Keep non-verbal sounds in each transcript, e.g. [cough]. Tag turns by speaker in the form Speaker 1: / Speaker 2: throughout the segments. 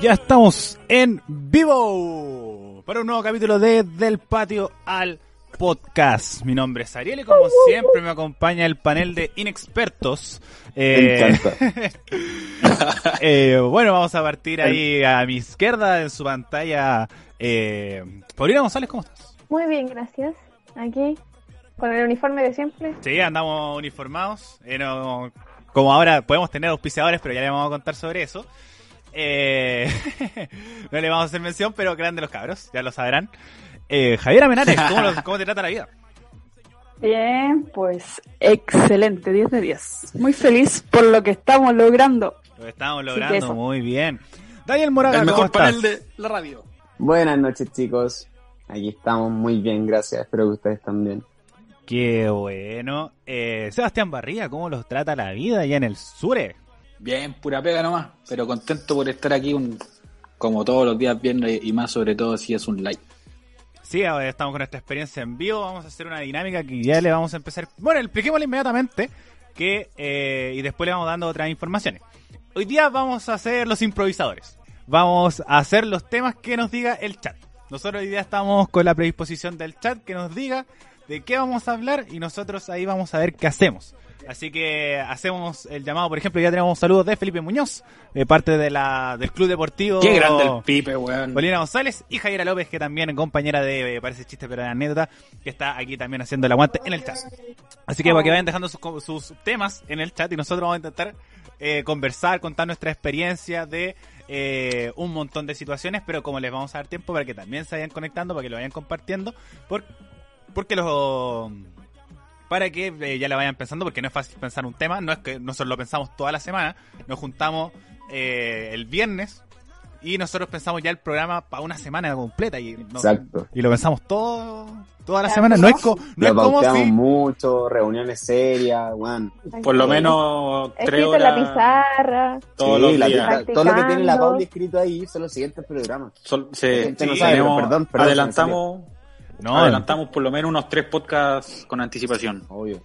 Speaker 1: Ya estamos en vivo para un nuevo capítulo de Del Patio al Podcast. Mi nombre es Ariel y como siempre me acompaña el panel de inexpertos. Eh,
Speaker 2: Me encanta.
Speaker 1: [laughs] eh, bueno, vamos a partir ahí a mi izquierda en su pantalla. Eh, Paulina González, ¿cómo estás?
Speaker 3: Muy bien, gracias. Aquí, con el uniforme de siempre.
Speaker 1: Sí, andamos uniformados. Eh, no- como ahora podemos tener auspiciadores, pero ya le vamos a contar sobre eso. Eh, [laughs] no le vamos a hacer mención, pero grande los cabros, ya lo sabrán. Eh, Javier Amenares, ¿cómo, lo- cómo te trata la vida?
Speaker 4: Bien, pues excelente, 10 de 10. Muy feliz por lo que estamos logrando.
Speaker 1: Lo estamos
Speaker 4: Sí,
Speaker 1: logrando
Speaker 4: eso.
Speaker 1: muy bien. Daniel Moraga,
Speaker 5: El
Speaker 1: ¿cómo
Speaker 5: mejor
Speaker 1: estás?
Speaker 5: panel de la radio.
Speaker 2: [laughs] Buenas noches, chicos. Aquí estamos muy bien, gracias. Espero que ustedes también.
Speaker 1: Qué bueno. Eh, Sebastián Barría, ¿cómo los trata la vida allá en el Sure?
Speaker 5: Bien, pura pega nomás, pero contento por estar aquí un, como todos los días viernes y más sobre todo si es un like.
Speaker 1: Sí, ahora estamos con nuestra experiencia en vivo. Vamos a hacer una dinámica que ya le vamos a empezar. Bueno, expliquémosle inmediatamente que eh, y después le vamos dando otras informaciones. Hoy día vamos a ser los improvisadores. Vamos a hacer los temas que nos diga el chat. Nosotros hoy día estamos con la predisposición del chat que nos diga de qué vamos a hablar y nosotros ahí vamos a ver qué hacemos. Así que hacemos el llamado, por ejemplo, ya tenemos saludos de Felipe Muñoz, de parte de la, del Club Deportivo.
Speaker 5: Qué grande
Speaker 1: Oh.
Speaker 5: el pipe, weón.
Speaker 1: Paulina González y Javiera López, que también compañera de eh, Parece Chiste pero era Anécdota, que está aquí también haciendo el aguante en el chat. Así que para que vayan dejando sus, co- sus temas en el chat y nosotros vamos a intentar eh, conversar, contar nuestra experiencia de eh, un montón de situaciones, pero como les vamos a dar tiempo para que también se vayan conectando, para que lo vayan compartiendo, por- porque los... Para que eh, ya lo vayan pensando, porque no es fácil pensar un tema, no es que nosotros lo pensamos toda la semana, nos juntamos eh, el viernes y nosotros pensamos ya el programa para una semana completa y, no-
Speaker 2: Exacto.
Speaker 1: y lo pensamos todo toda la semana no es, co- no
Speaker 2: Lo
Speaker 1: es como
Speaker 2: pauteamos
Speaker 1: si
Speaker 2: mucho, reuniones serias, weón.
Speaker 5: Por lo menos tres
Speaker 3: Escrito en la
Speaker 5: horas
Speaker 3: pizarra.
Speaker 5: todos
Speaker 2: Sí,
Speaker 5: los
Speaker 2: la-
Speaker 5: días.
Speaker 2: la- todo lo que tiene la
Speaker 3: Practicando.
Speaker 2: Pauli escrito ahí son los siguientes programas.
Speaker 5: Sol- se-
Speaker 2: Gente no
Speaker 5: sí,
Speaker 2: sabe,
Speaker 5: tenemos-
Speaker 2: perdón, perdón,
Speaker 5: adelantamos,
Speaker 1: no
Speaker 5: adelantamos por lo menos unos tres podcasts con anticipación.
Speaker 2: Obvio.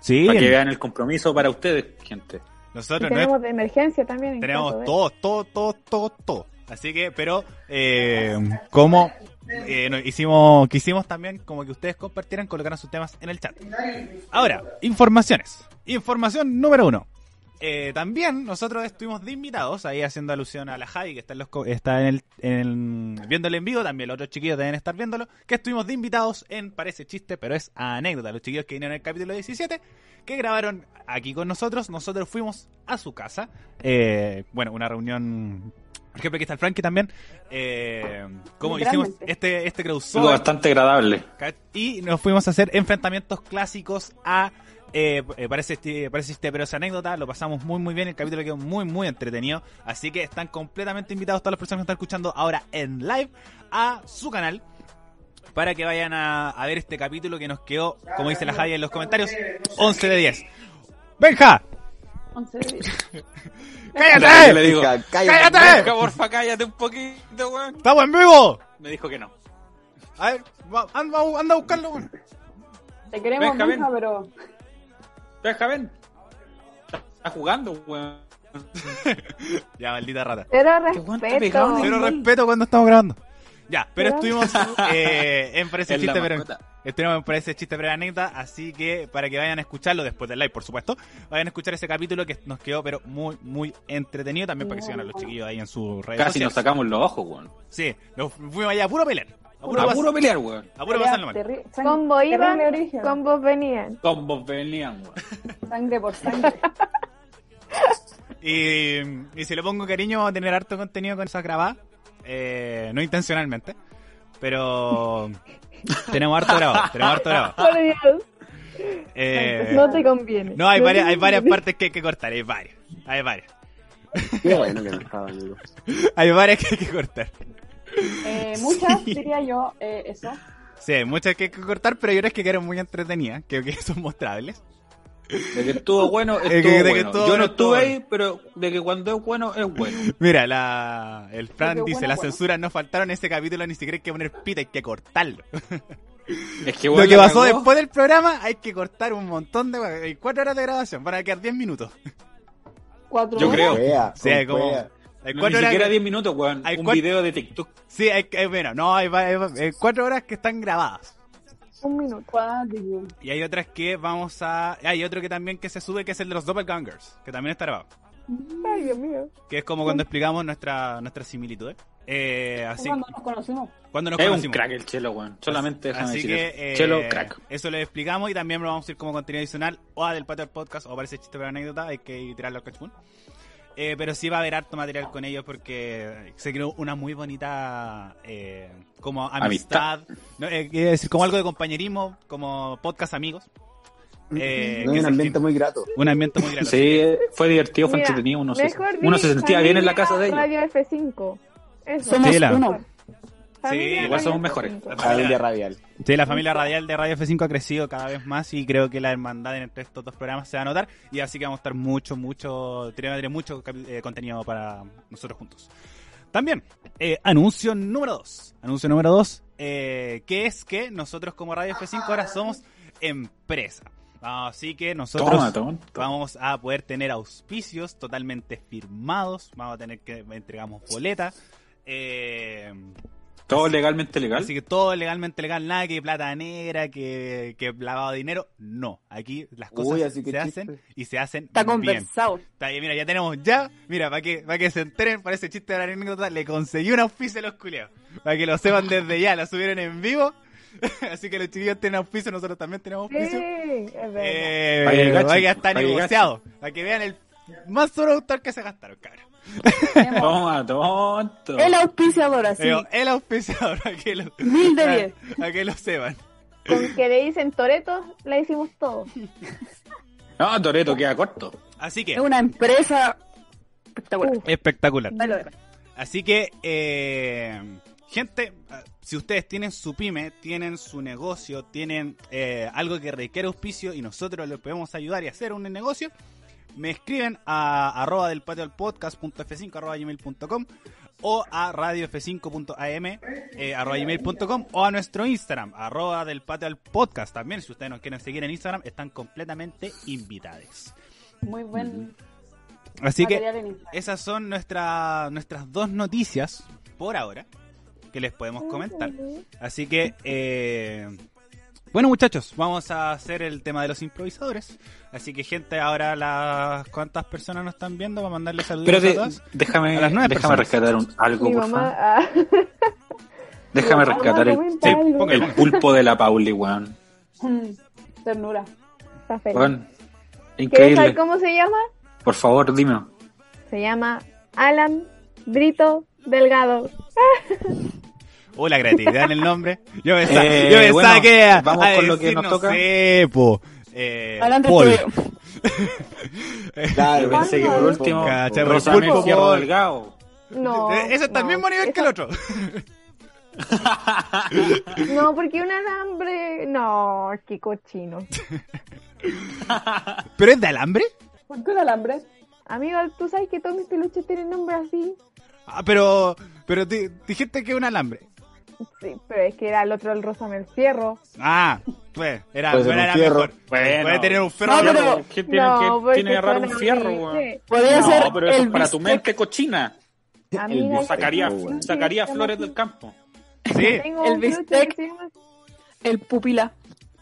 Speaker 1: sí
Speaker 5: Para que vean el compromiso para ustedes, gente.
Speaker 3: Y
Speaker 1: nosotros no es-
Speaker 3: tenemos de emergencia también. en caso
Speaker 1: tenemos
Speaker 3: de-
Speaker 1: todo todo todo todo todo así que pero eh, como eh, no- hicimos quisimos también como que ustedes compartieran colocaran sus temas en el chat ahora informaciones información número uno Eh, también nosotros estuvimos de invitados, ahí haciendo alusión a la Javi, que está, en los co- está en el, en el- viéndolo en vivo, también los otros chiquillos deben estar viéndolo, que estuvimos de invitados en Parece Chiste, pero es anécdota, los chiquillos que vinieron en el capítulo 17, que grabaron aquí con nosotros, nosotros fuimos a su casa, eh, bueno, una reunión, por ejemplo, aquí está el Frankie también, eh, como hicimos
Speaker 4: Literalmente.
Speaker 1: este, este
Speaker 5: Algo
Speaker 1: crossover,
Speaker 5: bastante agradable.
Speaker 1: Ca- Y nos fuimos a hacer enfrentamientos clásicos a. Eh, eh, parece, este- parece este, pero es anécdota. Lo pasamos muy, muy bien. El capítulo quedó muy, muy entretenido. Así que están completamente invitados todas las personas que están escuchando ahora en live a su canal para que vayan a, a ver este capítulo que nos quedó, como dice la Javi en los comentarios, 11 de 10. ¡Benja!
Speaker 4: 11 de 10.
Speaker 5: Claro, yo le
Speaker 1: ¡Cállate!
Speaker 5: digo,
Speaker 2: Chica, cállate.
Speaker 1: ¡Cállate!
Speaker 5: porfa, cállate un poquito, weón.
Speaker 1: ¡Estamos en vivo!
Speaker 5: Me dijo que no.
Speaker 1: A ver, va- anda, anda a buscarlo. güey.
Speaker 4: Te queremos,
Speaker 5: Benjamín.
Speaker 4: Benja, pero
Speaker 5: Deja, ven. Está jugando, weón.
Speaker 1: Ya, maldita rata.
Speaker 3: Cero
Speaker 5: guante pegado,
Speaker 3: respeto.
Speaker 1: Pero
Speaker 5: Igual.
Speaker 1: respeto cuando estamos grabando. Ya, pero
Speaker 3: Ya.
Speaker 1: estuvimos eh,
Speaker 5: [laughs]
Speaker 1: en Parece
Speaker 5: Es la
Speaker 1: Chiste, pero
Speaker 5: mascota.
Speaker 1: estuvimos en Parece Chiste, pero anécdota, así que para que vayan a escucharlo después del live, por supuesto, vayan a escuchar ese capítulo que nos quedó pero muy, muy entretenido, también para que sigan a los chiquillos ahí en sus redes
Speaker 5: Casi nos
Speaker 1: sociales.
Speaker 5: sacamos los ojos, weón.
Speaker 1: Sí, nos fuimos allá a puro pelear, a puro,
Speaker 5: A
Speaker 1: pas-
Speaker 5: puro pelear, weón.
Speaker 1: a puro pasarlo mal.
Speaker 4: terri- sang-
Speaker 3: Combo iban,
Speaker 4: terrible origen.
Speaker 3: combos venían.
Speaker 5: Combos venían, weón.
Speaker 4: Sangre por sangre.
Speaker 1: Y, y si le pongo cariño, vamos a tener harto contenido con esas grabadas. Eh, no intencionalmente, pero tenemos harto grabado. Tenemos harto grabado.
Speaker 3: Por Dios,
Speaker 1: [laughs] Eh,
Speaker 3: no te conviene.
Speaker 1: No, hay
Speaker 3: No
Speaker 1: varias,
Speaker 3: te
Speaker 1: hay varias
Speaker 3: conviene.
Speaker 1: partes que hay que cortar, hay varias. Hay varias.
Speaker 2: Qué bueno que no estaba, amigo.
Speaker 1: Hay varias que hay que cortar.
Speaker 4: Eh, muchas, diría yo, eh, eso.
Speaker 1: Sí, hay muchas que hay que cortar, pero hay otras que quedaron muy entretenidas, que, [laughs] que son mostrables.
Speaker 5: De que
Speaker 1: [laughs]
Speaker 5: estuvo bueno, estuvo
Speaker 1: que- de que
Speaker 5: bueno.
Speaker 1: estuvo
Speaker 5: Yo no
Speaker 1: bueno, estuvo
Speaker 5: estuve ahí, pero de que cuando es bueno, es
Speaker 1: [laughs]
Speaker 5: bueno.
Speaker 1: Mira, la, el Fran
Speaker 4: Pero
Speaker 1: dice,
Speaker 4: bueno,
Speaker 1: las
Speaker 4: bueno.
Speaker 1: censuras no faltaron en ese capítulo, ni siquiera hay que poner pita, hay que cortarlo.
Speaker 5: Es que, weón,
Speaker 1: Lo que
Speaker 5: la
Speaker 1: pasó
Speaker 5: cagó.
Speaker 1: después del programa, hay que cortar un montón de... Hay cuatro horas de grabación, van a quedar diez minutos.
Speaker 4: Cuatro
Speaker 5: Yo
Speaker 4: horas.
Speaker 5: creo.
Speaker 2: Fea,
Speaker 1: Sí,
Speaker 2: con
Speaker 1: como,
Speaker 2: fea.
Speaker 1: Hay
Speaker 5: No,
Speaker 1: cuatro
Speaker 5: ni
Speaker 1: horas
Speaker 5: siquiera
Speaker 1: que-
Speaker 5: 10 minutos, weón.
Speaker 1: Hay
Speaker 5: Un
Speaker 1: cuatro-
Speaker 5: video de TikTok.
Speaker 1: Sí, hay, hay- bueno, no, hay, va- hay va- hay cuatro horas que están grabadas.
Speaker 3: Un minuto.
Speaker 4: Cuático.
Speaker 1: Y hay otras que vamos a... Hay otro que también que se sube, que es el de los doppelgangers, que también está grabado.
Speaker 3: Ay, Dios mío.
Speaker 1: Que es como cuando explicamos nuestra, nuestras similitudes. Eh, así,
Speaker 4: ¿Cuándo nos conocimos?
Speaker 1: cuando nos
Speaker 5: es un
Speaker 1: conocimos.
Speaker 5: crack el Chelo, weón. Solamente déjame
Speaker 1: Así
Speaker 5: decir eso.
Speaker 1: que eh,
Speaker 5: Chelo, crack.
Speaker 1: eso lo explicamos y también lo vamos a ir como contenido adicional o a del patio del podcast o parece chiste para anécdota, hay que tirarlo al cachpún. Eh, pero sí va a haber harto material con ellos porque se creó una muy bonita eh, como amistad, ¿no? Eh, quiere decir como algo de compañerismo, como podcast amigos. Eh,
Speaker 2: No
Speaker 1: que
Speaker 2: hay Mm, un
Speaker 1: se
Speaker 2: ambiente
Speaker 1: gen-
Speaker 2: muy grato.
Speaker 1: un ambiente muy grande.
Speaker 5: Sí, eh, fue divertido, fue
Speaker 3: Mira,
Speaker 5: entretenido. Uno se,
Speaker 3: mejor
Speaker 5: uno se
Speaker 3: di
Speaker 5: sentía bien en la
Speaker 3: familia
Speaker 5: casa de ellos.
Speaker 3: Radio F5. Eso.
Speaker 4: Somos
Speaker 1: Sí, la-
Speaker 4: uno.
Speaker 3: Familia
Speaker 1: Sí,
Speaker 5: igual somos
Speaker 3: Radio
Speaker 5: mejores.
Speaker 3: F5.
Speaker 2: Familia radial.
Speaker 1: Sí, la familia radial de Radio F5 ha crecido cada vez más y creo que la hermandad entre estos dos programas se va a notar y así que vamos a estar mucho, mucho, tenemos tenemos mucho capi- eh, contenido para nosotros juntos. También, eh, anuncio número 2, anuncio número 2, que es que nosotros como Radio F5 ahora somos empresa. Así que nosotros
Speaker 5: Toma, toma.
Speaker 1: vamos a poder tener auspicios totalmente firmados, vamos a tener que entregamos boletas. Eh,
Speaker 5: Todo legalmente legal.
Speaker 1: Así que todo legalmente legal, nada que plata negra, que, que lavado de dinero. No, aquí las cosas
Speaker 2: Uy, así que
Speaker 1: se
Speaker 2: chiste.
Speaker 1: hacen y se hacen
Speaker 4: Está
Speaker 1: bien. [laughs]
Speaker 4: conversado.
Speaker 1: Está bien, mira, ya tenemos ya. Mira, para que, para que se enteren, para ese chiste de la anécdota, le conseguí un auspicio a los culeados. Para que lo sepan desde ya, lo subieron en vivo. [laughs] Así que los chiquillos tienen auspicio, nosotros también tenemos
Speaker 3: Sí,
Speaker 1: auspicio.
Speaker 3: es verdad.
Speaker 1: Eh,
Speaker 5: Para que
Speaker 1: para que
Speaker 5: gachen,
Speaker 1: está
Speaker 5: para que
Speaker 1: negociado. Para que vean el más productor que se gastaron, cabrón.
Speaker 5: Toma, tonto.
Speaker 4: El auspiciador, así.
Speaker 1: Pero eh, el auspiciador, [laughs] para que lo,
Speaker 4: Mil de diez.
Speaker 1: para que lo sepan.
Speaker 3: Con que le dicen Toreto, la hicimos todo.
Speaker 5: No, Toreto queda corto.
Speaker 1: Así que,
Speaker 4: Es una empresa espectacular.
Speaker 3: Uf,
Speaker 1: espectacular.
Speaker 4: Ahí lo dejo.
Speaker 1: Así que, eh, gente, si ustedes tienen su pyme, tienen su negocio, tienen eh, algo que requiere auspicio y nosotros les podemos ayudar y hacer un negocio, me escriben a arroba del patio al podcast.f5 arroba gmail.com o a radiof5.am eh, arroba gmail.com o a nuestro Instagram arroba del patio al podcast también si ustedes nos quieren seguir en Instagram están completamente invitados
Speaker 4: Muy buen
Speaker 1: así que
Speaker 4: material en Instagram.
Speaker 1: esas son nuestra- nuestras dos noticias por ahora que les podemos comentar. Así que, eh, bueno muchachos, vamos a hacer el tema de los improvisadores. Así que gente, ahora las cuantas personas nos están viendo, vamos a mandarle saludos
Speaker 5: Pero
Speaker 1: a
Speaker 5: de-
Speaker 1: todas.
Speaker 5: déjame,
Speaker 1: A las nueve
Speaker 5: déjame
Speaker 1: personas.
Speaker 5: rescatar un, algo,
Speaker 3: Mi
Speaker 5: por
Speaker 3: mamá.
Speaker 5: favor.
Speaker 3: ah, [laughs]
Speaker 5: Déjame
Speaker 3: mi mamá
Speaker 5: rescatar el,
Speaker 3: comenta
Speaker 5: el-
Speaker 3: algo.
Speaker 1: póngale.
Speaker 5: el pulpo de la
Speaker 4: [laughs]
Speaker 5: Pauli, weón.
Speaker 4: Mm, Ternura.
Speaker 3: está feliz.
Speaker 5: Weón,
Speaker 3: ¿Quieres saber
Speaker 5: Increíble.
Speaker 3: cómo se llama?
Speaker 5: Por favor, dime.
Speaker 3: Se llama Alan Brito Delgado.
Speaker 1: Oh, la creatividad en el nombre. Yo pensaba,
Speaker 5: Eh,
Speaker 1: yo pensaba
Speaker 5: bueno,
Speaker 1: que a-
Speaker 5: vamos
Speaker 1: a
Speaker 5: con lo que
Speaker 1: decir,
Speaker 5: nos
Speaker 1: no
Speaker 5: toca.
Speaker 1: sé, po, eh,
Speaker 4: Adelante,
Speaker 1: Paul.
Speaker 4: estudio.
Speaker 2: Claro,
Speaker 5: Yo pensé que por
Speaker 3: Pulpo.
Speaker 5: último,
Speaker 1: Cachai,
Speaker 5: Rosa
Speaker 1: pulpo,
Speaker 5: Mejía
Speaker 1: por favor.
Speaker 5: Delgado.
Speaker 3: No.
Speaker 1: Eh, Ese está al
Speaker 3: no.
Speaker 1: mismo nivel que el otro. [laughs]
Speaker 3: No, porque un alambre. No, qué cochino.
Speaker 1: ¿Pero es de alambre?
Speaker 4: ¿Por qué el alambre?
Speaker 3: Amigo, tú sabes que todos mis peluches tienen nombre así.
Speaker 1: Ah, pero, pero di- dijiste que es un alambre.
Speaker 3: Sí, pero es que era el otro, el Rosa Fierro.
Speaker 1: Ah, pues, era,
Speaker 2: Puede ser
Speaker 1: bueno,
Speaker 2: un
Speaker 1: era
Speaker 2: fierro.
Speaker 1: mejor.
Speaker 5: Bueno.
Speaker 1: Puede tener un ferro.
Speaker 4: No,
Speaker 1: pero-
Speaker 4: pero-
Speaker 5: ¿Qué tiene,
Speaker 3: no,
Speaker 5: que,
Speaker 3: porque
Speaker 5: tiene que agarrar un
Speaker 3: suena
Speaker 5: fierro,
Speaker 3: horrible.
Speaker 5: weón?
Speaker 4: Podría
Speaker 5: no,
Speaker 4: ser
Speaker 5: pero eso es
Speaker 4: el
Speaker 5: para tu
Speaker 4: bistec.
Speaker 5: mente cochina.
Speaker 3: Amiga,
Speaker 2: bistec,
Speaker 5: Sacaría,
Speaker 2: weón.
Speaker 5: sacaría flores del campo.
Speaker 1: Sí.
Speaker 3: Tengo
Speaker 4: El
Speaker 3: un peluche
Speaker 4: bistec.
Speaker 3: que se llama-
Speaker 4: El pupila.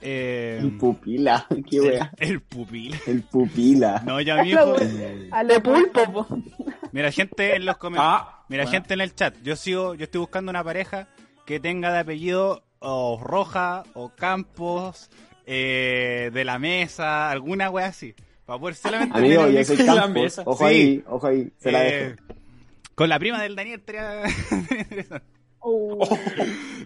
Speaker 1: Eh,
Speaker 2: El pupila, [laughs] qué
Speaker 1: el,
Speaker 2: wea.
Speaker 1: el pupil.
Speaker 2: El pupila.
Speaker 1: No, ya mijo.
Speaker 3: Lo- a lo-
Speaker 4: De pulpo, po.
Speaker 1: Mira, gente en los comentarios.
Speaker 5: Ah,
Speaker 1: Mira,
Speaker 5: bueno.
Speaker 1: gente en el chat. Yo sigo, yo estoy buscando una pareja que tenga de apellido o Roja o Campos, eh, de la mesa, alguna wea así. Para poder solamente
Speaker 2: Amigo,
Speaker 1: tener [laughs]
Speaker 2: yo
Speaker 1: un-
Speaker 2: soy
Speaker 5: en la
Speaker 2: Campos.
Speaker 5: mesa.
Speaker 2: Ojo
Speaker 1: Sí.
Speaker 2: ahí, ojo ahí. Se la
Speaker 1: eh,
Speaker 2: dejo.
Speaker 1: Con la prima del Daniel estaría [laughs] interesante.
Speaker 6: Uh,
Speaker 4: Oh.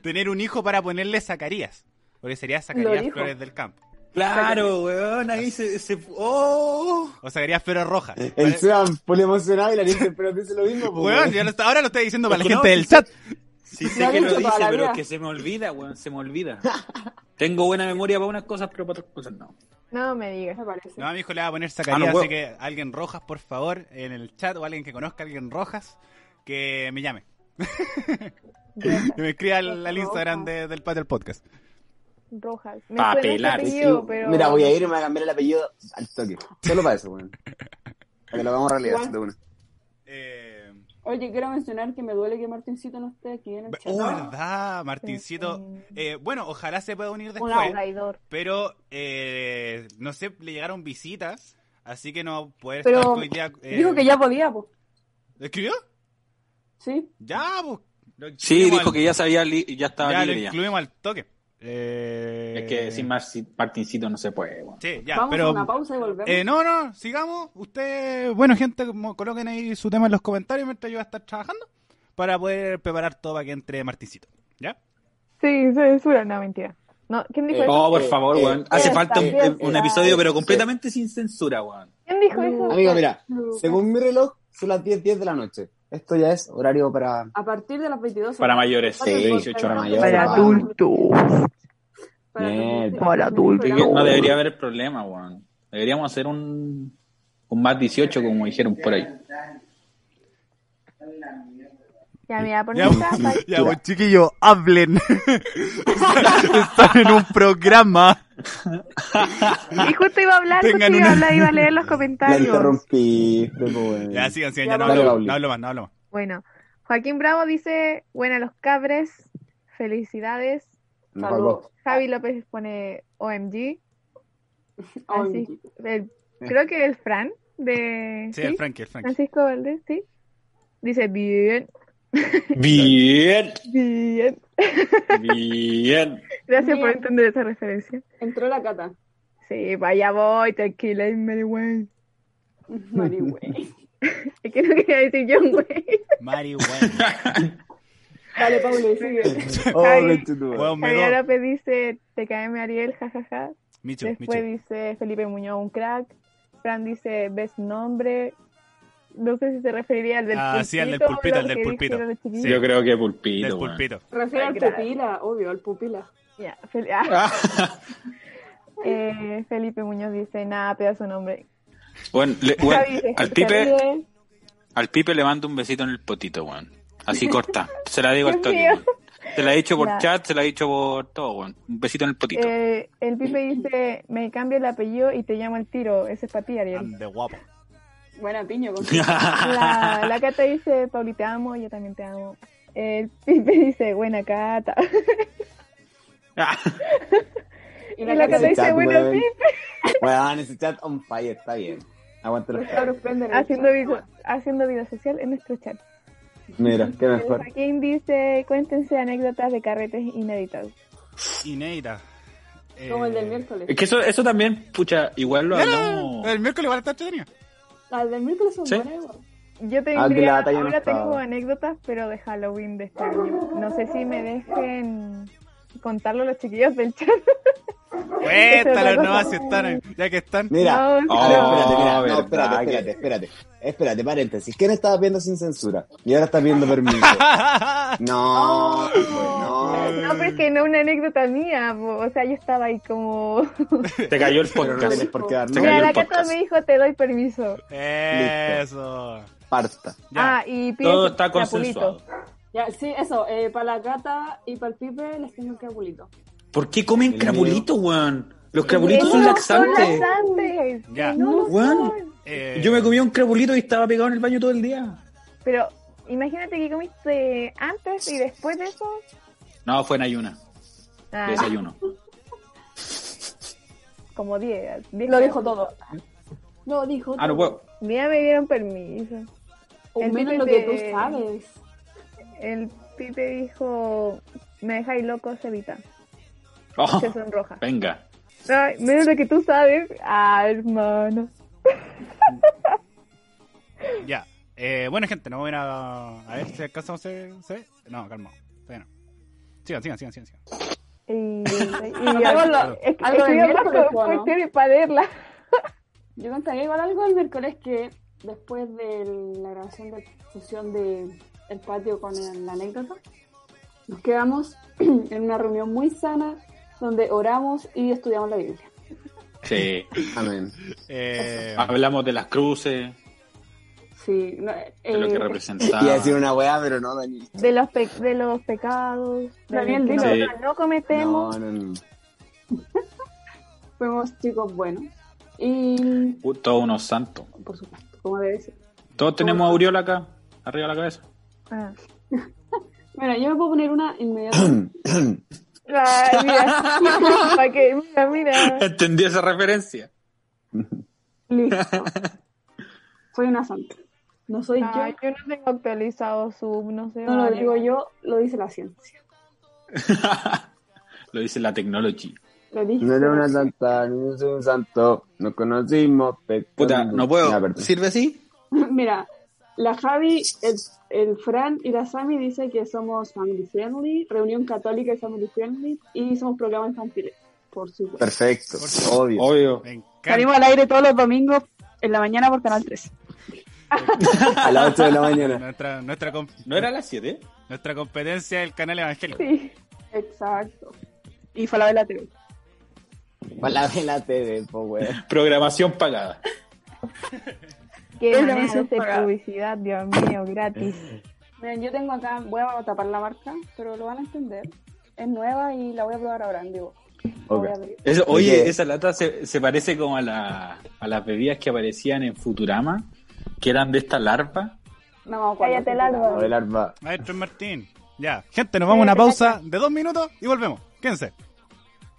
Speaker 1: tener un hijo para ponerle Zacarías. Porque sería
Speaker 4: Lo
Speaker 1: Zacarías
Speaker 4: dijo.
Speaker 1: Flores del Campo.
Speaker 5: Claro, weón, ahí se... se- ¡Oh!
Speaker 1: O Zacarías Flores Roja. [laughs]
Speaker 2: El Sam, pone emocionado y la niña, pero dice lo mismo. po,
Speaker 1: Weón,
Speaker 2: weón.
Speaker 1: ya lo está- ahora lo estoy diciendo para la
Speaker 5: Es que
Speaker 1: gente
Speaker 5: no,
Speaker 1: del
Speaker 5: sí,
Speaker 1: chat.
Speaker 5: Sí
Speaker 4: Lo
Speaker 5: sé
Speaker 4: ha
Speaker 5: que lo
Speaker 4: dicho toda
Speaker 5: dice,
Speaker 4: la
Speaker 5: pero
Speaker 4: vida.
Speaker 5: es que se me olvida, weón, se me olvida. Tengo buena memoria para unas cosas, pero para otras cosas no.
Speaker 3: No me digas.
Speaker 4: Me parece.
Speaker 1: No, a mi hijo le va a poner Zacarías,
Speaker 5: Ah, no,
Speaker 1: así
Speaker 5: weón.
Speaker 1: que alguien Rojas, por favor, en el chat o alguien que conozca a alguien Rojas, que me llame. Que me escriba al, al Instagram de- del Patio del Podcast.
Speaker 3: Rojas. Me
Speaker 5: Pa'
Speaker 3: suena ese
Speaker 5: pelar.
Speaker 3: apellido,
Speaker 2: Sí,
Speaker 3: pero...
Speaker 2: Mira, voy a irme a cambiar el apellido al toque. Solo para eso, weón. Para que lo hagamos realidad,
Speaker 3: Igual.
Speaker 2: de una.
Speaker 1: Eh,
Speaker 6: Oye, quiero mencionar que me duele que Martincito no esté aquí en el chat. Ah,
Speaker 1: Oh, verdad, Martincito. Eh, bueno, ojalá se pueda unir
Speaker 3: Un
Speaker 1: después.
Speaker 3: abraidor.
Speaker 1: Pero, eh, no sé, le llegaron visitas, así que no va a poder
Speaker 4: Pero
Speaker 1: estar hoy día. eh,
Speaker 4: Dijo que ya podía, pues.
Speaker 1: ¿Escribió?
Speaker 6: Sí,
Speaker 1: Ya, pues. Lo
Speaker 5: Sí,
Speaker 1: incluimos
Speaker 5: dijo
Speaker 1: al-
Speaker 5: que ya sabía li- ya estaba
Speaker 1: ya lo
Speaker 5: libre ya.
Speaker 1: incluimos al toque. Eh,
Speaker 5: Es que sin Marci- Martincito no se puede, weón.
Speaker 1: Sí, ya,
Speaker 6: vamos
Speaker 1: pero.
Speaker 6: a una pausa y volvemos.
Speaker 1: Eh, no, no, sigamos. Usted, bueno, gente, como coloquen ahí su tema en los comentarios mientras yo voy a estar trabajando para poder preparar todo para que entre Martincito. ¿Ya?
Speaker 3: Sí, censura, no, mentira. No, ¿Quién dijo
Speaker 2: Eh,
Speaker 3: eso?
Speaker 5: Oh, por
Speaker 2: Eh,
Speaker 5: favor,
Speaker 2: eh,
Speaker 5: weón. Hace
Speaker 3: eh,
Speaker 5: falta un,
Speaker 3: también,
Speaker 5: un
Speaker 3: eh,
Speaker 5: episodio,
Speaker 2: eh,
Speaker 5: pero
Speaker 2: sí.
Speaker 5: completamente sin censura, weón.
Speaker 3: ¿Quién dijo eso?
Speaker 2: Amigo, mira,
Speaker 6: Lucas.
Speaker 2: según mi reloj, son las 10.10 de la noche. Esto ya es horario para...
Speaker 6: A partir de las 22
Speaker 5: Para mayores,
Speaker 6: Para
Speaker 2: sí,
Speaker 6: 18
Speaker 2: para mayores.
Speaker 3: Para
Speaker 2: Ah.
Speaker 3: adultos.
Speaker 6: Para
Speaker 2: Mierda.
Speaker 6: adultos. ah,
Speaker 3: Para adultos.
Speaker 5: Es que No
Speaker 3: No.
Speaker 5: debería haber problema, weón. Deberíamos hacer un, un más 18, como dijeron por ahí.
Speaker 3: Ya, mira, por
Speaker 1: Ya,
Speaker 3: mi tapa.
Speaker 1: [laughs] ya pues, chiquillos, [laughs] hablen. Están en un programa.
Speaker 3: Y justo iba a hablar, justo
Speaker 1: Tengan
Speaker 3: iba
Speaker 1: una-
Speaker 3: a hablar, iba
Speaker 1: [laughs]
Speaker 3: a leer los
Speaker 2: La
Speaker 3: comentarios.
Speaker 2: interrumpí. pues.
Speaker 1: Ya, sigan, sigan, ya
Speaker 3: Ya,
Speaker 1: no
Speaker 2: vale.
Speaker 1: hablo, no hablo más, no hablo más.
Speaker 3: Bueno, Joaquín Bravo dice, buena los cabres, felicidades.
Speaker 2: Mejor
Speaker 6: Saludos.
Speaker 2: vos.
Speaker 3: Javi López pone OMG. Así,
Speaker 6: Ay,
Speaker 1: Eh.
Speaker 3: el- creo que el Fran de
Speaker 1: Sí,
Speaker 3: ¿sí?
Speaker 1: el Frankie, el Frankie.
Speaker 3: Francisco Valdés, sí. Dice, bien,
Speaker 5: Bien,
Speaker 3: bien.
Speaker 5: bien.
Speaker 3: Gracias por
Speaker 6: Bien.
Speaker 3: entender esa referencia.
Speaker 6: Entró
Speaker 4: [laughs]
Speaker 6: la cata.
Speaker 3: Sí, vaya voy, tranquila, me güey.
Speaker 6: Marihuana.
Speaker 3: Es que no quería decir John güey.
Speaker 6: [laughs]
Speaker 1: Marihuana.
Speaker 6: Dale, Pablo, sigue.
Speaker 2: Oh,
Speaker 3: Javi.
Speaker 2: conchetumare.
Speaker 1: Weón, me
Speaker 3: Javier
Speaker 1: do-
Speaker 3: López dice, TKM Ariel, jajaja.
Speaker 1: Michu,
Speaker 3: Después
Speaker 1: Michu.
Speaker 3: dice Felipe Muñoz, un crack. Fran dice, ves nombre. No sé si se referiría al del
Speaker 1: Ah, sí, al del pulpito,
Speaker 3: lo
Speaker 1: al del
Speaker 3: que
Speaker 1: pulpito.
Speaker 3: dijeron los chiquillos.
Speaker 1: Sí.
Speaker 5: Yo creo que pulpito,
Speaker 1: Del
Speaker 5: weón.
Speaker 1: pulpito.
Speaker 6: Refiero al
Speaker 3: Ay, gracias.
Speaker 6: pupila, obvio, al pupila.
Speaker 3: Ya, Fel- ah, [laughs] eh, Felipe Muñoz dice, nada, pedazo nombre.
Speaker 5: Bueno, le- bueno,
Speaker 3: Javi dice,
Speaker 5: al
Speaker 3: se
Speaker 5: pipe,
Speaker 3: ríe.
Speaker 5: al pipe le mando un besito en el potito, weón.
Speaker 3: [laughs]
Speaker 5: Así corta. Se la digo al
Speaker 3: Dios
Speaker 5: toque,
Speaker 3: mío.
Speaker 5: weón. Se la he dicho por
Speaker 3: Ya.
Speaker 5: chat, se la he dicho por todo, weón. Un besito en el potito.
Speaker 3: Eh, el Pipe dice, me cambio el apellido y te llamo el tiro. Ese es para ti, Ariel.
Speaker 1: Ande guapo.
Speaker 6: Buena piña,
Speaker 5: [laughs]
Speaker 6: con
Speaker 3: La, la Cata dice, Pauli, te amo, yo también te amo. El Pipe dice, buena Cata.
Speaker 5: Ah.
Speaker 6: Y
Speaker 3: Y la
Speaker 6: cata
Speaker 3: Cata
Speaker 6: dice,
Speaker 3: dice,
Speaker 2: chat,
Speaker 3: bueno,
Speaker 2: weón.
Speaker 3: sí,
Speaker 2: Weón, ese chat on fire, está bien. Aguanta los
Speaker 6: los cabros prenden el
Speaker 3: haciendo
Speaker 6: chat.
Speaker 3: vida, haciendo vida social en nuestro chat.
Speaker 2: Mira, qué
Speaker 3: El
Speaker 2: mejor.
Speaker 3: Joaquín dice, cuéntense anécdotas de carretes inéditos.
Speaker 1: Inédita. Eh,
Speaker 6: Como el del miércoles.
Speaker 5: Es que eso, eso también, pucha, igual lo
Speaker 1: no, no,
Speaker 5: hablamos.
Speaker 1: El miércoles va a estar
Speaker 6: [laughs]
Speaker 1: entretenido.
Speaker 6: Las Ah, del miércoles son
Speaker 5: ¿Sí?
Speaker 6: buenas igual.
Speaker 3: Yo
Speaker 2: Ah, que
Speaker 3: tendría,
Speaker 2: la talla no
Speaker 3: ahora
Speaker 2: estaba.
Speaker 3: tengo anécdotas, pero de Halloween de este año. No sé si me dejen contarlo los chiquillos del
Speaker 2: [laughs]
Speaker 3: chat.
Speaker 1: Cuéntalo, no, si están, ahí, ya que están.
Speaker 2: Mira,
Speaker 3: No,
Speaker 5: Oh,
Speaker 2: Ah, espérate, mira,
Speaker 5: verdad,
Speaker 2: no, espérate,
Speaker 5: que-
Speaker 2: espérate, espérate. Espérate, paréntesis. ¿Quién estaba viendo sin censura? Y ahora está viendo [laughs] permiso. No, no.
Speaker 3: No, pero es que no una anécdota mía, po. o sea, yo estaba ahí como...
Speaker 5: Te cayó el
Speaker 2: Pero no
Speaker 5: podcast.
Speaker 2: tienes por qué dar
Speaker 5: Se
Speaker 2: nombre.
Speaker 5: cayó
Speaker 3: Mira, la
Speaker 5: el
Speaker 3: Cata
Speaker 5: podcast.
Speaker 3: me dijo, te doy permiso.
Speaker 1: Eso.
Speaker 2: Parta.
Speaker 1: Ya.
Speaker 3: Ah, y pide
Speaker 5: Todo está
Speaker 3: Napulito.
Speaker 5: consensuado.
Speaker 6: Ya, sí, eso, eh, para la cata y para el pipe les tengo que apulito.
Speaker 5: ¿Por qué comen
Speaker 2: El
Speaker 5: crabulitos, weón? Los crabulitos
Speaker 3: Esos
Speaker 5: son
Speaker 3: no
Speaker 5: laxantes.
Speaker 3: Son laxantes.
Speaker 1: Ya.
Speaker 3: No lo
Speaker 5: Weón.
Speaker 3: son.
Speaker 1: Eh,
Speaker 5: Yo me comía un crabulito y estaba pegado en el baño todo el día.
Speaker 3: Pero imagínate que comiste antes y después de eso.
Speaker 5: No, fue en ayuna,
Speaker 3: Ah,
Speaker 5: de desayuno.
Speaker 3: como 10. 10
Speaker 6: Lo dijo todo. Lo dijo todo.
Speaker 5: Ah,
Speaker 3: [laughs]
Speaker 5: no puedo.
Speaker 3: Mira, me dieron permiso.
Speaker 6: O
Speaker 3: El
Speaker 6: menos
Speaker 3: Pipe
Speaker 6: lo que
Speaker 3: te-
Speaker 6: tú sabes.
Speaker 3: El Pipe dijo, me dejáis loco, Cevita.
Speaker 5: Oh,
Speaker 3: Se
Speaker 5: [laughs]
Speaker 3: sonroja.
Speaker 5: venga.
Speaker 3: Ay, menos lo que tú sabes. Ah, hermano.
Speaker 1: Ya. Eh, bueno, gente, nos vamos a ir a. A ver si alcanzamos a hacer- ¿Se ve? No, calma. Todavía no. Sigan, sigan, sigan, sigan. sigan.
Speaker 3: Y, y-
Speaker 6: [laughs] Algo lo-
Speaker 3: es que-
Speaker 6: algo
Speaker 3: es que
Speaker 6: del
Speaker 3: yo
Speaker 6: miércoles,
Speaker 3: paso
Speaker 6: ¿o no?
Speaker 3: cuestiones para leerla.
Speaker 6: Yo contaría igual algo el miércoles que después de la grabación de sesión de El Patio con el- la anécdota, nos quedamos [clears throat] en una reunión muy sana donde oramos y estudiamos la Biblia.
Speaker 5: Sí. [laughs]
Speaker 2: Amén.
Speaker 1: Eh,
Speaker 5: Hablamos de las cruces,
Speaker 6: Sí, no, eh,
Speaker 5: de lo que
Speaker 2: Iba a
Speaker 5: representaba.
Speaker 2: decir una weá, pero no, Dani.
Speaker 3: De los, pe- de los pecados. de
Speaker 6: Daniel,
Speaker 3: los que
Speaker 6: dilo.
Speaker 3: nosotros no cometemos.
Speaker 2: No, no, no.
Speaker 6: fuimos chicos buenos. Y,
Speaker 5: Uh, Todos unos santos.
Speaker 6: por supuesto, como debe ser.
Speaker 5: Todos tenemos aureola acá. arriba de la cabeza.
Speaker 3: Ah.
Speaker 6: Bueno, yo me puedo poner una
Speaker 2: [clears throat]
Speaker 6: inmediatamente.
Speaker 3: Ay, mira. [laughs] Pa' que- mira, mira.
Speaker 5: Entendí esa referencia.
Speaker 6: Listo. Soy una santa. No soy
Speaker 3: Ay, yo no tengo actualizado sub, no sé.
Speaker 6: yo, no lo
Speaker 3: vale.
Speaker 6: digo yo, lo dice la ciencia.
Speaker 5: [laughs] Lo dice la technology.
Speaker 6: Lo dije.
Speaker 2: No era una santa, ni yo soy un santo. Nos conocimos. pecando.
Speaker 5: Puta, no puedo.
Speaker 2: Ya, perdón.
Speaker 5: ¿Sirve así?
Speaker 6: [laughs] Mira, la Javi, el, el Fran y la Sami dice que somos family friendly, reunión católica y family friendly, y somos programas infantiles, por supuesto.
Speaker 2: Perfecto, obvio.
Speaker 5: Obvio.
Speaker 1: Me encanta.
Speaker 4: Salimos al aire todos los domingos en la mañana por Canal 3.
Speaker 2: A las 8 de la
Speaker 5: [laughs]
Speaker 2: mañana.
Speaker 1: Nuestra, nuestra, com-
Speaker 5: ¿No era las 7?
Speaker 1: nuestra competencia del canal evangélico.
Speaker 6: Sí, exacto.
Speaker 4: Y Falabella TV.
Speaker 2: Para la de la TV, po, weón.
Speaker 5: Programación pagada.
Speaker 3: Qué
Speaker 4: Es la
Speaker 3: manera de
Speaker 4: versión
Speaker 3: hacer
Speaker 4: pagada.
Speaker 3: publicidad, Dios mío, gratis.
Speaker 6: Miren, yo tengo acá, voy a tapar la marca, pero lo van a entender. Es nueva y la voy a probar ahora, digo.
Speaker 2: Ok.
Speaker 5: Eso- oye,
Speaker 2: Oye.
Speaker 5: esa lata se, se parece como a, la- a las bebidas que aparecían en Futurama, que eran de esta larva.
Speaker 6: No, me
Speaker 3: Cállate, Larva.
Speaker 2: O el arma.
Speaker 1: A ver, Tron Martín. Ya, gente, nos vamos a una pausa de dos minutos y volvemos. Quédense.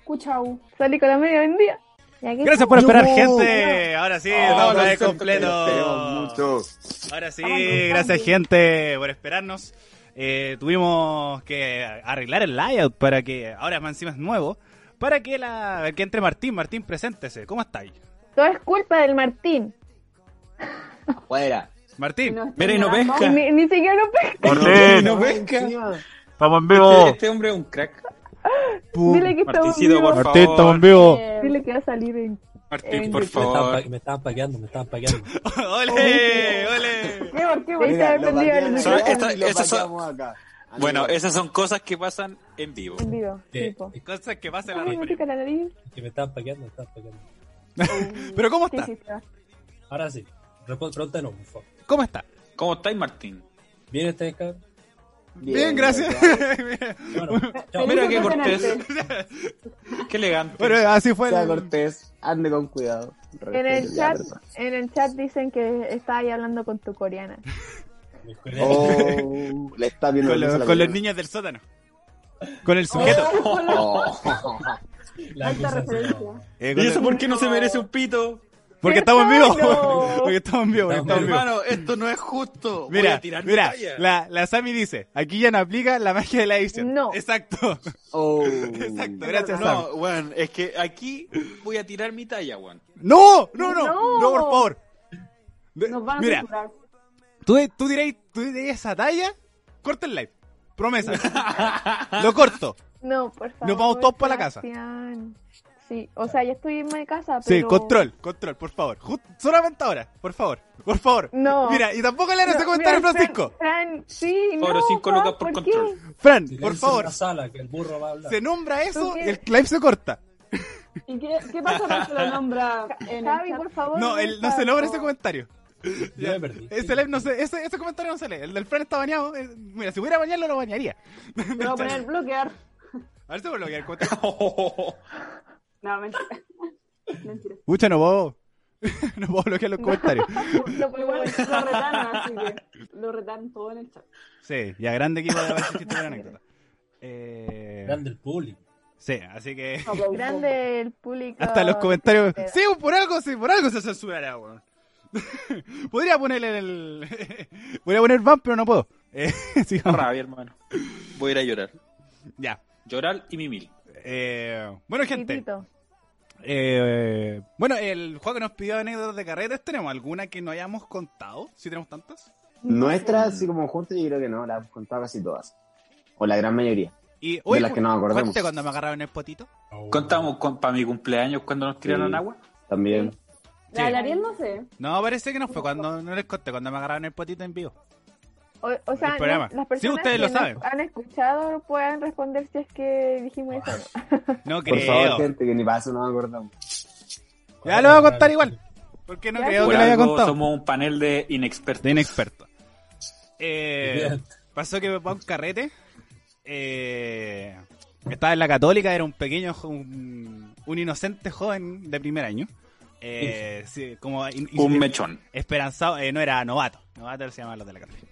Speaker 6: Cuchau.
Speaker 3: Salí con la media vendida. Y aquí
Speaker 1: Gracias por esperar, gente. Ahora sí,
Speaker 5: Oh,
Speaker 1: vamos a ver
Speaker 5: concepto que
Speaker 1: completo. Ahora sí, gracias, gente, por esperarnos. Eh, tuvimos que arreglar el layout para que, ahora más encima es nuevo, para que la que entre Martín. Martín, preséntese. ¿Cómo estáis?
Speaker 3: Todo es culpa del Martín.
Speaker 2: Fuera.
Speaker 1: Martín,
Speaker 5: Mira, y no
Speaker 6: ves
Speaker 5: pesca.
Speaker 3: Ni, ni siquiera lo pesca.
Speaker 5: Y
Speaker 7: Martín,
Speaker 5: no pesca.
Speaker 7: estamos en vivo.
Speaker 5: Este hombre es un crack.
Speaker 3: [laughs] Dile que estamos
Speaker 5: Martincito,
Speaker 3: vivos.
Speaker 5: por
Speaker 7: Martín, este- estamos
Speaker 5: favor.
Speaker 7: en vivo.
Speaker 6: eh,
Speaker 3: Dile que va a salir en...
Speaker 5: Martín, por
Speaker 8: Me estaban,
Speaker 5: favor.
Speaker 8: pa- me estaban paqueando, me estaban paqueando.
Speaker 1: [laughs] ¡Ole! ¡Ole!
Speaker 3: ¿Qué por qué?
Speaker 2: Mira,
Speaker 3: Ahí está
Speaker 2: lo patean
Speaker 3: prendido
Speaker 5: Son-
Speaker 2: acá
Speaker 3: el
Speaker 5: esta-
Speaker 2: y lo
Speaker 5: estas son-
Speaker 2: pateamos acá. Así
Speaker 5: Bueno,
Speaker 2: que-
Speaker 5: esas son cosas que pasan en vivo.
Speaker 3: Prendido,
Speaker 8: Eh,
Speaker 3: tipo.
Speaker 8: es
Speaker 1: Cosas que pasan
Speaker 3: Ay,
Speaker 1: en la
Speaker 3: me
Speaker 1: refri.
Speaker 3: pica la nariz.
Speaker 8: que me estaban paqueando, me estaban paqueando.
Speaker 1: Pero ¿cómo
Speaker 6: Sí,
Speaker 1: está?
Speaker 6: sí, sí.
Speaker 8: Ahora sí, respo- pregúntanos, por favor.
Speaker 1: ¿Cómo está?
Speaker 5: ¿Cómo estáis, Martín?
Speaker 8: ¿Viene este ustedes, cabrón?
Speaker 1: Bien, gracias.
Speaker 8: Bueno, chao.
Speaker 6: Feliz
Speaker 5: Mira qué cortés.
Speaker 6: emocionante.
Speaker 5: [laughs] Qué elegante.
Speaker 1: Bueno, así fue.
Speaker 2: Sea
Speaker 1: el-
Speaker 2: Cortés, ande con cuidado.
Speaker 3: En el
Speaker 2: Ya,
Speaker 3: chat,
Speaker 2: perdón.
Speaker 3: en el chat dicen que está ahí hablando con tu coreana.
Speaker 2: Oh, le está viendo
Speaker 1: Con,
Speaker 2: la luz a
Speaker 1: los-
Speaker 2: la
Speaker 1: con los
Speaker 2: persona.
Speaker 1: niños del sótano. Con el sujeto.
Speaker 2: Oh.
Speaker 8: La
Speaker 6: Alta
Speaker 8: cosa se-
Speaker 6: referencia.
Speaker 1: Eh, con
Speaker 5: ¿Y
Speaker 1: el-
Speaker 5: eso por qué no se merece un pito?
Speaker 1: Porque estamos en vivo. [laughs] Porque estamos en vivo. Porque estamos
Speaker 8: Estamos
Speaker 1: en vivo.
Speaker 5: Hermano, esto no es justo. Voy
Speaker 1: Mira,
Speaker 5: a tirar mi
Speaker 1: mira,
Speaker 5: talla.
Speaker 1: la, la Sami dice, aquí ya no aplica la magia de la edición.
Speaker 3: No.
Speaker 1: Exacto,
Speaker 2: Oh.
Speaker 1: exacto, gracias Sami.
Speaker 5: No, weón, es que aquí voy a tirar mi talla, [laughs] weón.
Speaker 1: No, no, no, no,
Speaker 3: No.
Speaker 1: por favor. De-
Speaker 6: Nos van a
Speaker 1: mira,
Speaker 6: censurar.
Speaker 1: tú, tú diréis, tú diréis esa talla, corta el live. Promesa. [laughs] Lo corto. [laughs]
Speaker 3: No, por favor.
Speaker 1: vamos todos pa' la casa.
Speaker 3: Sebastián. Sí, o sea, ya estoy en mi casa,
Speaker 1: Sí,
Speaker 3: pero...
Speaker 1: control, control, por favor. Ju- solamente ahora, por favor, por favor.
Speaker 3: No.
Speaker 1: Mira, y tampoco lean ese
Speaker 3: No,
Speaker 1: comentario,
Speaker 3: mira,
Speaker 1: Francisco.
Speaker 3: Fran, Fran, sí,
Speaker 5: Ahora
Speaker 3: no,
Speaker 5: cinco
Speaker 3: Fran,
Speaker 5: lucas por
Speaker 3: qué?
Speaker 5: control.
Speaker 1: Fran,
Speaker 8: Silencio
Speaker 1: por
Speaker 8: en
Speaker 1: favor,
Speaker 8: la sala, que el burro va a hablar.
Speaker 1: se nombra eso y
Speaker 3: qué?
Speaker 1: el live se corta.
Speaker 6: ¿Y qué, qué pasa si lo nombra en el
Speaker 3: Javi,
Speaker 6: chat?
Speaker 3: por favor.
Speaker 1: No, el, no se este
Speaker 3: logra
Speaker 1: nombra ese comentario.
Speaker 8: Yo me perdí.
Speaker 1: Ese, live no se- ese, ese comentario no se lee. El del Fran está bañado. Eh, Mira, si hubiera bañarlo, lo bañaría.
Speaker 6: Te voy a poner bloquear.
Speaker 1: A ver si puedo bloquear el comentario.
Speaker 5: Oh.
Speaker 6: No, mentira. mentira.
Speaker 1: Pucha, no puedo. [laughs] no puedo bloquear los comentarios.
Speaker 3: No, pero
Speaker 6: Igual
Speaker 3: bueno.
Speaker 6: lo retaron, así que lo retaron todo en el chat.
Speaker 1: Sí, ya grande equipo de Banshees tiene una anécdota. Eh,
Speaker 8: Grande el público.
Speaker 1: sí, así que.
Speaker 6: Aplausos.
Speaker 3: Grande el público.
Speaker 1: Hasta los comentarios.
Speaker 6: Ah,
Speaker 3: Te da.
Speaker 1: Sí, pues, por algo, sí, por algo se censurará, weón. [laughs] Podría ponerle el. [laughs] Podría poner van, pero no puedo. Eh, [laughs] sigamos.
Speaker 5: Rabia, hermano. Voy a ir a llorar.
Speaker 1: ya.
Speaker 5: Llorar y mimil.
Speaker 1: Eh, bueno, gente.
Speaker 3: Titito.
Speaker 1: Eh, bueno, el juego que nos pidió anécdotas de carreras, ¿tenemos alguna que no hayamos contado? Si tenemos tantas.
Speaker 2: Nuestra, así como juntos, yo creo que no, las hemos contado casi todas. O la gran mayoría.
Speaker 1: Y,
Speaker 2: De las que nos acordemos.
Speaker 1: ¿cuente cuando me agarraron el potito?
Speaker 8: Oh.
Speaker 5: Contamos con, para mi cumpleaños cuando nos tiraron
Speaker 2: Sí.
Speaker 5: agua.
Speaker 2: También.
Speaker 6: La de Ariel no sé.
Speaker 1: No, parece que no fue cuando no les conté, cuando me agarraron el potito en vivo.
Speaker 3: O, o sea,
Speaker 1: El programa.
Speaker 3: no- las
Speaker 1: Sí,
Speaker 3: personas
Speaker 1: ustedes
Speaker 3: que
Speaker 1: lo
Speaker 3: nos
Speaker 1: saben.
Speaker 3: han escuchado pueden responder si es que dijimos eso.
Speaker 1: No
Speaker 2: Por
Speaker 1: creo.
Speaker 2: favor, gente, que ni paso no me acordamos.
Speaker 1: Ya lo voy a contar igual. Porque no
Speaker 3: Ya,
Speaker 1: creo
Speaker 5: Por
Speaker 1: que lo haya
Speaker 5: pues, algo
Speaker 1: contado.
Speaker 5: somos un panel de inexpertos.
Speaker 1: De inexperto. Eh,
Speaker 8: Bien.
Speaker 1: pasó que me fue a un carrete. eh, estaba en la católica, era un pequeño, jo- un, un inocente joven de primer año. Eh, sí, como in-
Speaker 5: Un
Speaker 1: in-
Speaker 5: mechón.
Speaker 1: esperanzado, eh, no era novato. Novato se llamaban los de la católica.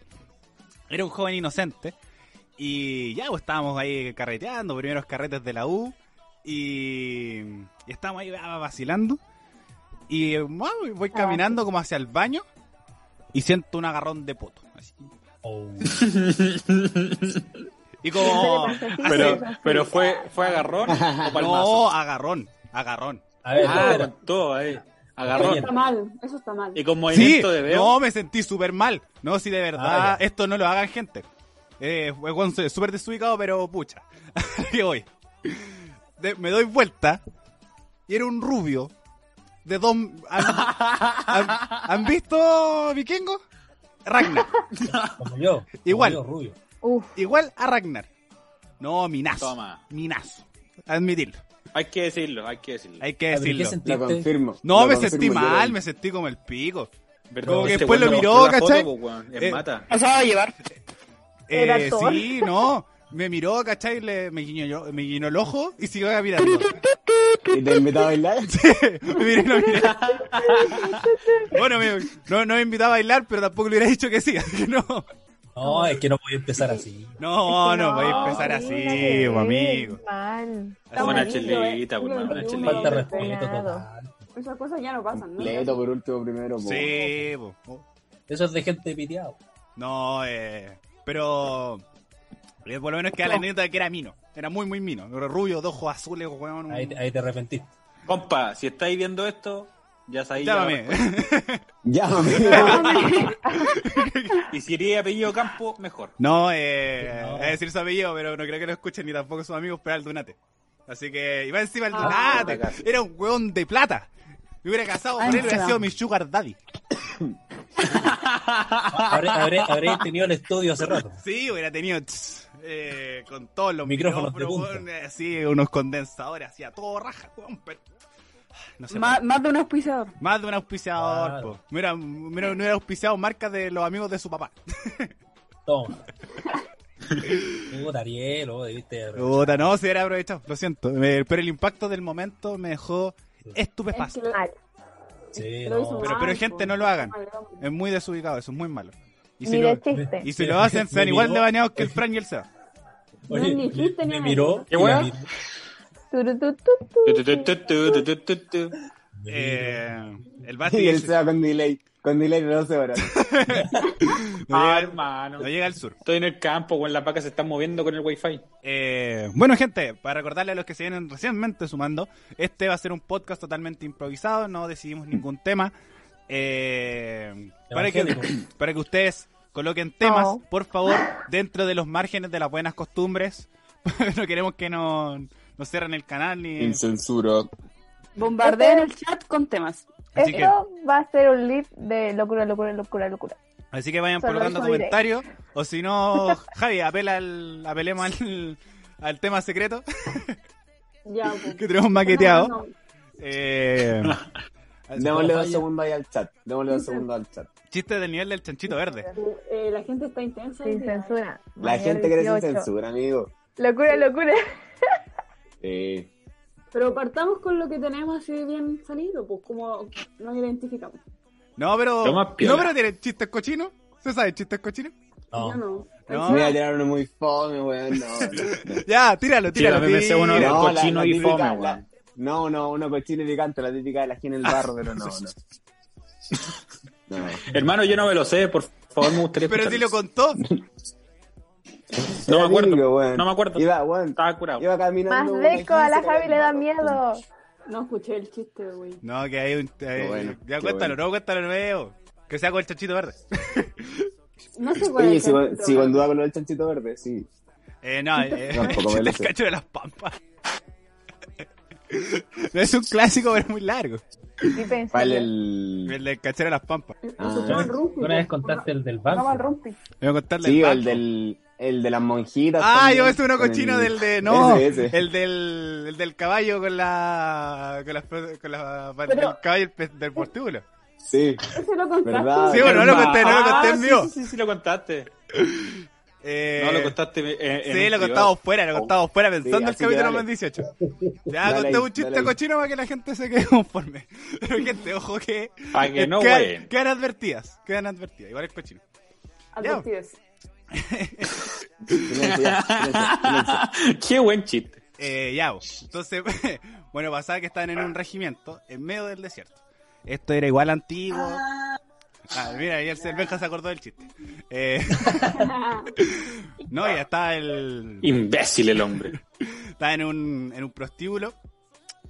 Speaker 1: Era un joven inocente. Y ya pues, estábamos ahí carreteando, primeros carretes de la U. Y, y estábamos ahí ah, vacilando. Y ah, voy caminando como hacia el baño y siento un agarrón de poto. así.
Speaker 8: Oh.
Speaker 1: Y
Speaker 3: [laughs]
Speaker 1: como...
Speaker 5: [laughs] Pero, pero fue, fue agarrón [laughs] o palmazo.
Speaker 1: No, agarrón, agarrón.
Speaker 8: A ver,
Speaker 5: Ah,
Speaker 8: espera.
Speaker 5: con todo ahí.
Speaker 6: Eso
Speaker 5: Agarrón.
Speaker 6: está mal, eso está mal.
Speaker 5: Y con movimiento
Speaker 1: sí,
Speaker 5: de veo.
Speaker 1: no, me sentí súper mal. No, si de verdad,
Speaker 8: Ah, ya.
Speaker 1: esto no lo hagan gente. Eh, fue- weón, soy súper desubicado, pero pucha. [laughs] Aquí voy. De- me doy vuelta y era un rubio de dos... ¿Han, han- han visto Vikingo? Ragnar.
Speaker 8: Como yo. como
Speaker 1: Igual.
Speaker 8: yo, rubio.
Speaker 3: Uf,
Speaker 1: Igual a Ragnar. No, minazo.
Speaker 5: Toma.
Speaker 1: Minazo. Admitirlo.
Speaker 5: Hay que decirlo, hay que decirlo.
Speaker 1: Hay que
Speaker 2: Ah,
Speaker 8: A ver, ¿qué
Speaker 1: decirlo.
Speaker 8: sentiste?
Speaker 2: Lo confirmo.
Speaker 1: No,
Speaker 2: Lo
Speaker 1: me
Speaker 2: confirmo,
Speaker 1: sentí
Speaker 2: yo era
Speaker 1: mal,
Speaker 2: el-
Speaker 1: me sentí como el pico.
Speaker 5: Pero
Speaker 1: Como que
Speaker 5: este
Speaker 1: después
Speaker 5: weón
Speaker 1: lo
Speaker 5: no
Speaker 1: miró,
Speaker 5: mostró la
Speaker 1: ¿cachai?
Speaker 5: foto, pues, weón. Es
Speaker 1: Eh,
Speaker 5: mata.
Speaker 4: Pasaba a llevar.
Speaker 3: Era
Speaker 1: Eh,
Speaker 3: actor.
Speaker 1: sí, no. Me miró, ¿cachai? Le, me, guiñó, yo- me guiñó el ojo y siguió mirando.
Speaker 2: ¿Y te invitó a bailar?
Speaker 1: [laughs] me miré y lo miré. bueno, me- no, no me invitaba a bailar, pero tampoco le hubiera dicho que sí. así que no.
Speaker 8: No, es que no podía empezar así.
Speaker 1: No, no, voy a empezar
Speaker 3: no,
Speaker 1: así,
Speaker 3: nada
Speaker 1: bo,
Speaker 3: que ver,
Speaker 1: amigo.
Speaker 3: Mal.
Speaker 5: Hacemos
Speaker 1: una
Speaker 6: eh.
Speaker 5: chelita, pues, hermano, una chelita.
Speaker 8: Falta
Speaker 3: Mal
Speaker 8: de respeto
Speaker 3: entrenado.
Speaker 8: total.
Speaker 6: Esas cosas ya no pasan, ¿no?
Speaker 2: Leto por último primero. po.
Speaker 1: Sí, bo.
Speaker 8: Eso es de gente piteado.
Speaker 1: No, eh, pero. eh, Por lo menos queda la anécdota que era mino. Era muy, muy mino. Era rubio, de ojos azules, weón. un-
Speaker 8: Ahí, te- ahí te arrepentiste.
Speaker 5: Compa, si estáis viendo esto, ya sabéis.
Speaker 1: Llámame. [laughs]
Speaker 2: Llámame.
Speaker 5: Y si iría apellido Campo, mejor.
Speaker 1: No, eh,
Speaker 8: No.
Speaker 1: es decir su apellido, pero no creo que lo escuchen ni tampoco sus amigos, pero era el Dunate. Así que iba encima el
Speaker 6: Ah.
Speaker 1: Dunate. era un weón de plata. Me hubiera casado con
Speaker 4: Ah,
Speaker 1: él, hubiera
Speaker 4: encima.
Speaker 1: sido mi sugar daddy.
Speaker 8: Habré, habré, habré tenido el estudio hace rato.
Speaker 1: Sí, hubiera tenido tss, eh, con todos los
Speaker 8: Micrófonos de punta.
Speaker 1: weón, eh, sí, unos condensadores, hacía todo raja, weón, pero... ah, No sé.
Speaker 4: Más, más de un auspiciador.
Speaker 1: Más de un auspiciador,
Speaker 8: Claro.
Speaker 1: po. Mira, mira, no era auspiciado marcas de los amigos de su papá.
Speaker 8: Toma. [laughs] Puta, Ariel, oh, debiste.
Speaker 1: Puta, no, se era aprovechado, lo siento. Eh, Pero el impacto del momento me dejó
Speaker 6: Es que
Speaker 1: estupefacto.
Speaker 6: lo-
Speaker 3: Mal.
Speaker 8: Sí,
Speaker 6: lo hizo
Speaker 8: no.
Speaker 1: Pero,
Speaker 6: mal,
Speaker 1: pero
Speaker 6: po.
Speaker 1: gente, no lo hagan.
Speaker 6: Mal, hombre.
Speaker 1: Es muy desubicado, eso es muy malo. Y si,
Speaker 3: Ni
Speaker 1: lo,
Speaker 3: de chiste.
Speaker 1: y si lo hacen, sean
Speaker 8: Me
Speaker 1: igual
Speaker 8: miró.
Speaker 1: de baneados que el Fran y el Seba.
Speaker 8: Oye,
Speaker 6: No, ni
Speaker 8: me,
Speaker 6: dijiste
Speaker 8: me
Speaker 6: nada.
Speaker 8: miró.
Speaker 5: ¿Qué
Speaker 8: y
Speaker 5: weá?
Speaker 8: me miró,
Speaker 3: Turu, tu, tu, tu.
Speaker 5: Tu, tu, tu, tu, tu, tu, tu, tu.
Speaker 8: me miró.
Speaker 1: Eh, el Basti
Speaker 2: Y él
Speaker 1: dice,
Speaker 2: se va con delay. Con delay de 12 horas.
Speaker 1: no,
Speaker 5: Ah,
Speaker 1: llega,
Speaker 5: hermano.
Speaker 1: no llega al sur.
Speaker 5: Estoy en el campo, weón. Las vacas se están moviendo con el wifi.
Speaker 1: Eh, bueno, gente, para recordarle a los que se vienen recientemente sumando, este va a ser un podcast totalmente improvisado, no decidimos ningún tema. Eh, para, que,
Speaker 8: Evangélico.
Speaker 1: [clears throat] para que ustedes coloquen temas,
Speaker 3: No.
Speaker 1: por favor, dentro de los márgenes de las buenas costumbres. [laughs] no queremos que nos nos cierren el canal ni...
Speaker 2: censura.
Speaker 4: Bombardeen el chat con temas.
Speaker 1: Así que-
Speaker 3: Esto va a ser un lead de locura, locura, locura, locura.
Speaker 1: Así que vayan
Speaker 3: Solo
Speaker 1: colocando
Speaker 3: eso diré.
Speaker 1: comentarios. O si no, Javi, apela al, apelemos al, al tema secreto
Speaker 4: [laughs]
Speaker 6: Ya, po.
Speaker 1: que tenemos maqueteado.
Speaker 6: No, no, no.
Speaker 1: Eh,
Speaker 2: Démosle dos segundos ahí al chat. Démosle dos segundos al chat.
Speaker 1: chiste del nivel del chanchito verde.
Speaker 6: Eh, la gente está intensa.
Speaker 3: Sin
Speaker 6: mira.
Speaker 3: censura.
Speaker 2: La
Speaker 3: Mayor
Speaker 2: gente crece sin
Speaker 3: 18.
Speaker 2: censura, amigo. Eh,
Speaker 3: Locura, locura.
Speaker 2: Sí.
Speaker 6: Pero partamos con lo que tenemos así bien salido, pues como nos identificamos.
Speaker 1: No, pero.
Speaker 5: Lo más piola.
Speaker 1: No, pero tiene chistes cochinos. ¿Se sabe chistes cochinos?
Speaker 6: Yo
Speaker 8: No,
Speaker 6: no.
Speaker 1: No.
Speaker 2: Me voy a tirar uno muy fome, weón. No, no.
Speaker 1: Ya, tíralo, tíralo.
Speaker 5: Sí, la BBC
Speaker 1: tíralo.
Speaker 5: uno era-
Speaker 2: No,
Speaker 5: cochino y
Speaker 2: típica,
Speaker 5: fome,
Speaker 2: la-
Speaker 5: weón.
Speaker 2: No, no, uno cochino y picante, la típica de la esquina en el barro, pero
Speaker 5: [laughs]
Speaker 2: no, no. No.
Speaker 5: Hermano, yo no me lo sé, por favor, me gustaría
Speaker 1: Pero si lo
Speaker 5: escucharlo.
Speaker 1: contó.
Speaker 5: No me acuerdo.
Speaker 2: Típico, weón.
Speaker 5: No me acuerdo.
Speaker 2: Iba, weón,
Speaker 5: Estaba curado.
Speaker 2: iba
Speaker 3: Más
Speaker 2: caminando. weón,
Speaker 3: deco, a la
Speaker 2: aquí,
Speaker 3: Javi le da
Speaker 2: weón.
Speaker 3: miedo.
Speaker 6: No escuché el chiste, güey.
Speaker 1: No, que hay un. eh,
Speaker 2: bueno,
Speaker 1: ya
Speaker 2: qué
Speaker 1: cuéntalo,
Speaker 2: bueno.
Speaker 1: no cuéntalo nuevo. Que sea con el chanchito verde.
Speaker 6: No sé cuál
Speaker 2: Oye,
Speaker 6: es
Speaker 2: si,
Speaker 6: el
Speaker 2: con-
Speaker 6: chiste,
Speaker 2: si
Speaker 6: güey.
Speaker 2: con duda con lo del chanchito verde, sí.
Speaker 1: Eh, no, eh, [laughs]
Speaker 2: No, tampoco me
Speaker 1: el
Speaker 2: lo sé.
Speaker 1: cacho de las pampas. [laughs] es un clásico, pero muy largo.
Speaker 3: Y pensé,
Speaker 2: ¿Cuál el...?
Speaker 1: El del cachero de las pampas.
Speaker 2: Ah.
Speaker 6: Eso fue el rumpi,
Speaker 8: Una vez
Speaker 6: pues.
Speaker 8: contaste el del
Speaker 6: Vamos al
Speaker 8: banco.
Speaker 6: rumpi.
Speaker 1: Voy a contarle
Speaker 2: Sí, o
Speaker 1: Paco.
Speaker 2: el del... El de las monjitas.
Speaker 1: Ah,
Speaker 2: también,
Speaker 1: yo ese uno
Speaker 2: con
Speaker 1: cochino
Speaker 2: el-
Speaker 1: del de. No,
Speaker 2: Ese, ese.
Speaker 1: El, del, el del caballo con la. con la. con la. el caballo del pe- del portíbulo.
Speaker 2: Sí.
Speaker 6: Ese lo contaste.
Speaker 2: ¿Verdad?
Speaker 1: Sí, bueno, no lo
Speaker 5: Hermano.
Speaker 1: conté, no lo conté en
Speaker 5: Ah,
Speaker 1: vivo.
Speaker 5: Sí, sí, sí, sí, lo contaste.
Speaker 1: Eh,
Speaker 5: No, lo contaste en, en
Speaker 1: Sí,
Speaker 5: un
Speaker 1: lo
Speaker 5: privado.
Speaker 1: contamos fuera, lo contamos fuera,
Speaker 2: Sí,
Speaker 1: pensando el
Speaker 2: así que
Speaker 1: capítulo
Speaker 2: dale.
Speaker 1: más 18.
Speaker 2: [laughs]
Speaker 1: Ya
Speaker 2: Dale
Speaker 1: conté
Speaker 2: ahí,
Speaker 1: un chiste
Speaker 2: dale ahí.
Speaker 1: cochino para que la gente se quede conforme. [laughs] Pero gente, ojo que.
Speaker 5: Para que no,
Speaker 1: quedan,
Speaker 5: güey.
Speaker 1: quedan advertidas, quedan advertidas, igual el cochino.
Speaker 6: Advertidos.
Speaker 2: Silencio, ya, silencio, silencio.
Speaker 5: Qué buen chiste.
Speaker 1: Eh, ya, bo. entonces, [laughs] bueno, pasaba que estaban en un regimiento en medio del desierto. Esto era igual antiguo. Ah, mira, ahí el el Benja se acordó del chiste. Eh, [laughs] no, ya está el.
Speaker 5: Imbécil el hombre.
Speaker 1: Estaba en un, en un prostíbulo.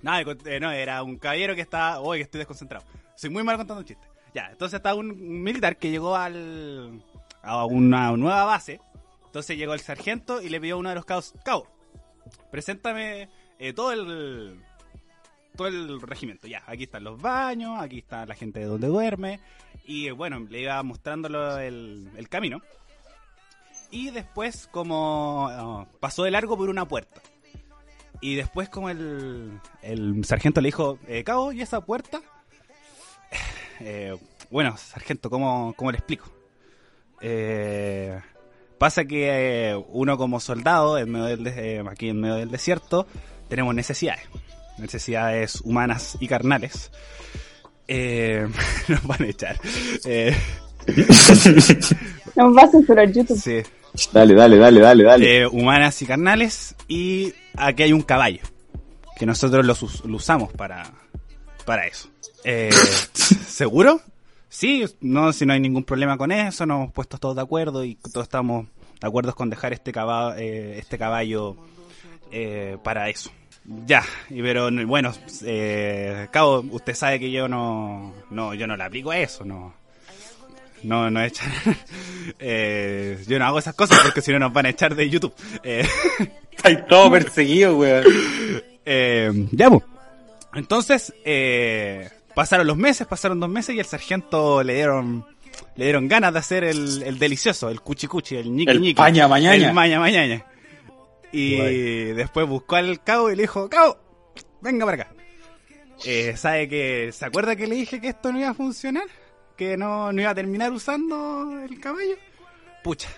Speaker 1: Nada, eh, no, era un caballero que estaba. Uy, que estoy desconcentrado. Soy muy mal contando chistes. Ya, entonces estaba un, un militar que llegó al, a una nueva base. Entonces llegó el sargento y le pidió a uno de los cabos: Cabo, preséntame eh, todo el. Todo el regimiento, ya. Aquí están los baños, aquí está la gente de donde duerme. Y eh, bueno, le iba mostrándolo el, el camino. Y después, como oh, pasó de largo por una puerta. Y después como el, el sargento le dijo, eh, Cabo, ¿y esa puerta? [sighs] Eh, bueno, sargento, ¿cómo, cómo le explico? Eh, pasa que eh, uno como soldado, en medio del des- eh, aquí en medio del desierto, tenemos necesidades. Necesidades humanas y carnales. Eh, [laughs] nos van a echar. Eh,
Speaker 6: Nos va a censurar YouTube.
Speaker 1: sí.
Speaker 2: Dale, dale, dale, dale, dale.
Speaker 1: Eh, humanas y carnales. Y aquí hay un caballo. Que nosotros los us- lo usamos para, para eso. Eh, ¿Seguro? Sí, no, si no hay ningún problema con eso, nos hemos puesto todos de acuerdo y todos estamos de acuerdo con dejar este caballo, este caballo eh, para eso. Ya, y pero n- bueno, eh, cabo, usted sabe que yo no, no, yo no le aplico a eso, no, no, [laughs] no echan, eh, yo no hago esas cosas porque si no nos van a echar de YouTube. Eh,
Speaker 5: Está todo perseguido, weón.
Speaker 1: eh, ya, po. Entonces, eh, pasaron los meses, pasaron dos meses y el sargento le dieron le dieron ganas de hacer el, el delicioso, el cuchicuchi, el ñiqui
Speaker 5: El
Speaker 1: ñiqui.
Speaker 5: paña mañana.
Speaker 1: El maña mañana. Y
Speaker 8: Guay.
Speaker 1: después buscó al cabo y le dijo, cabo, venga para acá. Eh, ¿Sabe que se acuerda que le dije que esto no iba a funcionar? Que no, no iba a terminar usando el caballo. Pucha,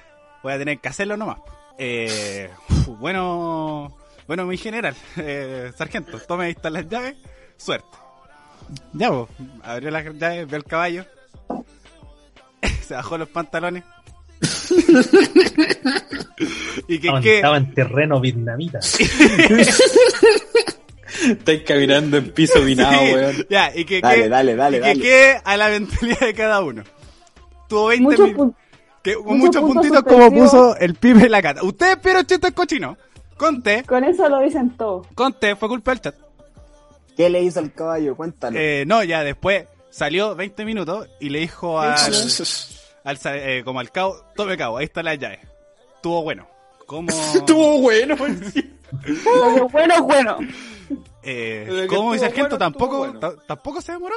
Speaker 1: voy a tener que hacerlo nomás. Eh, uf, bueno, bueno, mi general, [laughs] eh, sargento, tome ahí están las llaves, suerte. Ya, po, abrió las llaves, vio el caballo, [laughs] se bajó los pantalones. [laughs] y que,
Speaker 8: Estaban,
Speaker 1: que [laughs]
Speaker 8: estaban terreno vietnamita.
Speaker 5: Estáis caminando en piso vinado,
Speaker 1: Sí,
Speaker 5: weón.
Speaker 1: Ya, y que,
Speaker 2: Dale,
Speaker 1: que-
Speaker 2: dale, dale,
Speaker 1: y que
Speaker 2: dale.
Speaker 1: quede a la mentalidad de cada uno. Tuvo 20
Speaker 6: Muchos
Speaker 1: mil-
Speaker 6: pun-
Speaker 1: que-
Speaker 6: muchos
Speaker 1: muchos
Speaker 6: puntos
Speaker 1: puntitos como
Speaker 6: suspensivos.
Speaker 1: puso el pibe de la cata. Ustedes pero chistes cochinos. Conte,
Speaker 6: Con eso lo dicen todo.
Speaker 1: conte, fue culpa del chat.
Speaker 2: ¿Qué le hizo al caballo? Cuéntalo.
Speaker 1: Eh, no, ya después salió 20 minutos y le dijo al, al sa- eh, como al cabo, tome cabo, ahí está la llave. Tuvo bueno. [laughs] ¿Cómo,
Speaker 5: Estuvo bueno.
Speaker 4: Lo que bueno es bueno.
Speaker 1: eh,
Speaker 5: Desde que
Speaker 1: cómo mi
Speaker 5: estuvo
Speaker 1: sargento
Speaker 5: bueno,
Speaker 1: tampoco,
Speaker 5: estuvo bueno.
Speaker 1: ta- tampoco se demoró?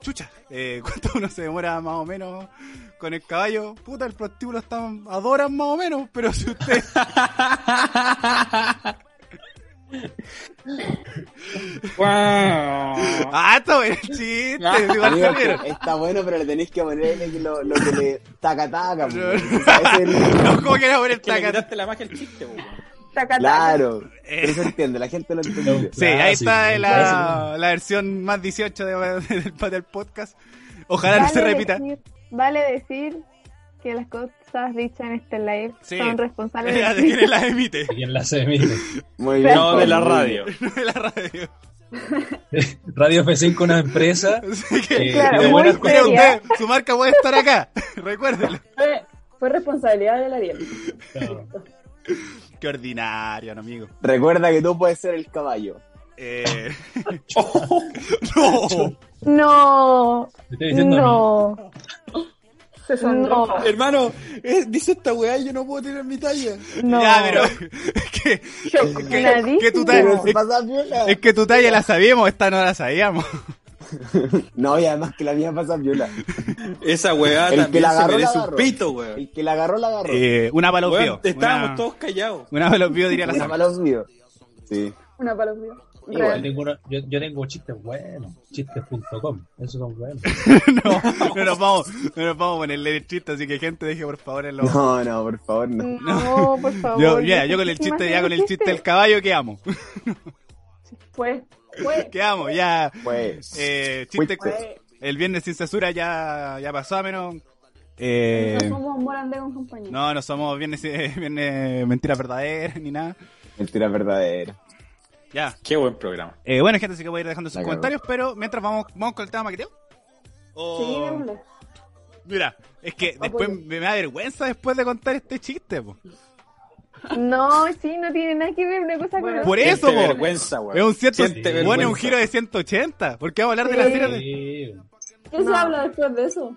Speaker 1: Chucha, eh, [laughs] ¿cuánto uno se demora más o menos con el caballo? Puta, el prostíbulo está a dos horas más o menos, pero si usted...
Speaker 5: [laughs]
Speaker 1: ¡Ah, está bueno el chiste!
Speaker 5: [laughs]
Speaker 1: si igual
Speaker 2: Amigo,
Speaker 1: se vieron.
Speaker 2: que está bueno, pero le tenéis que ponerle que lo, lo que le taca taca. po.
Speaker 1: No.
Speaker 2: Ese es
Speaker 1: [laughs]
Speaker 2: el-
Speaker 5: [laughs]
Speaker 1: No, ¿cómo que le voy a poner
Speaker 5: Que le
Speaker 1: taca?
Speaker 5: quitaste la magia al chiste, weón.
Speaker 4: Taca, taca.
Speaker 2: Claro.
Speaker 1: Eh.
Speaker 2: Pero se entiende, la gente lo entendió.
Speaker 1: Ah, Sí, ahí
Speaker 8: Clásico,
Speaker 1: está
Speaker 8: un
Speaker 1: la,
Speaker 8: clásico.
Speaker 1: la versión más 18 de- del, del podcast. Ojalá no se
Speaker 3: Vale
Speaker 1: repita.
Speaker 3: decir- vale decir que las cosas dichas en este live
Speaker 1: Sí.
Speaker 3: son responsables
Speaker 1: Era
Speaker 3: de
Speaker 1: de quienes la emite, [laughs]
Speaker 8: Aquí en la CMI.
Speaker 2: Muy bien.
Speaker 5: No, de la
Speaker 2: muy bien.
Speaker 5: radio.
Speaker 1: no de la radio.
Speaker 8: Radio F5, una
Speaker 1: [laughs]
Speaker 8: empresa.
Speaker 1: Así que,
Speaker 8: Eh, Claro, muy
Speaker 1: mire
Speaker 6: seria.
Speaker 1: usted, su marca puede estar acá. [laughs] Recuérdelo.
Speaker 6: Fue, fue responsabilidad de la Ariel.
Speaker 8: Claro.
Speaker 1: Qué ordinario, no, amigo.
Speaker 2: Recuerda que tú puedes ser el caballo.
Speaker 1: Eh... [laughs] no.
Speaker 3: [laughs] No,
Speaker 8: Te estoy diciendo a mí.
Speaker 3: no,
Speaker 6: Se
Speaker 3: no,
Speaker 6: sonró.
Speaker 5: Hermano, eh, dice esta weá, yo no puedo tirar mi talla.
Speaker 1: [laughs]
Speaker 3: no.
Speaker 1: Ya,
Speaker 3: [laughs]
Speaker 1: pero. que, que,
Speaker 3: Nadie.
Speaker 1: que tu talla,
Speaker 2: Pero se
Speaker 1: es,
Speaker 2: pasa viola.
Speaker 1: es que tu talla la sabíamos, esta no la sabíamos.
Speaker 2: No, y además que la mía pasa viola.
Speaker 5: Esa weá
Speaker 2: El que
Speaker 5: también
Speaker 2: la
Speaker 5: se
Speaker 2: agarró, la
Speaker 5: merece un
Speaker 2: agarró.
Speaker 5: pito, weón.
Speaker 2: El que la agarró, la agarró.
Speaker 1: Eh, una para los
Speaker 5: Weón,
Speaker 1: vivos.
Speaker 5: estábamos
Speaker 1: Una-
Speaker 5: todos callados.
Speaker 1: Una para los vivos diría la [laughs]
Speaker 2: Una
Speaker 1: sabemos.
Speaker 2: para los míos. Sí.
Speaker 6: Una para los míos.
Speaker 8: Yo tengo, uno- yo, yo tengo chistes buenos. Chistes.com. Esos son buenos.
Speaker 1: [laughs] No, no nos vamos, no nos vamos a ponerle el chiste, así que gente deje por favor en los.
Speaker 2: No, no, por favor, no.
Speaker 3: No, por favor.
Speaker 1: Yo, mira, yo con el chiste, ya con el chiste del caballo, ¿qué amo? [laughs]
Speaker 6: Fue, fue.
Speaker 1: ¿Qué amo? Ya,
Speaker 2: Pues.
Speaker 1: eh, chiste,
Speaker 2: Fuiste.
Speaker 1: el viernes sin censura ya, ya pasó, a menos Eh,
Speaker 6: No somos morandé con compañía.
Speaker 1: no, no somos viernes, [laughs] eh, viernes mentiras verdaderas ni nada.
Speaker 2: Mentira verdadera.
Speaker 1: Ya.
Speaker 5: Qué buen programa.
Speaker 1: Eh, bueno, gente, así que voy a ir dejando sus
Speaker 2: La cagó.
Speaker 1: comentarios, pero mientras vamos, vamos con el tema maqueteo.
Speaker 6: Sí,
Speaker 1: O-
Speaker 6: démosle.
Speaker 1: mira, es que después
Speaker 6: bueno.
Speaker 1: me, me da vergüenza después de contar este chiste, po.
Speaker 3: No, sí, no tiene nada que ver una cosa
Speaker 6: Bueno,
Speaker 3: con
Speaker 1: Por eso,
Speaker 5: Siente
Speaker 1: po.
Speaker 5: vergüenza, weón.
Speaker 1: Es un cierto,
Speaker 5: Siente
Speaker 1: bueno, es un
Speaker 5: vergüenza.
Speaker 1: giro de 180. Porque vamos a hablar de la serie de...
Speaker 8: Sí,
Speaker 6: ¿Qué se
Speaker 3: No.
Speaker 6: habla después de eso?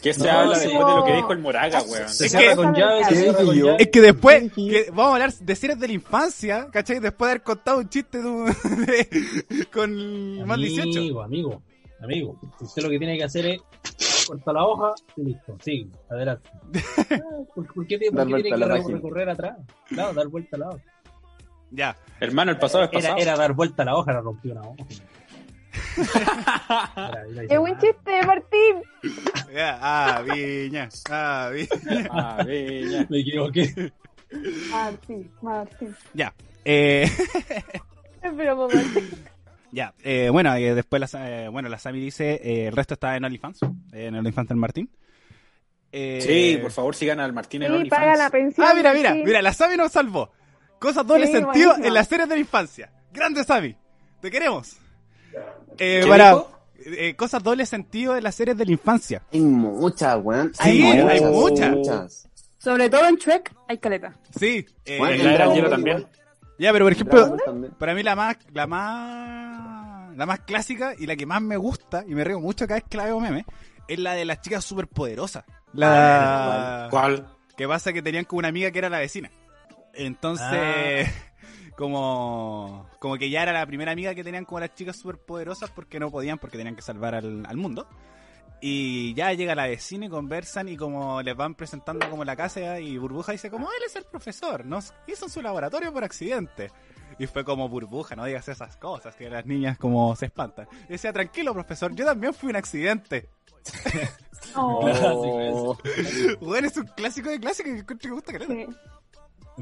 Speaker 5: ¿Qué se
Speaker 8: No,
Speaker 5: habla
Speaker 8: sí,
Speaker 5: después de lo que
Speaker 3: no.
Speaker 5: dijo el Moraga, weón?
Speaker 8: Se
Speaker 1: Es
Speaker 8: cierra
Speaker 1: que-
Speaker 8: con llave,
Speaker 2: ¿Qué
Speaker 8: se cierra
Speaker 2: dije
Speaker 8: con
Speaker 2: yo?
Speaker 8: llave.
Speaker 1: Es que después que vamos a hablar de series de la infancia, ¿cachai? Después de haber contado un chiste de un- [laughs] de- con más 18.
Speaker 8: Amigo, amigo, amigo. Usted lo que tiene que hacer es corta la hoja y listo. Sigue,
Speaker 1: [laughs]
Speaker 8: adelante. ¿Por, por qué, por
Speaker 2: Dar
Speaker 8: qué
Speaker 2: vuelta
Speaker 8: tiene
Speaker 2: a la
Speaker 8: que re-
Speaker 2: página.
Speaker 8: recorrer atrás? Claro, dar vuelta a la
Speaker 1: [laughs]
Speaker 8: hoja.
Speaker 1: Ya.
Speaker 5: Hermano, el pasado es
Speaker 8: Era,
Speaker 5: pasado.
Speaker 8: era dar vuelta a la hoja, era rompió
Speaker 1: [laughs]
Speaker 8: una hoja. Era- era-
Speaker 3: ¡Qué buen chiste, Martín!
Speaker 1: ya. Ah, viña. Ah, viña.
Speaker 5: Ah, ve, ya.
Speaker 8: Me equivoqué.
Speaker 6: Martín, Martín.
Speaker 1: Ya. Eh, [laughs]
Speaker 3: Pero, mamá,
Speaker 1: ya. Eh, bueno, eh, después la, Sa- eh, bueno, la Sami dice, eh, el resto está en OnlyFans, eh, en OnlyFans del Martín. Eh,
Speaker 5: Sí, por favor, sigan al Martín en
Speaker 3: sí, paga la
Speaker 5: OnlyFans.
Speaker 3: pensión.
Speaker 1: Ah, mira, mira,
Speaker 3: sí.
Speaker 1: mira, la Sami nos salvó. Cosas doble
Speaker 3: Sí,
Speaker 1: sentido
Speaker 3: buenísima.
Speaker 1: en las series de la infancia. Grande Sami, te queremos. Eh,
Speaker 5: ¿Qué
Speaker 1: para-
Speaker 5: dijo?
Speaker 1: eh, cosas doble sentido en las series de la infancia.
Speaker 2: Hay muchas, weón.
Speaker 1: Sí, hay muchas.
Speaker 4: Sobre todo en Shrek hay caleta.
Speaker 1: Sí. eh,
Speaker 2: Bueno,
Speaker 5: En la era del hielo también.
Speaker 1: ya, pero por
Speaker 2: Dragon
Speaker 1: ejemplo,
Speaker 2: Ball
Speaker 1: [laughs]
Speaker 2: también.
Speaker 1: para mí la más, la más, la más clásica y la que más me gusta y me río mucho cada vez que la veo meme es la de las chicas superpoderosas. La
Speaker 5: ¿Cuál?
Speaker 1: que pasa que tenían como una amiga que era la vecina. Entonces, [laughs] como, como que ya era la primera amiga que tenían como las chicas superpoderosas porque no podían, porque tenían que salvar al, al mundo. Y ya llega la vecina y conversan y como les van presentando como la casa y Burbuja dice como, él es el profesor, nos hizo en su laboratorio por accidente. Y fue como, Burbuja, no digas esas cosas, que las niñas como se espantan. Y decía, tranquilo profesor, yo también fui un accidente. [laughs]
Speaker 2: Oh,
Speaker 8: Clásico
Speaker 1: Bueno, es un clásico de clásico que encuentro que me gusta caleta.
Speaker 6: Sí,
Speaker 8: ese.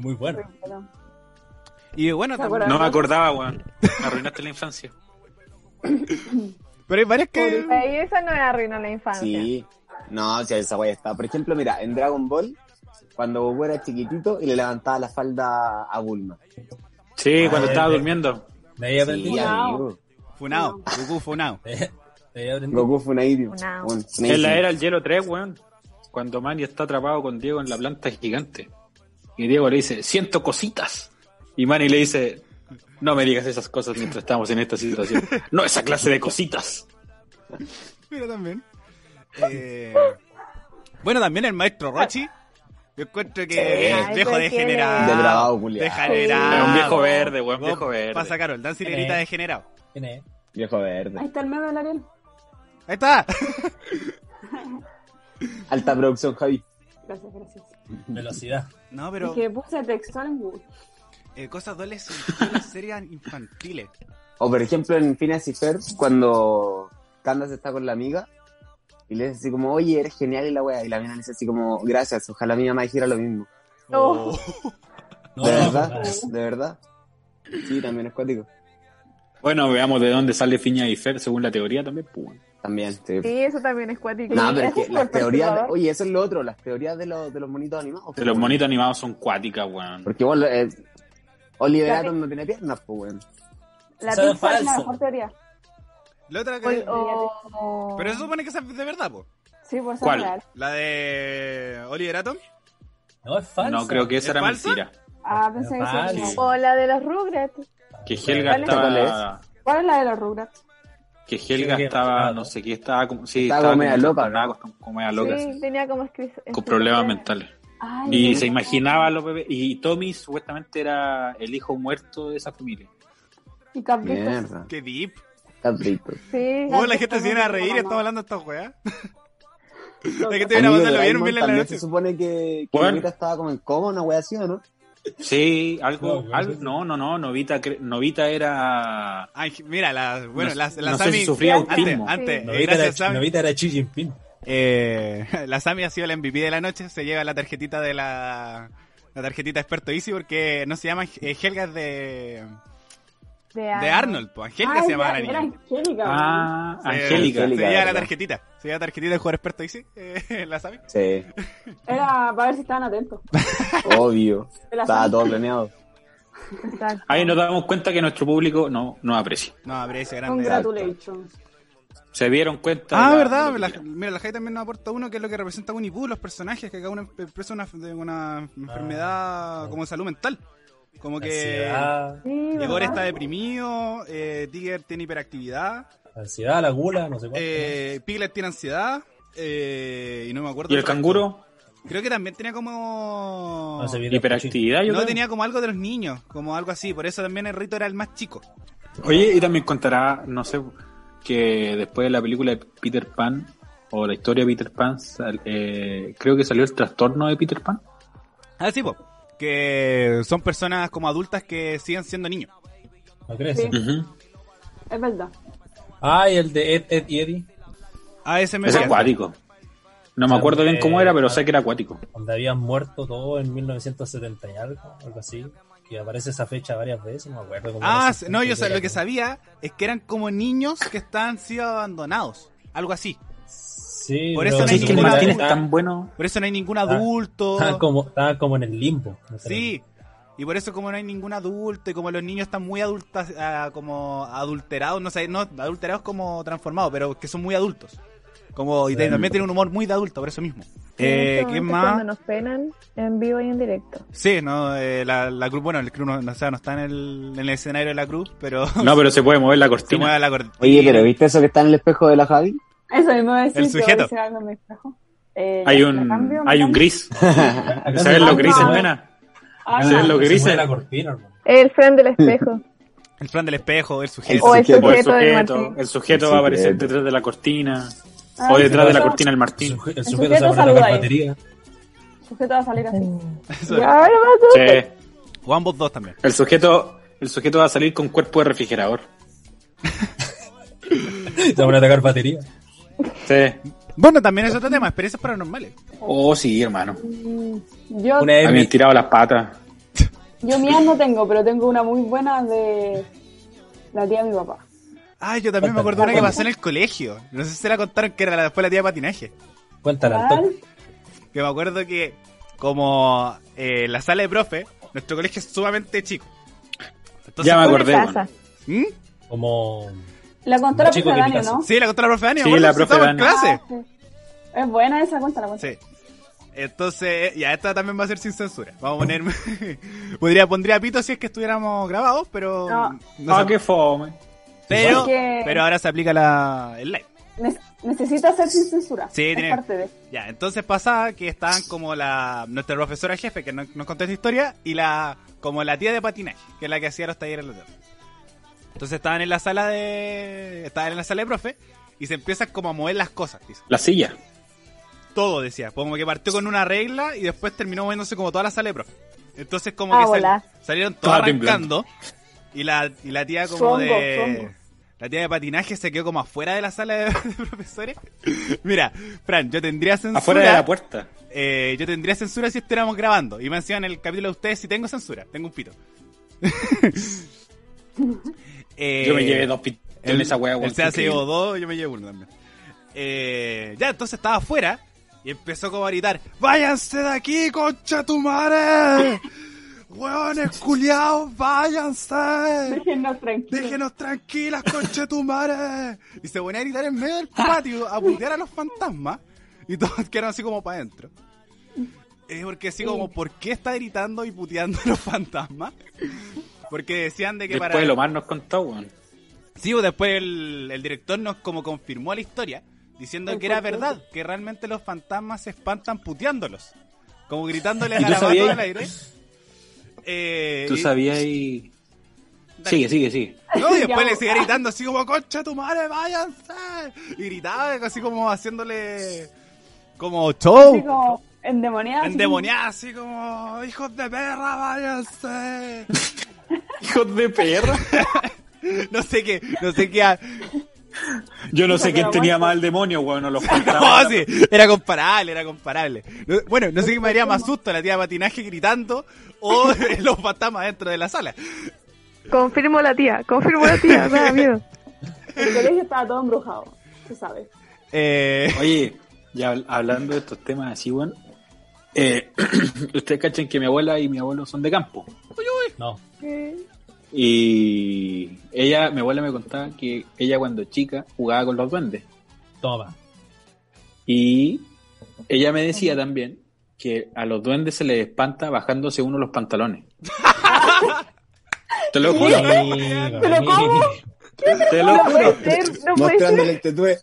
Speaker 8: Muy bueno.
Speaker 6: pero-
Speaker 1: Y bueno,
Speaker 6: ¿Se
Speaker 1: tam-
Speaker 6: acuerdan?
Speaker 5: No me acordaba, weón. Me arruinaste la infancia.
Speaker 1: pero hay varias que...
Speaker 3: Ahí eso no arruinó la infancia.
Speaker 2: Sí. No, si esa wea está. Por ejemplo, mira, en Dragon Ball, cuando Goku era chiquitito y le levantaba la falda a Bulma.
Speaker 5: Sí, cuando
Speaker 8: Ah,
Speaker 5: estaba
Speaker 8: ya.
Speaker 5: durmiendo.
Speaker 8: De ahí
Speaker 2: Sí,
Speaker 8: aprendí.
Speaker 2: amigo.
Speaker 1: Funao, Goku Funao.
Speaker 8: De ahí aprendí.
Speaker 2: Goku fue una idiota.
Speaker 3: Funao.
Speaker 2: Bueno, una
Speaker 5: En la
Speaker 2: idiota.
Speaker 5: era del hielo 3, weón. Cuando Manny está atrapado con Diego en la planta gigante. Y Diego le dice, siento cositas. Y Manny le dice, no me digas esas cosas mientras estamos en esta situación. No esa clase de cositas.
Speaker 1: Mira también. Eh, bueno, también el maestro Rochi. Yo encuentro que es
Speaker 3: Ay,
Speaker 1: viejo
Speaker 3: pues, ¿quién
Speaker 1: degenerado.
Speaker 3: es?
Speaker 2: Depravado, culiao.
Speaker 1: Degenerado.
Speaker 5: Era un viejo verde, weón,
Speaker 1: Vos
Speaker 5: viejo verde.
Speaker 1: Ah, Pasa Carol, Dancy le grita degenerado.
Speaker 8: ¿Quién es?
Speaker 2: Viejo verde.
Speaker 6: Ahí está el meme del Ariel.
Speaker 1: Ahí está.
Speaker 2: Alta producción, Javi.
Speaker 6: Gracias, gracias.
Speaker 8: Velocidad.
Speaker 1: No, pero
Speaker 6: Y que puse textual en Google.
Speaker 1: eh, cosas dobles son las [laughs] series infantiles.
Speaker 2: O por ejemplo en Phineas y Ferb, cuando Candace está con la amiga y le dice así como, oye, eres genial y la wea. Y la mina le dice así como, gracias, ojalá mi mamá dijera lo mismo.
Speaker 1: Oh.
Speaker 8: No,
Speaker 2: ¿De
Speaker 8: no,
Speaker 2: verdad?
Speaker 8: no.
Speaker 2: ¿De verdad? Sí, también es cuático.
Speaker 5: Bueno, veamos de dónde sale Fiña y Fer según la teoría también. pues, weón.
Speaker 2: También, sí.
Speaker 3: Sí, eso también es cuático.
Speaker 2: No, pero es
Speaker 3: [laughs]
Speaker 6: eso
Speaker 2: que
Speaker 6: es
Speaker 2: las
Speaker 6: súper
Speaker 2: teorías...
Speaker 6: perturbador.
Speaker 2: Oye, eso es lo otro, las teorías de, los de los monitos animados.
Speaker 5: De los
Speaker 2: pues, weón.
Speaker 5: monitos animados son cuáticas, weón.
Speaker 2: Porque igual eh, Oliver
Speaker 6: Ya,
Speaker 2: Atom no tiene piernas, pues, weón.
Speaker 6: La
Speaker 8: Eso es
Speaker 6: pizza es la
Speaker 8: falso.
Speaker 6: mejor teoría.
Speaker 1: La otra que...
Speaker 3: O- o-
Speaker 1: Pero se supone que esa es de verdad, po.
Speaker 6: Sí, pues eso
Speaker 5: ¿Cuál?
Speaker 6: es real.
Speaker 1: La de Oliver Atom.
Speaker 8: No, es falso.
Speaker 5: No, creo que
Speaker 1: ¿Es
Speaker 5: esa era
Speaker 1: falsa?
Speaker 5: mentira.
Speaker 6: Ah, pensé que
Speaker 8: Ah,
Speaker 6: sí.
Speaker 8: sí.
Speaker 6: no.
Speaker 3: o la de los Rugrats.
Speaker 5: Que Helga
Speaker 6: ¿Cuál es?
Speaker 5: estaba...
Speaker 6: ¿Cuál es la de los Rugrats?
Speaker 5: Que Helga
Speaker 8: que-
Speaker 5: estaba,
Speaker 8: claro.
Speaker 5: no sé qué, estaba como... Sí,
Speaker 2: Estaba
Speaker 5: estaba
Speaker 2: como media loca,
Speaker 5: trastornada, como media loca,
Speaker 3: sí,
Speaker 5: sí,
Speaker 3: tenía como escri-
Speaker 5: Con problemas mentales.
Speaker 6: Ay,
Speaker 5: Y
Speaker 6: no.
Speaker 5: se imaginaba a los bebés. Y Tommy supuestamente era el hijo muerto de esa familia.
Speaker 6: Y Cupcake.
Speaker 2: Mierda.
Speaker 1: Qué deep.
Speaker 2: Capritos.
Speaker 3: Sí.
Speaker 1: Oh, la gente se viene a reír y estamos hablando de estas weas. La gente viene a
Speaker 2: Amigo,
Speaker 1: pasarlo bien,
Speaker 2: Doraemon
Speaker 1: bien en la
Speaker 2: también se
Speaker 1: noche.
Speaker 2: supone que, que
Speaker 5: Bueno.
Speaker 2: Novita estaba como en coma, una wea así, ¿o no?
Speaker 5: Sí, algo.
Speaker 8: No,
Speaker 5: No,
Speaker 8: no sé.
Speaker 5: no, no, no. Novita, cre- Novita era.
Speaker 1: Ay, mira, la, bueno,
Speaker 5: No-
Speaker 1: la, la
Speaker 5: no sé
Speaker 1: Sami.
Speaker 5: si sufría autismo.
Speaker 1: Antes, antes, eh,
Speaker 8: Novita
Speaker 1: gracias,
Speaker 8: era,
Speaker 1: Sami.
Speaker 8: Novita era Xi Jinping.
Speaker 1: Eh, [laughs] la Sami ha sido la MVP de la noche. Se lleva la tarjetita de la. La tarjetita experto Easy porque no se llama eh, Helga es de.
Speaker 3: De
Speaker 1: De Arnold, pues Angélica
Speaker 6: Ah,
Speaker 1: se llamaba
Speaker 6: era-
Speaker 1: la
Speaker 6: Era
Speaker 1: niña.
Speaker 6: Angélica. weón.
Speaker 5: Ah,
Speaker 1: Se-
Speaker 5: Angélica.
Speaker 1: Se
Speaker 2: Angélica,
Speaker 1: lleva la
Speaker 2: ¿verdad?
Speaker 1: tarjetita. Se lleva la tarjetita de jugador experto, y sí, [laughs] eh, la sabe.
Speaker 2: Sí,
Speaker 6: Era para ver si estaban atentos. [laughs]
Speaker 2: obvio.
Speaker 6: De la
Speaker 2: Estaba
Speaker 6: sala.
Speaker 2: todo planeado.
Speaker 3: Exacto.
Speaker 5: Ahí nos damos cuenta que nuestro público no, no aprecia.
Speaker 1: No, aprecio, grande.
Speaker 6: Congratulations.
Speaker 5: Se dieron cuenta. de
Speaker 1: Ah,
Speaker 5: la-
Speaker 1: verdad.
Speaker 5: de lo
Speaker 1: la-
Speaker 5: que era.
Speaker 1: mira, la Jai también nos aporta uno que es lo que representa a Winnie Pooh, los personajes, que cada uno expresa una, de una
Speaker 5: Ah,
Speaker 1: enfermedad como de salud mental. Como que
Speaker 8: Ansiedad,
Speaker 3: Sí,
Speaker 1: Igor
Speaker 3: ¿verdad?
Speaker 1: está deprimido, eh, Tigger tiene hiperactividad,
Speaker 8: ansiedad, la gula, no sé cuánto.
Speaker 1: eh, Piglet tiene ansiedad, eh, y no me acuerdo.
Speaker 5: ¿Y el
Speaker 1: otro.
Speaker 5: canguro?
Speaker 1: Creo que también tenía como...
Speaker 8: No Ah, se vio.
Speaker 5: Hiperactividad, yo
Speaker 1: No,
Speaker 5: creo.
Speaker 1: tenía como algo de los niños, como algo así. Por eso también el rito era el más chico.
Speaker 5: Oye, y también contará, no sé, que después de la película de Peter Pan, o la historia de Peter Pan, sal- eh, creo que salió el trastorno de Peter Pan.
Speaker 1: Así, pues. Que son personas como adultas que siguen siendo niños.
Speaker 8: No crece.
Speaker 6: Sí. Es verdad.
Speaker 8: Ah, y el de Ed, Ed y Eddie,
Speaker 1: Ah, ese me
Speaker 5: Es
Speaker 1: decía.
Speaker 5: acuático. No me acuerdo bien cómo era, pero sé que era acuático.
Speaker 1: Pues
Speaker 8: donde habían muerto todos en 1970 y algo, algo así. Que aparece esa fecha varias veces, no me acuerdo cómo
Speaker 1: Ah,
Speaker 8: era esa
Speaker 1: no, yo
Speaker 8: fecha,
Speaker 1: sab-
Speaker 8: era
Speaker 1: lo que
Speaker 8: como-
Speaker 1: sabía es que eran como niños que estaban sido abandonados. Algo así.
Speaker 8: Sí,
Speaker 1: Por
Speaker 8: pero
Speaker 1: eso no hay
Speaker 5: Sí, es que el
Speaker 1: ninguna-
Speaker 5: Martín es
Speaker 8: estaban-
Speaker 5: tan bueno.
Speaker 1: Por eso no hay ningún
Speaker 8: Estaban- [laughs]
Speaker 1: adulto.
Speaker 8: estaban como, estaban como en el limbo. no sé.
Speaker 1: Sí. Y por eso como no hay ningún adulto y como los niños están muy adultas, ah, como adulterados, no sé, no, adulterados como transformados, pero que son muy adultos. Como, y
Speaker 8: Sí.
Speaker 1: también tienen un humor muy de adulto, por eso mismo.
Speaker 3: Sí, en
Speaker 1: Eh,
Speaker 3: estos
Speaker 1: ¿Quién
Speaker 3: momentos
Speaker 1: más?
Speaker 3: Cuando nos penan en vivo y en directo.
Speaker 1: Sí, no, eh, la, la cruz, bueno, el cruz no, no, o sea, no está en el, en el escenario de la cruz, pero [laughs]
Speaker 5: No, pero se puede mover la
Speaker 1: se mueve
Speaker 5: cortina.
Speaker 1: la cortina.
Speaker 2: Oye, pero ¿viste eso que está en el espejo de la Javi?
Speaker 6: Eso mismo iba a decir.
Speaker 1: El
Speaker 6: te voy a
Speaker 1: sujeto.
Speaker 6: decir algo en mi espejo. Eh,
Speaker 5: Hay
Speaker 6: ya, ¿me cambio?
Speaker 5: un,
Speaker 6: ¿Me
Speaker 5: hay un
Speaker 6: cambio?
Speaker 5: gris.
Speaker 8: Acá
Speaker 5: ¿Sabes
Speaker 8: se-
Speaker 5: lo gris,
Speaker 6: Ah.
Speaker 5: buena?
Speaker 6: Ah,
Speaker 5: Se ven
Speaker 6: no.
Speaker 5: los
Speaker 8: se
Speaker 5: grises.
Speaker 8: mueve la cortina, hermano.
Speaker 3: El Fran
Speaker 1: [laughs]
Speaker 3: del espejo.
Speaker 1: El plan del espejo, el sujeto.
Speaker 3: O el
Speaker 2: sujeto.
Speaker 5: O Pues el
Speaker 3: sujeto de
Speaker 5: sujeto,
Speaker 3: Martín.
Speaker 5: el sujeto va a aparecer detrás de la cortina. O
Speaker 6: Ah,
Speaker 5: detrás de la
Speaker 6: eso-
Speaker 5: cortina el
Speaker 8: El
Speaker 5: Martín.
Speaker 8: suje- el
Speaker 6: sujeto
Speaker 8: sujeto se va a poner
Speaker 6: saluda
Speaker 8: la
Speaker 6: ahí.
Speaker 8: batería.
Speaker 6: El sujeto va a salir así.
Speaker 1: Eso.
Speaker 3: Ya, ahora va tú.
Speaker 5: Sí.
Speaker 1: O ambos dos también.
Speaker 5: El sujeto, el sujeto va a salir con cuerpo de refrigerador.
Speaker 8: Se van a atacar batería.
Speaker 5: Sí.
Speaker 1: Bueno, también es otro tema, experiencias paranormales.
Speaker 5: Oh, sí, hermano.
Speaker 6: Mm, Yo,
Speaker 8: Una
Speaker 5: A mí
Speaker 1: Em,
Speaker 5: me
Speaker 8: M.
Speaker 5: tirado las patas.
Speaker 6: yo mías no tengo, pero tengo una muy buena de la tía de mi papá.
Speaker 1: Ah, yo también me acuerdo de una que pasó en el colegio. No sé si se la contaron que era la, fue la tía de patinaje.
Speaker 8: Cuéntala, al
Speaker 6: ¿Cuál?
Speaker 8: toque.
Speaker 1: Que me acuerdo que, como eh, la sala de profe, nuestro colegio es sumamente chico. Entonces,
Speaker 5: Ya me
Speaker 3: Una
Speaker 5: acordé.
Speaker 3: casa.
Speaker 5: bueno.
Speaker 1: ¿Mm?
Speaker 8: Como.
Speaker 6: La contó la
Speaker 8: Un chico
Speaker 6: profe
Speaker 8: que
Speaker 6: Dani,
Speaker 8: imita
Speaker 6: ¿no?
Speaker 1: Sí, la contó la profe Dani. me
Speaker 5: Sí,
Speaker 1: acuerdo,
Speaker 5: la
Speaker 1: si
Speaker 5: profe
Speaker 1: estábamos en
Speaker 5: Dani.
Speaker 1: clase.
Speaker 6: Ah, sí. Es buena esa, cuéntala, cuéntala.
Speaker 1: Sí. Entonces, eh, ya esta también va a ser sin censura. Vamos a poner. [laughs] podría, pondría pito si es que estuviéramos grabados, pero.
Speaker 6: No.
Speaker 1: no
Speaker 5: ah,
Speaker 1: se-
Speaker 5: qué fome.
Speaker 1: pero,
Speaker 6: Porque-
Speaker 1: pero ahora se aplica la, el live.
Speaker 6: Ne- necesita ser sin censura.
Speaker 1: Sí,
Speaker 6: es
Speaker 1: tiene-
Speaker 6: parte de.
Speaker 1: Ya, entonces pasaba que estaban como la. Nuestra profesora jefe, que no- nos contó esta historia, y la. Como la tía de patinaje, que es la que hacía los talleres en la tarde. Entonces estaban en la sala de. Estaban en la sala de profe, y se empiezan como a mover las cosas, dice.
Speaker 5: La silla.
Speaker 1: todo, decía. Como que partió con una regla y después terminó moviéndose como toda la sala de profe. Entonces como
Speaker 3: Ah,
Speaker 1: que sal-
Speaker 3: volá.
Speaker 1: salieron todos
Speaker 5: Toda temblando.
Speaker 1: arrancando y la, y la tía como
Speaker 6: Zongo,
Speaker 1: de...
Speaker 6: zongo.
Speaker 1: La tía de patinaje se quedó como afuera de la sala de, [laughs] de profesores. Mira, Fran, yo tendría censura...
Speaker 5: Afuera de la puerta.
Speaker 1: eh, yo tendría censura si estuviéramos grabando. Y me decían en el capítulo de ustedes si tengo censura. Tengo
Speaker 5: [laughs]
Speaker 1: un pito. Eh,
Speaker 5: Yo me llevé dos pit- en esa hueá.
Speaker 1: él se hace llevó dos, yo me llevo uno también. Eh, ya, entonces estaba afuera y empezó como a gritar: ¡Váyanse de aquí, concha tu madre! ¡Hueones culiados, váyanse!
Speaker 6: Déjenos tranquilos.
Speaker 1: ¡Déjenos tranquilas, concha tu madre! [laughs] Y se ponía a gritar en medio del patio a putear a los fantasmas y todos [laughs] quedaron así como para adentro. Es porque así como, ¿por qué está gritando y puteando a los fantasmas? Porque decían de que
Speaker 5: Después
Speaker 1: para...
Speaker 5: lo más nos contó, weón.
Speaker 1: Sí, pues, después el, el director nos como confirmó la historia, diciendo
Speaker 6: Ay,
Speaker 1: que era
Speaker 6: por
Speaker 1: verdad, que realmente los fantasmas se espantan puteándolos. Como gritándole a
Speaker 5: [laughs] ¿Y
Speaker 1: la
Speaker 5: tú
Speaker 1: mano
Speaker 5: sabías?
Speaker 1: al aire. Eh,
Speaker 5: Tú
Speaker 1: y-
Speaker 5: sabías y...
Speaker 1: Dale.
Speaker 5: Sigue, sigue, sigue.
Speaker 1: No, y después
Speaker 6: [laughs] Ya.
Speaker 1: le sigue gritando así como, concha tu madre, váyanse. Y gritaba así como haciéndole como show.
Speaker 6: Así como endemoniadas.
Speaker 1: Endemoniada, así como, hijos de perra, váyanse. [laughs]
Speaker 5: Hijos de perra.
Speaker 1: No sé qué, no sé qué.
Speaker 5: Yo no sé
Speaker 6: Pero
Speaker 5: quién tenía
Speaker 6: aguanta.
Speaker 5: más el demonio, weón. No los
Speaker 1: [laughs] [laughs] No, sí, era comparable, era comparable. No- Bueno, no sé qué me [laughs] daría más susto, la tía de patinaje gritando o los fantasmas dentro de la sala.
Speaker 3: Confirmo la tía, confirmo la tía, me da
Speaker 5: [laughs]
Speaker 3: miedo.
Speaker 6: El colegio estaba todo embrujado, tú sabes.
Speaker 1: Eh,
Speaker 5: Oye, ya habl- hablando de estos temas así, weón. eh, [clears throat] ustedes cachan que mi abuela y mi abuelo son de campo.
Speaker 8: No.
Speaker 5: Y ella, mi abuela me contaba que ella cuando chica jugaba con los duendes.
Speaker 1: [laughs]
Speaker 8: Toma.
Speaker 5: Y ella me decía también que a los duendes se les espanta bajándose uno los [laughs] pantalones. Te lo juro,
Speaker 8: Amigo,
Speaker 6: ¿Pero cómo?
Speaker 5: te lo
Speaker 3: Ser, no
Speaker 5: juro.
Speaker 3: puede ser.
Speaker 2: Mostrándole el tetue.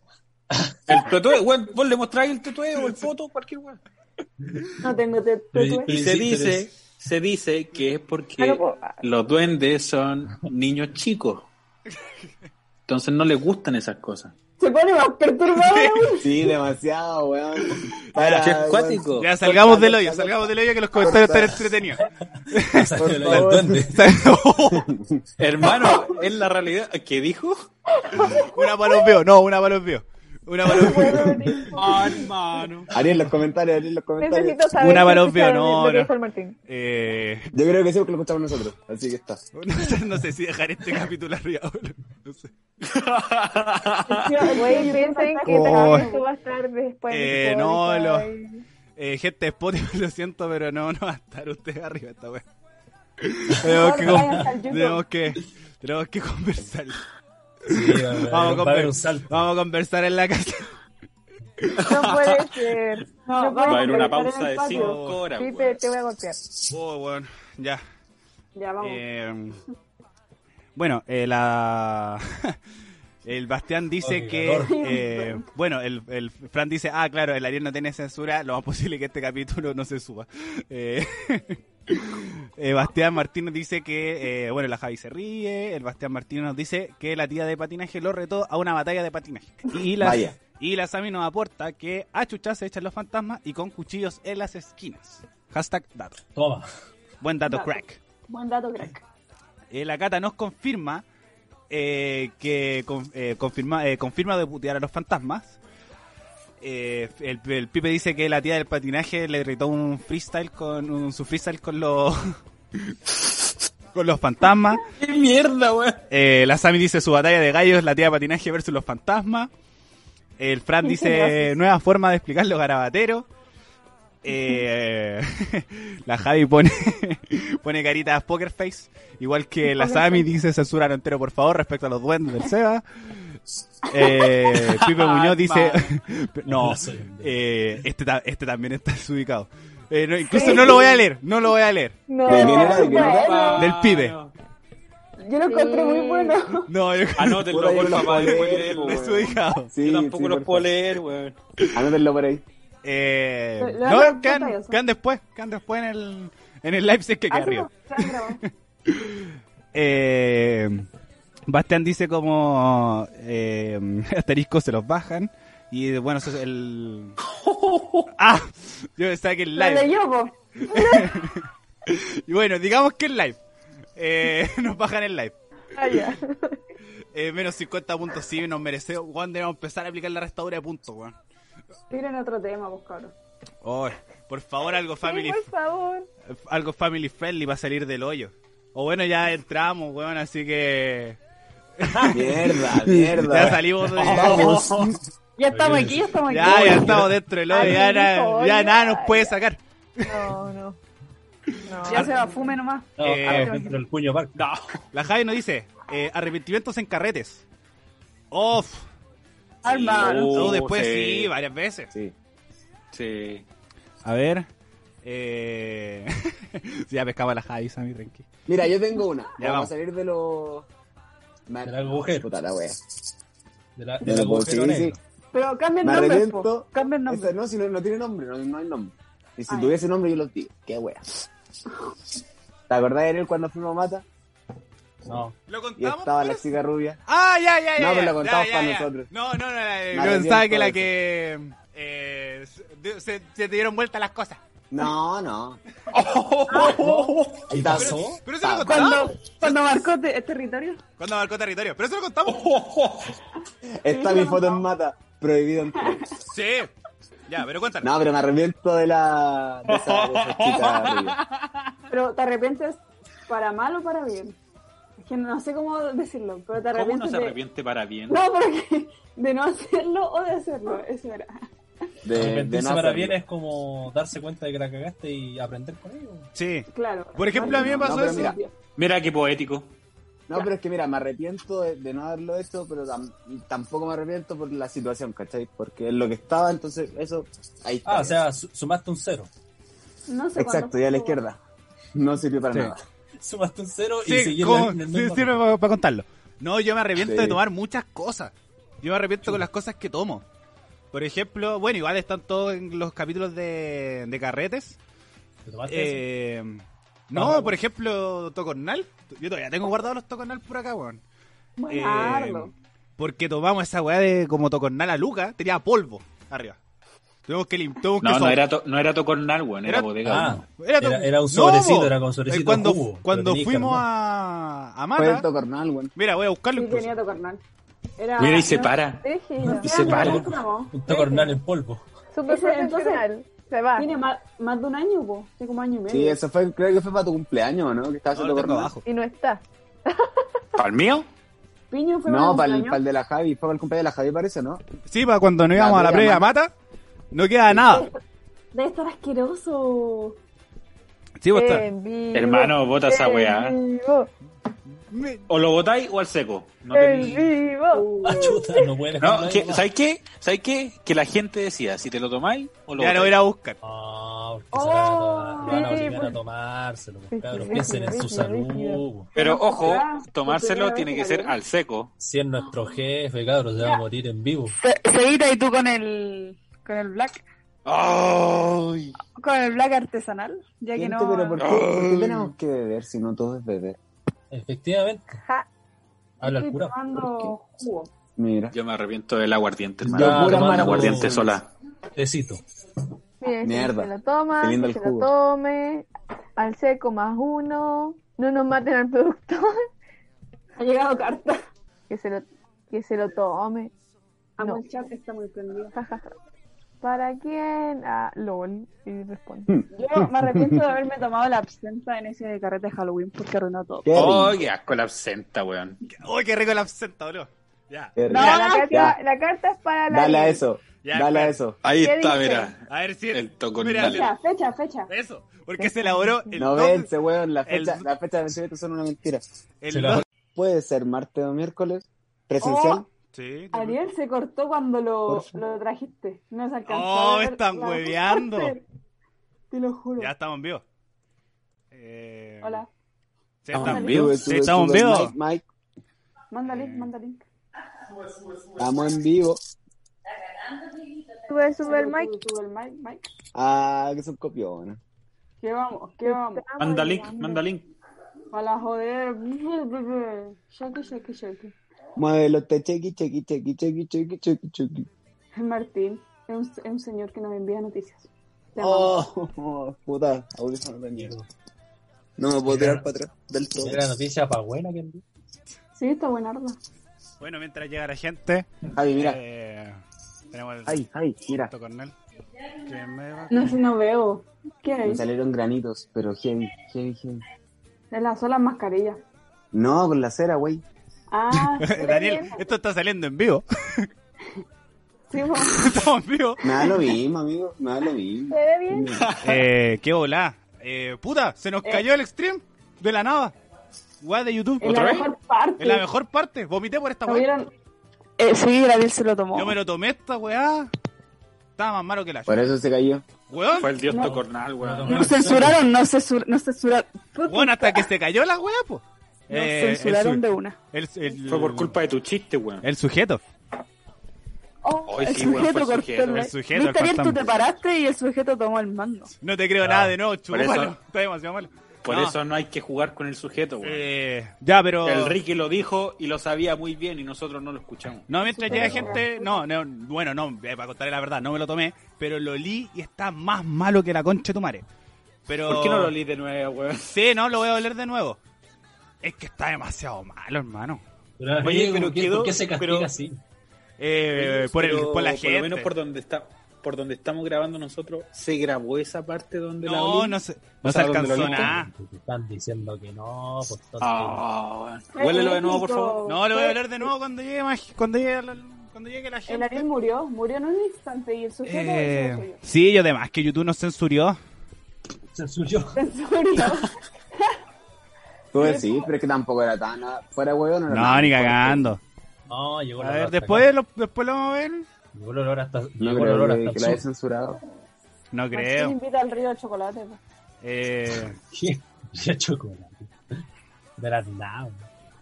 Speaker 5: El tatuaje, weón, vos le mostráis el tatuaje o el foto, cualquier weón.
Speaker 6: No tengo te-
Speaker 8: Pero-
Speaker 6: tatuaje.
Speaker 5: Y se
Speaker 8: sí, pero
Speaker 5: dice, se dice que es porque
Speaker 3: Claro, po,
Speaker 5: los duendes son niños chicos. Entonces no les gustan esas cosas.
Speaker 6: Se pone más perturbado.
Speaker 2: Sí, demasiado, weón.
Speaker 5: Ahora, si es
Speaker 2: weón,
Speaker 5: Ah, cuático.
Speaker 1: ya salgamos del hoyo, salgamos del hoyo que los comentarios están
Speaker 6: [laughs]
Speaker 1: entretenidos.
Speaker 8: Por
Speaker 2: Por
Speaker 8: favor.
Speaker 2: favor.
Speaker 5: Hermano, es la realidad. ¿Qué dijo?
Speaker 1: [laughs] una para los veo, no, una para los veo. Una para los veo.
Speaker 5: [laughs] hermano.
Speaker 2: Ariel, los comentarios, Ariel, los comentarios.
Speaker 3: Necesito saber.
Speaker 1: Una
Speaker 3: qué
Speaker 1: varón
Speaker 3: escucharon
Speaker 1: vio, no,
Speaker 3: lo que
Speaker 1: no.
Speaker 3: dijo el Martín.
Speaker 1: Eh, [laughs]
Speaker 2: Yo creo que sí, porque lo escuchamos nosotros. Así que está.
Speaker 1: no, sé, no sé si dejar este capítulo arriba. o no, No sé.
Speaker 3: Güey, piensen que
Speaker 1: Oh.
Speaker 3: también tú vas a estar después.
Speaker 1: Eh,
Speaker 3: en
Speaker 1: no,
Speaker 3: Spotify.
Speaker 1: lo- Eh, gente de Spotify, lo siento, pero no, no va a estar usted arriba esta
Speaker 6: [laughs]
Speaker 1: weá. tenemos, que,
Speaker 6: vayan hasta el
Speaker 1: con-
Speaker 6: YouTube.
Speaker 1: tenemos que tenemos que conversar.
Speaker 8: Sí, va, va,
Speaker 1: Vamos,
Speaker 8: va a
Speaker 1: compadre.
Speaker 8: haber un salto.
Speaker 1: Vamos a conversar en la casa. [laughs]
Speaker 3: No puede ser. No,
Speaker 6: No,
Speaker 3: puede
Speaker 5: Va a haber
Speaker 3: ser.
Speaker 6: Estar
Speaker 5: una
Speaker 6: en
Speaker 5: pausa
Speaker 6: el
Speaker 5: de
Speaker 6: patio.
Speaker 5: cinco horas.
Speaker 3: Sí, te,
Speaker 5: weón.
Speaker 3: te voy a golpear.
Speaker 1: Oh, bueno, ya.
Speaker 6: Ya vamos.
Speaker 1: Eh, bueno, eh, la... [laughs] el Bastián dice que...
Speaker 8: Obligador.
Speaker 1: eh, bueno, el, el Fran dice, ah, claro, el Ariel no tiene censura, lo más posible que este capítulo no se suba. [laughs] Eh, eh, Bastián Martínez dice que, eh, bueno, la Javi se ríe, el Bastián Martínez nos dice que la tía de patinaje lo retó a una batalla de patinaje. Y la,
Speaker 2: Vaya.
Speaker 1: y la Sami nos aporta que a chuchas se echan los fantasmas y con cuchillos en las esquinas. Hashtag dato.
Speaker 8: Toma.
Speaker 1: Buen dato,
Speaker 6: Dato.
Speaker 1: crack.
Speaker 6: Buen dato, crack.
Speaker 1: Eh, la Cata nos confirma eh, que con- eh, confirma, eh, confirma de putear a los fantasmas. Eh, el, el Pipe dice que la tía del patinaje le gritó un freestyle con un, su freestyle con los [laughs] con los fantasmas.
Speaker 5: ¡Qué mierda, weón!
Speaker 1: Eh, la Sami dice su batalla de gallos, la tía de patinaje versus los fantasmas. El Fran dice nueva forma de explicar los garabateros. Eh, [laughs] la Javi pone [laughs] pone caritas poker face, igual que la Sami dice censura no entero por favor respecto a los duendes del Seba. Eh, Pipe Muñoz dice [laughs] no, eh, este, ta- este también está desubicado. Eh, no, incluso no lo voy a leer, no lo voy a leer.
Speaker 3: No,
Speaker 2: ¿De quién era? ¿De quién era?
Speaker 3: bueno.
Speaker 1: Del pibe.
Speaker 6: Yo lo encontré muy bueno.
Speaker 1: No, yo
Speaker 8: Ah,
Speaker 5: Anótenlo,
Speaker 2: Puta, yo
Speaker 5: por
Speaker 2: no lo
Speaker 5: favor,
Speaker 2: puedo
Speaker 5: después
Speaker 2: leer,
Speaker 5: leemos, weón.
Speaker 1: desubicado.
Speaker 2: Sí,
Speaker 5: Yo tampoco
Speaker 2: sí,
Speaker 5: los
Speaker 2: por
Speaker 5: puedo
Speaker 2: favor.
Speaker 5: leer, weón.
Speaker 2: Anótenlo por ahí.
Speaker 1: Eh,
Speaker 6: Le- le dan
Speaker 1: no,
Speaker 6: las
Speaker 1: quedan,
Speaker 6: pantallas, ¿no?
Speaker 1: quedan después, quedan después en el, en el live si es que queda
Speaker 6: Ah, sí,
Speaker 1: arriba.
Speaker 6: no, está grabado.
Speaker 1: Eh, Bastián dice como eh, [laughs] asterisco se los bajan y bueno, eso es
Speaker 6: [laughs]
Speaker 1: el... ah, yo pensaba que el
Speaker 6: Lo
Speaker 1: live.
Speaker 6: leyó, po.
Speaker 1: Y bueno, digamos que el live. Eh, [laughs] nos bajan el live.
Speaker 3: Ah, ya.
Speaker 1: [laughs] Eh, menos 50 puntos, sí, nos merecemos. Juan, debemos empezar a aplicar la restadura de puntos, weón.
Speaker 6: Tiren otro tema, pues, cabrón.
Speaker 1: Ay, por favor, algo family
Speaker 3: Sí, por favor.
Speaker 1: algo family friendly para salir del hoyo. O bueno, ya entramos, weón, así que
Speaker 2: Mierda,
Speaker 5: [laughs]
Speaker 2: mierda. Oh,
Speaker 1: ya
Speaker 2: [laughs]
Speaker 1: salimos de...
Speaker 2: Vamos.
Speaker 4: Ya estamos aquí, ya estamos aquí.
Speaker 1: Ya, ya estamos dentro del hoyo,
Speaker 3: Ay,
Speaker 1: ya, na-
Speaker 3: hijo,
Speaker 1: ya
Speaker 3: ya,
Speaker 1: nada nos puede
Speaker 3: ya.
Speaker 1: sacar.
Speaker 3: No, no. No.
Speaker 4: Ya se va, fume nomás.
Speaker 8: No,
Speaker 1: Eh,
Speaker 8: ahora dentro del puño, Park.
Speaker 1: La Javi nos dice, eh, arrepentimientos en carretes. Off.
Speaker 4: Hermano.
Speaker 5: Oh,
Speaker 1: Tú después Uh, sí, varias veces.
Speaker 2: Sí.
Speaker 5: Sí.
Speaker 1: A ver. Eh... [laughs] sí, ya pescaba la Javi, Sammy, tranqui.
Speaker 2: Mira, yo tengo una. Vamos,
Speaker 1: vamos.
Speaker 2: a salir de los. Me-
Speaker 8: De la agujera.
Speaker 2: Puta la wea.
Speaker 8: De la,
Speaker 2: Ya
Speaker 8: de
Speaker 2: lo
Speaker 8: la
Speaker 2: puedo-
Speaker 8: agujero
Speaker 2: sí, sí.
Speaker 8: negro.
Speaker 6: Pero cambien
Speaker 2: Me
Speaker 6: nombres, po.
Speaker 2: arrepiento.
Speaker 4: Cambia el nombre.
Speaker 2: Esa- no, si no, no tiene nombre, no, no hay nombre. Y si
Speaker 6: Ay.
Speaker 2: tuviese nombre, yo los digo. Qué wea. ¿Te acordás de él cuando fuimos a Mata?
Speaker 8: No.
Speaker 1: ¿Lo
Speaker 2: Y
Speaker 1: contamos?
Speaker 2: estaba la
Speaker 1: pues?
Speaker 2: chica rubia.
Speaker 1: Ah, ya, ya, ya.
Speaker 2: No, pero
Speaker 1: ya,
Speaker 2: lo contamos
Speaker 1: ya,
Speaker 2: para
Speaker 1: ya.
Speaker 2: nosotros.
Speaker 1: No, no, no, no, yo
Speaker 2: Nadie
Speaker 1: pensaba
Speaker 2: vio
Speaker 1: que la
Speaker 2: todo
Speaker 1: que... eh, se, se- se te dieron vuelta las cosas.
Speaker 2: No,
Speaker 8: [laughs]
Speaker 2: no.
Speaker 8: ¿Qué
Speaker 2: Está-
Speaker 8: pasó?
Speaker 1: Pero eso lo
Speaker 2: Ah,
Speaker 1: contamos.
Speaker 4: Cuando, cuando marcó te-
Speaker 6: este
Speaker 4: el territorio,
Speaker 1: Cuando marcó territorio. Pero eso lo contamos.
Speaker 5: Oh.
Speaker 2: Está mi foto en Mata. Prohibido entrar.
Speaker 1: Sí. Ya, pero cuéntanos.
Speaker 2: No, pero me arrepiento de la. de esa, de esa chica rubia.
Speaker 6: Pero te arrepientes para mal o para bien. que no sé cómo decirlo, pero te
Speaker 5: ¿Cómo uno
Speaker 6: arrepientes
Speaker 5: se
Speaker 6: de-
Speaker 5: arrepiente para bien?
Speaker 6: No, porque de no hacerlo o de hacerlo, eso era.
Speaker 2: De, de no
Speaker 8: Arrepentirse para
Speaker 2: hacerlo.
Speaker 8: bien es como darse cuenta de que la cagaste y aprender con ello.
Speaker 1: Sí.
Speaker 6: Claro.
Speaker 1: Por ejemplo, a mí me
Speaker 2: No,
Speaker 1: pasó
Speaker 2: pero
Speaker 1: eso.
Speaker 2: mira,
Speaker 5: Mira qué poético.
Speaker 2: No, pero es que mira, me arrepiento de, de no haberlo hecho, pero tam- tampoco me arrepiento por la situación, ¿cachai? Porque es lo que estaba, entonces eso... Ahí está.
Speaker 8: Ah, o sea, su- sumaste un cero. [laughs]
Speaker 6: No sé cuándo
Speaker 2: Exacto, ya a la izquierda. No sirvió para
Speaker 8: Sí.
Speaker 2: nada.
Speaker 8: Sumaste un cero y
Speaker 1: Sí,
Speaker 8: seguí en
Speaker 1: como-
Speaker 8: la- en el
Speaker 1: sí,
Speaker 8: mismo-
Speaker 1: sirve para, contarlo. No, yo me arrepiento
Speaker 2: Sí.
Speaker 1: de tomar muchas cosas. Yo me arrepiento con las cosas que tomo. Por ejemplo, bueno, igual están todos en los capítulos de, de carretes.
Speaker 8: ¿Te tomaste eso?
Speaker 1: Eh,
Speaker 8: Ah,
Speaker 1: no,
Speaker 8: bueno.
Speaker 1: por ejemplo, tocornal. Yo todavía tengo guardados los tocornal por acá, weón. Eh,
Speaker 6: Guardarlo.
Speaker 1: porque tomamos esa weá de como tocornal a Luca, tenía polvo arriba. Tuvimos que limpiar.
Speaker 5: No, no era, to- no era tocornal, weón, era,
Speaker 1: Era-
Speaker 5: bodega.
Speaker 8: Ah,
Speaker 5: uno.
Speaker 1: to-
Speaker 8: era, era un
Speaker 1: No,
Speaker 8: sobrecito,
Speaker 1: po.
Speaker 8: era con sobrecito.
Speaker 1: Eh, Cuando,
Speaker 8: de jugo, pero
Speaker 1: cuando
Speaker 8: tenía
Speaker 1: fuimos
Speaker 8: carbón.
Speaker 1: a, a
Speaker 2: Fue
Speaker 1: Mata,
Speaker 2: el tocornal, weón.
Speaker 1: mira, voy a buscarlo.
Speaker 6: Sí,
Speaker 1: incluso.
Speaker 6: tenía tu carnal. Era,
Speaker 5: Mira y se
Speaker 6: Ah, no,
Speaker 5: para.
Speaker 6: es que era-
Speaker 8: Y se
Speaker 6: era
Speaker 5: para.
Speaker 6: buenísimo.
Speaker 8: Un tocornal en polvo. [laughs]
Speaker 3: Súper
Speaker 6: Ese, entonces-
Speaker 3: profesional. Se va.
Speaker 6: Tiene más, más de un año, po. Tiene como año y medio.
Speaker 2: Ah. Sí, eso fue, creo que fue para tu cumpleaños, ¿no? Que estabas
Speaker 1: No,
Speaker 2: en
Speaker 1: lo tengo
Speaker 2: tocornal.
Speaker 1: abajo.
Speaker 3: Y no está.
Speaker 5: ¿Para el mío?
Speaker 6: Piño fue
Speaker 2: No,
Speaker 6: un
Speaker 2: para el,
Speaker 6: año.
Speaker 2: para el de la Javi, fue para el cumpleaños de la Javi parece, ¿no?
Speaker 1: Sí, para cuando no íbamos
Speaker 2: La
Speaker 1: a la
Speaker 2: media
Speaker 1: previa mata, no queda nada.
Speaker 6: Debe estar asqueroso.
Speaker 1: Sí, pues,
Speaker 6: Eh,
Speaker 1: está-
Speaker 3: En vivo,
Speaker 5: Hermano, bota esa
Speaker 3: en
Speaker 5: weá.
Speaker 3: vivo,
Speaker 1: Me-
Speaker 5: O lo botáis o al seco. No
Speaker 6: Eh,
Speaker 3: en
Speaker 5: tenéis-
Speaker 6: Uh,
Speaker 3: vivo.
Speaker 8: Ah, chuta, no puede
Speaker 5: No,
Speaker 8: dejarlo ahí
Speaker 5: que-
Speaker 8: nomás.
Speaker 5: ¿sabes qué? ¿Sabes qué? Que la gente decía, si te lo tomáis o lo
Speaker 1: ya no voy a
Speaker 5: botáis.
Speaker 1: ir a buscar.
Speaker 8: Ah, porque
Speaker 3: Oh,
Speaker 8: se van a, tomar- van a
Speaker 3: sí,
Speaker 8: obligar a
Speaker 3: pues.
Speaker 8: tomárselo, pues,
Speaker 3: Sí,
Speaker 8: cabros.
Speaker 3: sí,
Speaker 8: Piensen
Speaker 3: sí,
Speaker 8: en
Speaker 3: sí,
Speaker 8: su
Speaker 3: sí,
Speaker 8: salud.
Speaker 5: Pero ojo,
Speaker 6: Ah,
Speaker 5: tomárselo
Speaker 6: primera
Speaker 5: tiene que
Speaker 6: vez,
Speaker 5: ser
Speaker 6: ¿no?
Speaker 5: al seco.
Speaker 8: Si es
Speaker 3: Oh.
Speaker 8: nuestro jefe, cabros, se va a morir en vivo.
Speaker 4: Se- Seguita y tú con el con el black
Speaker 5: ¡Ay!
Speaker 4: con el black artesanal, ya que
Speaker 2: Gente,
Speaker 4: no.
Speaker 2: pero ¿por qué, por qué tenemos que beber si no todo es beber?
Speaker 8: Efectivamente,
Speaker 3: Ja.
Speaker 8: habla el
Speaker 6: Estoy
Speaker 8: cura.
Speaker 6: tomando jugo.
Speaker 2: Mira.
Speaker 5: Yo me arrepiento del aguardiente,
Speaker 2: Yo
Speaker 5: hermano.
Speaker 8: pura
Speaker 5: Tomando
Speaker 8: mano.
Speaker 5: aguardiente sola.
Speaker 3: pues.
Speaker 8: Tecito.
Speaker 3: Mira, si
Speaker 2: Mierda.
Speaker 3: Se lo toma,
Speaker 2: Qué lindo el
Speaker 3: si se lo
Speaker 2: jugo.
Speaker 3: tome. Al seco más uno. No nos maten al productor. [laughs]
Speaker 6: Ha llegado carta.
Speaker 3: Que se lo, que se lo tome.
Speaker 6: Amo
Speaker 3: No.
Speaker 6: el chat, está muy prendido.
Speaker 3: Ja, ja, ja. [laughs] ¿Para quién? Ah, LOL. Y
Speaker 5: [laughs]
Speaker 3: responde.
Speaker 4: Yo me arrepiento de haberme tomado la absenta en ese carrete de Halloween porque arruinó todo.
Speaker 2: Qué rico,
Speaker 5: ¡Ay, Oh, qué asco la absenta, weón!
Speaker 1: ¡Uy, qué rico el absenta, boludo! Ya.
Speaker 2: qué rico.
Speaker 3: No, la,
Speaker 2: Ya,
Speaker 3: carta, la carta es para la.
Speaker 2: dale a eso,
Speaker 1: Ya,
Speaker 2: dale
Speaker 1: espera.
Speaker 2: a eso.
Speaker 5: Ahí
Speaker 3: ¿Qué
Speaker 5: está,
Speaker 3: dice?
Speaker 5: mira.
Speaker 1: A ver si.
Speaker 5: El tocón
Speaker 1: Mira,
Speaker 5: dale.
Speaker 6: Fecha, fecha, fecha.
Speaker 1: Eso, porque se elaboró el
Speaker 2: No
Speaker 1: 2
Speaker 2: vence, weón, la
Speaker 1: el-
Speaker 2: fecha, la fecha de vencimiento son una mentira.
Speaker 1: el
Speaker 8: Se
Speaker 1: 2
Speaker 8: la-
Speaker 2: Puede ser martes o miércoles,
Speaker 1: Oh,
Speaker 2: presencial.
Speaker 1: Sí.
Speaker 6: Ariel se cortó cuando lo,
Speaker 2: Por favor.
Speaker 6: lo trajiste. No se alcanzó.
Speaker 1: Oh,
Speaker 6: a ver
Speaker 1: están
Speaker 6: la-
Speaker 1: hueveando.
Speaker 6: [laughs] Te lo juro.
Speaker 1: Ya estamos en vivo. Eh,
Speaker 6: Hola.
Speaker 1: Sí,
Speaker 5: Estamos
Speaker 1: estamos
Speaker 5: en
Speaker 1: en
Speaker 5: vivo.
Speaker 1: vivo.
Speaker 2: Sube,
Speaker 1: Sí,
Speaker 2: sube,
Speaker 1: estamos en
Speaker 2: sube.
Speaker 1: vivo.
Speaker 2: Mike, Mike,
Speaker 6: Manda
Speaker 1: Eh.
Speaker 6: link, manda link.
Speaker 2: estamos en vivo.
Speaker 3: Sube, sube el mic.
Speaker 6: Sube el mic, Mike.
Speaker 2: Ah, que son copiones.
Speaker 6: ¿Qué vamos? ¿Qué vamos?
Speaker 5: Manda link, manda link.
Speaker 6: A la joder. [laughs] Shake, shake, shake.
Speaker 2: Muévelo, te chequi, chequi, chequi, chequi, chequi, chequi, chequi.
Speaker 6: Martín es un, es un señor que nos envía noticias. Te amamos.
Speaker 2: Oh, oh, [laughs] puta, audífono de mierda. No me puedo tirar para atrás del todo.
Speaker 8: Era la noticia pa' buena que envió.
Speaker 6: Sí, está buenarda.
Speaker 1: Bueno, mientras llega la gente,
Speaker 2: Ay, mira.
Speaker 1: eh, tenemos el
Speaker 2: Ay, ay, mira.
Speaker 1: tocornal. Que me
Speaker 6: [laughs]
Speaker 1: va-
Speaker 6: No sé, no veo. ¿Qué
Speaker 2: Me
Speaker 6: hay?
Speaker 2: salieron granitos, pero heavy, heavy, heavy.
Speaker 6: De la sola mascarilla.
Speaker 2: No, con la cera, güey.
Speaker 1: [laughs]
Speaker 6: Ah,
Speaker 1: Daniel, esto está saliendo en vivo. [laughs]
Speaker 6: sí, bueno.
Speaker 1: estamos en vivo.
Speaker 2: Me da lo mismo, amigo. Me da lo mismo.
Speaker 3: ¿Se ve bien?
Speaker 1: Eh, qué volá. Eh, puta, se nos cayó el stream de la nada. Guay de YouTube.
Speaker 6: Es la mejor parte.
Speaker 1: Es la mejor parte. Vomité por esta
Speaker 6: ¿Lo
Speaker 1: weá.
Speaker 6: vieron?
Speaker 4: Eh, sí, Gabriel se lo tomó.
Speaker 1: Yo me lo tomé esta weá. Estaba más malo que la
Speaker 2: Por
Speaker 1: chucha.
Speaker 2: eso se cayó.
Speaker 1: Weón,
Speaker 5: Fue el dios
Speaker 6: No.
Speaker 5: tocornal, weón.
Speaker 4: Nos censuraron, nos censur- nos censuraron,
Speaker 1: weón, hasta que se cayó la weá, po.
Speaker 4: nos
Speaker 1: Eh, el
Speaker 4: censuraron
Speaker 1: su-
Speaker 4: de una.
Speaker 1: el- el-
Speaker 5: Fue por culpa de tu chiste, weón.
Speaker 1: El sujeto.
Speaker 4: Oh,
Speaker 5: Ay,
Speaker 4: el,
Speaker 5: sí, bueno,
Speaker 4: sujeto
Speaker 5: fue
Speaker 4: cortó
Speaker 5: el sujeto.
Speaker 4: el
Speaker 1: El sujeto, el
Speaker 4: Viste, Ariel, tú
Speaker 1: fantasma.
Speaker 4: te paraste y el sujeto tomó el mando.
Speaker 1: No te creo
Speaker 8: Ah,
Speaker 1: nada de nuevo, chulo.
Speaker 5: por eso-
Speaker 1: malo. [laughs] Está demasiado malo.
Speaker 5: Por
Speaker 1: No,
Speaker 5: eso no hay que jugar con el sujeto, weón.
Speaker 1: eh, ya, pero.
Speaker 5: El Ricky lo dijo y lo sabía muy bien y nosotros no lo escuchamos.
Speaker 1: No, mientras llega
Speaker 6: Pero-
Speaker 1: gente. No, no, bueno, no, eh, para contarle la verdad, no me lo tomé. Pero lo li y está más malo que la concha de tu madre. Pero...
Speaker 5: ¿Por qué no lo leí de nuevo, weón?
Speaker 1: Sí, no, lo voy a oler de nuevo. Es que está demasiado malo, hermano.
Speaker 5: Oye,
Speaker 8: Oye,
Speaker 5: pero
Speaker 8: pero ¿por qué,
Speaker 5: quedó-
Speaker 8: por qué se castiga
Speaker 5: pero-
Speaker 8: así?
Speaker 1: Eh, por, el, por la
Speaker 5: Por lo
Speaker 1: gente.
Speaker 5: menos por donde está. por donde estamos grabando nosotros, se grabó esa parte donde la
Speaker 1: No,
Speaker 5: Olin-
Speaker 1: no se,
Speaker 5: O
Speaker 1: no se
Speaker 5: sea, donde
Speaker 1: alcanzó
Speaker 5: lo viste.
Speaker 1: nada.
Speaker 8: Te están diciendo que no, pues entonces-
Speaker 5: Ah, bueno. Huélelo de nuevo, por favor.
Speaker 1: No, lo voy a hablar de nuevo cuando llegue, más- cuando llegue, la, cuando llegue la
Speaker 6: El
Speaker 1: gente.
Speaker 6: Ariel murió, murió en un instante y el sujeto
Speaker 1: Eh,
Speaker 6: eso soy
Speaker 1: sí, y además que YouTube nos censurió.
Speaker 8: se suyo.
Speaker 6: yo. Censuró.
Speaker 2: Tú decís, Pues pero es que tampoco era tan. nada- Fuera huevo, no era
Speaker 1: No,
Speaker 2: nada.
Speaker 1: ni cagando.
Speaker 8: No, llegó el
Speaker 1: A
Speaker 8: olor
Speaker 1: ver,
Speaker 8: hasta
Speaker 1: después
Speaker 8: acá.
Speaker 1: lo, después lo vamos a ver.
Speaker 8: Llegó el olor hasta.
Speaker 2: No
Speaker 8: Llegó el olor
Speaker 2: creo que,
Speaker 8: hasta.
Speaker 2: que
Speaker 8: el
Speaker 2: la haya
Speaker 8: sur.
Speaker 2: censurado.
Speaker 1: No
Speaker 2: Eh,
Speaker 6: [laughs]
Speaker 1: [laughs]
Speaker 6: Marcelo
Speaker 1: creo.
Speaker 6: invita al río de chocolate. pues.
Speaker 1: Eh,
Speaker 8: ¿Qué? [laughs] Ya chocolate. De las nada.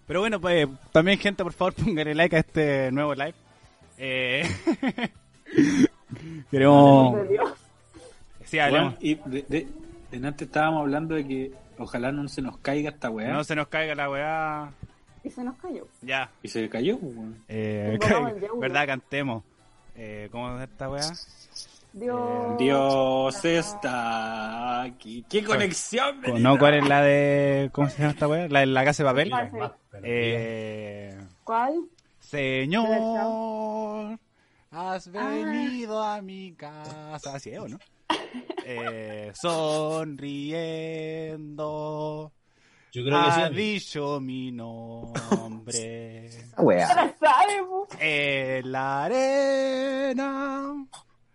Speaker 1: pero bueno, pues también gente, por favor, [laughs] pónganle like a este nuevo live. Eh, [laughs] queremos...
Speaker 6: De Dios.
Speaker 1: Sí, hablemos.
Speaker 5: Bueno, y de, de- de antes estábamos hablando de que ojalá no se nos caiga esta weá.
Speaker 1: No se nos caiga la weá.
Speaker 6: Y se nos cayó.
Speaker 1: Ya.
Speaker 5: Y se cayó, weón.
Speaker 1: [laughs] Eh,
Speaker 6: Vamos al Yahoo.
Speaker 1: ¿Verdad? Cantemos. Eh, ¿Cómo es esta weá?
Speaker 6: Dios.
Speaker 1: Eh,
Speaker 5: Dios está aquí.
Speaker 1: Ah,
Speaker 5: ¡Qué conexión!
Speaker 1: Cu- No, ¿cuál es la de... ¿Cómo se llama esta weá? La de la casa de papel.
Speaker 6: Ah, sí.
Speaker 1: Eh,
Speaker 6: ¿Cuál?
Speaker 1: señor, has venido a mi casa. Así es, ¿o no? Eh, sonriendo,
Speaker 8: Yo creo que sí.
Speaker 1: ha
Speaker 8: amigo.
Speaker 1: dicho mi [laughs] nombre.
Speaker 2: Esa Ah, wea.
Speaker 6: ¿Sabe, po?
Speaker 1: En la arena.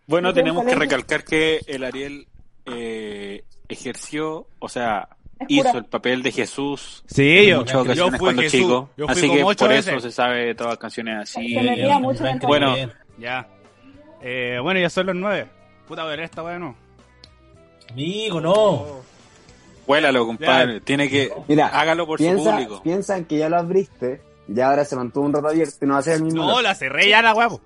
Speaker 5: Bueno, tenemos que recalcar que el Ariel eh, ejerció, o sea, hizo el papel de Jesús
Speaker 1: Sí, yo,
Speaker 5: muchas ocasiones
Speaker 1: yo fui
Speaker 5: cuando
Speaker 1: Jesús.
Speaker 5: chico.
Speaker 1: Yo fui
Speaker 5: así que
Speaker 1: como
Speaker 5: por
Speaker 1: ocho
Speaker 5: eso
Speaker 1: veces.
Speaker 5: se sabe todas las canciones así.
Speaker 6: Se me
Speaker 8: Eh,
Speaker 6: veía
Speaker 8: un
Speaker 6: mucho
Speaker 8: gran
Speaker 6: dentro.
Speaker 5: Bueno.
Speaker 8: bien.
Speaker 1: Ya. Eh, bueno, ya son los nueve. Puta, ver esta weá no.
Speaker 8: Amigo, no.
Speaker 5: Huélalo, compadre. Tiene que.
Speaker 2: Mira,
Speaker 5: hágalo por su
Speaker 2: piensa,
Speaker 5: público.
Speaker 2: piensan que ya lo abriste, ya ahora se mantuvo un rato abierto y no va a ser el mismo.
Speaker 1: No,
Speaker 2: olor.
Speaker 1: la cerré ya la weá. po.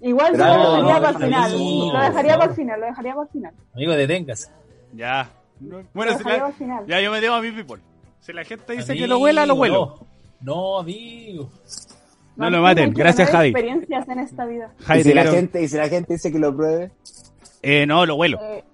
Speaker 6: Igual yo
Speaker 2: Pero
Speaker 6: lo
Speaker 2: no,
Speaker 6: dejaría
Speaker 2: no,
Speaker 6: para el
Speaker 2: no,
Speaker 6: final.
Speaker 8: no,
Speaker 6: Lo dejaría
Speaker 8: no.
Speaker 6: para el final, lo dejaría para el final.
Speaker 8: Amigo, deténgase.
Speaker 1: Ya.
Speaker 6: Lo
Speaker 1: Bueno, si
Speaker 6: dejaría para el
Speaker 1: la-
Speaker 6: final.
Speaker 1: ya yo me debo a mi people. Si la gente dice
Speaker 8: Amigo,
Speaker 1: que lo huela, lo huelo.
Speaker 8: No, No, amigo.
Speaker 1: No lo
Speaker 6: Martín,
Speaker 1: maten.
Speaker 6: hay que
Speaker 1: Gracias,
Speaker 6: tener
Speaker 1: Javi.
Speaker 6: experiencias en esta vida.
Speaker 2: Y
Speaker 1: Jaime,
Speaker 2: si, la
Speaker 1: quiero-
Speaker 2: gente, y si la gente dice que lo pruebe,
Speaker 1: Eh, no, lo huelo.
Speaker 6: Eh,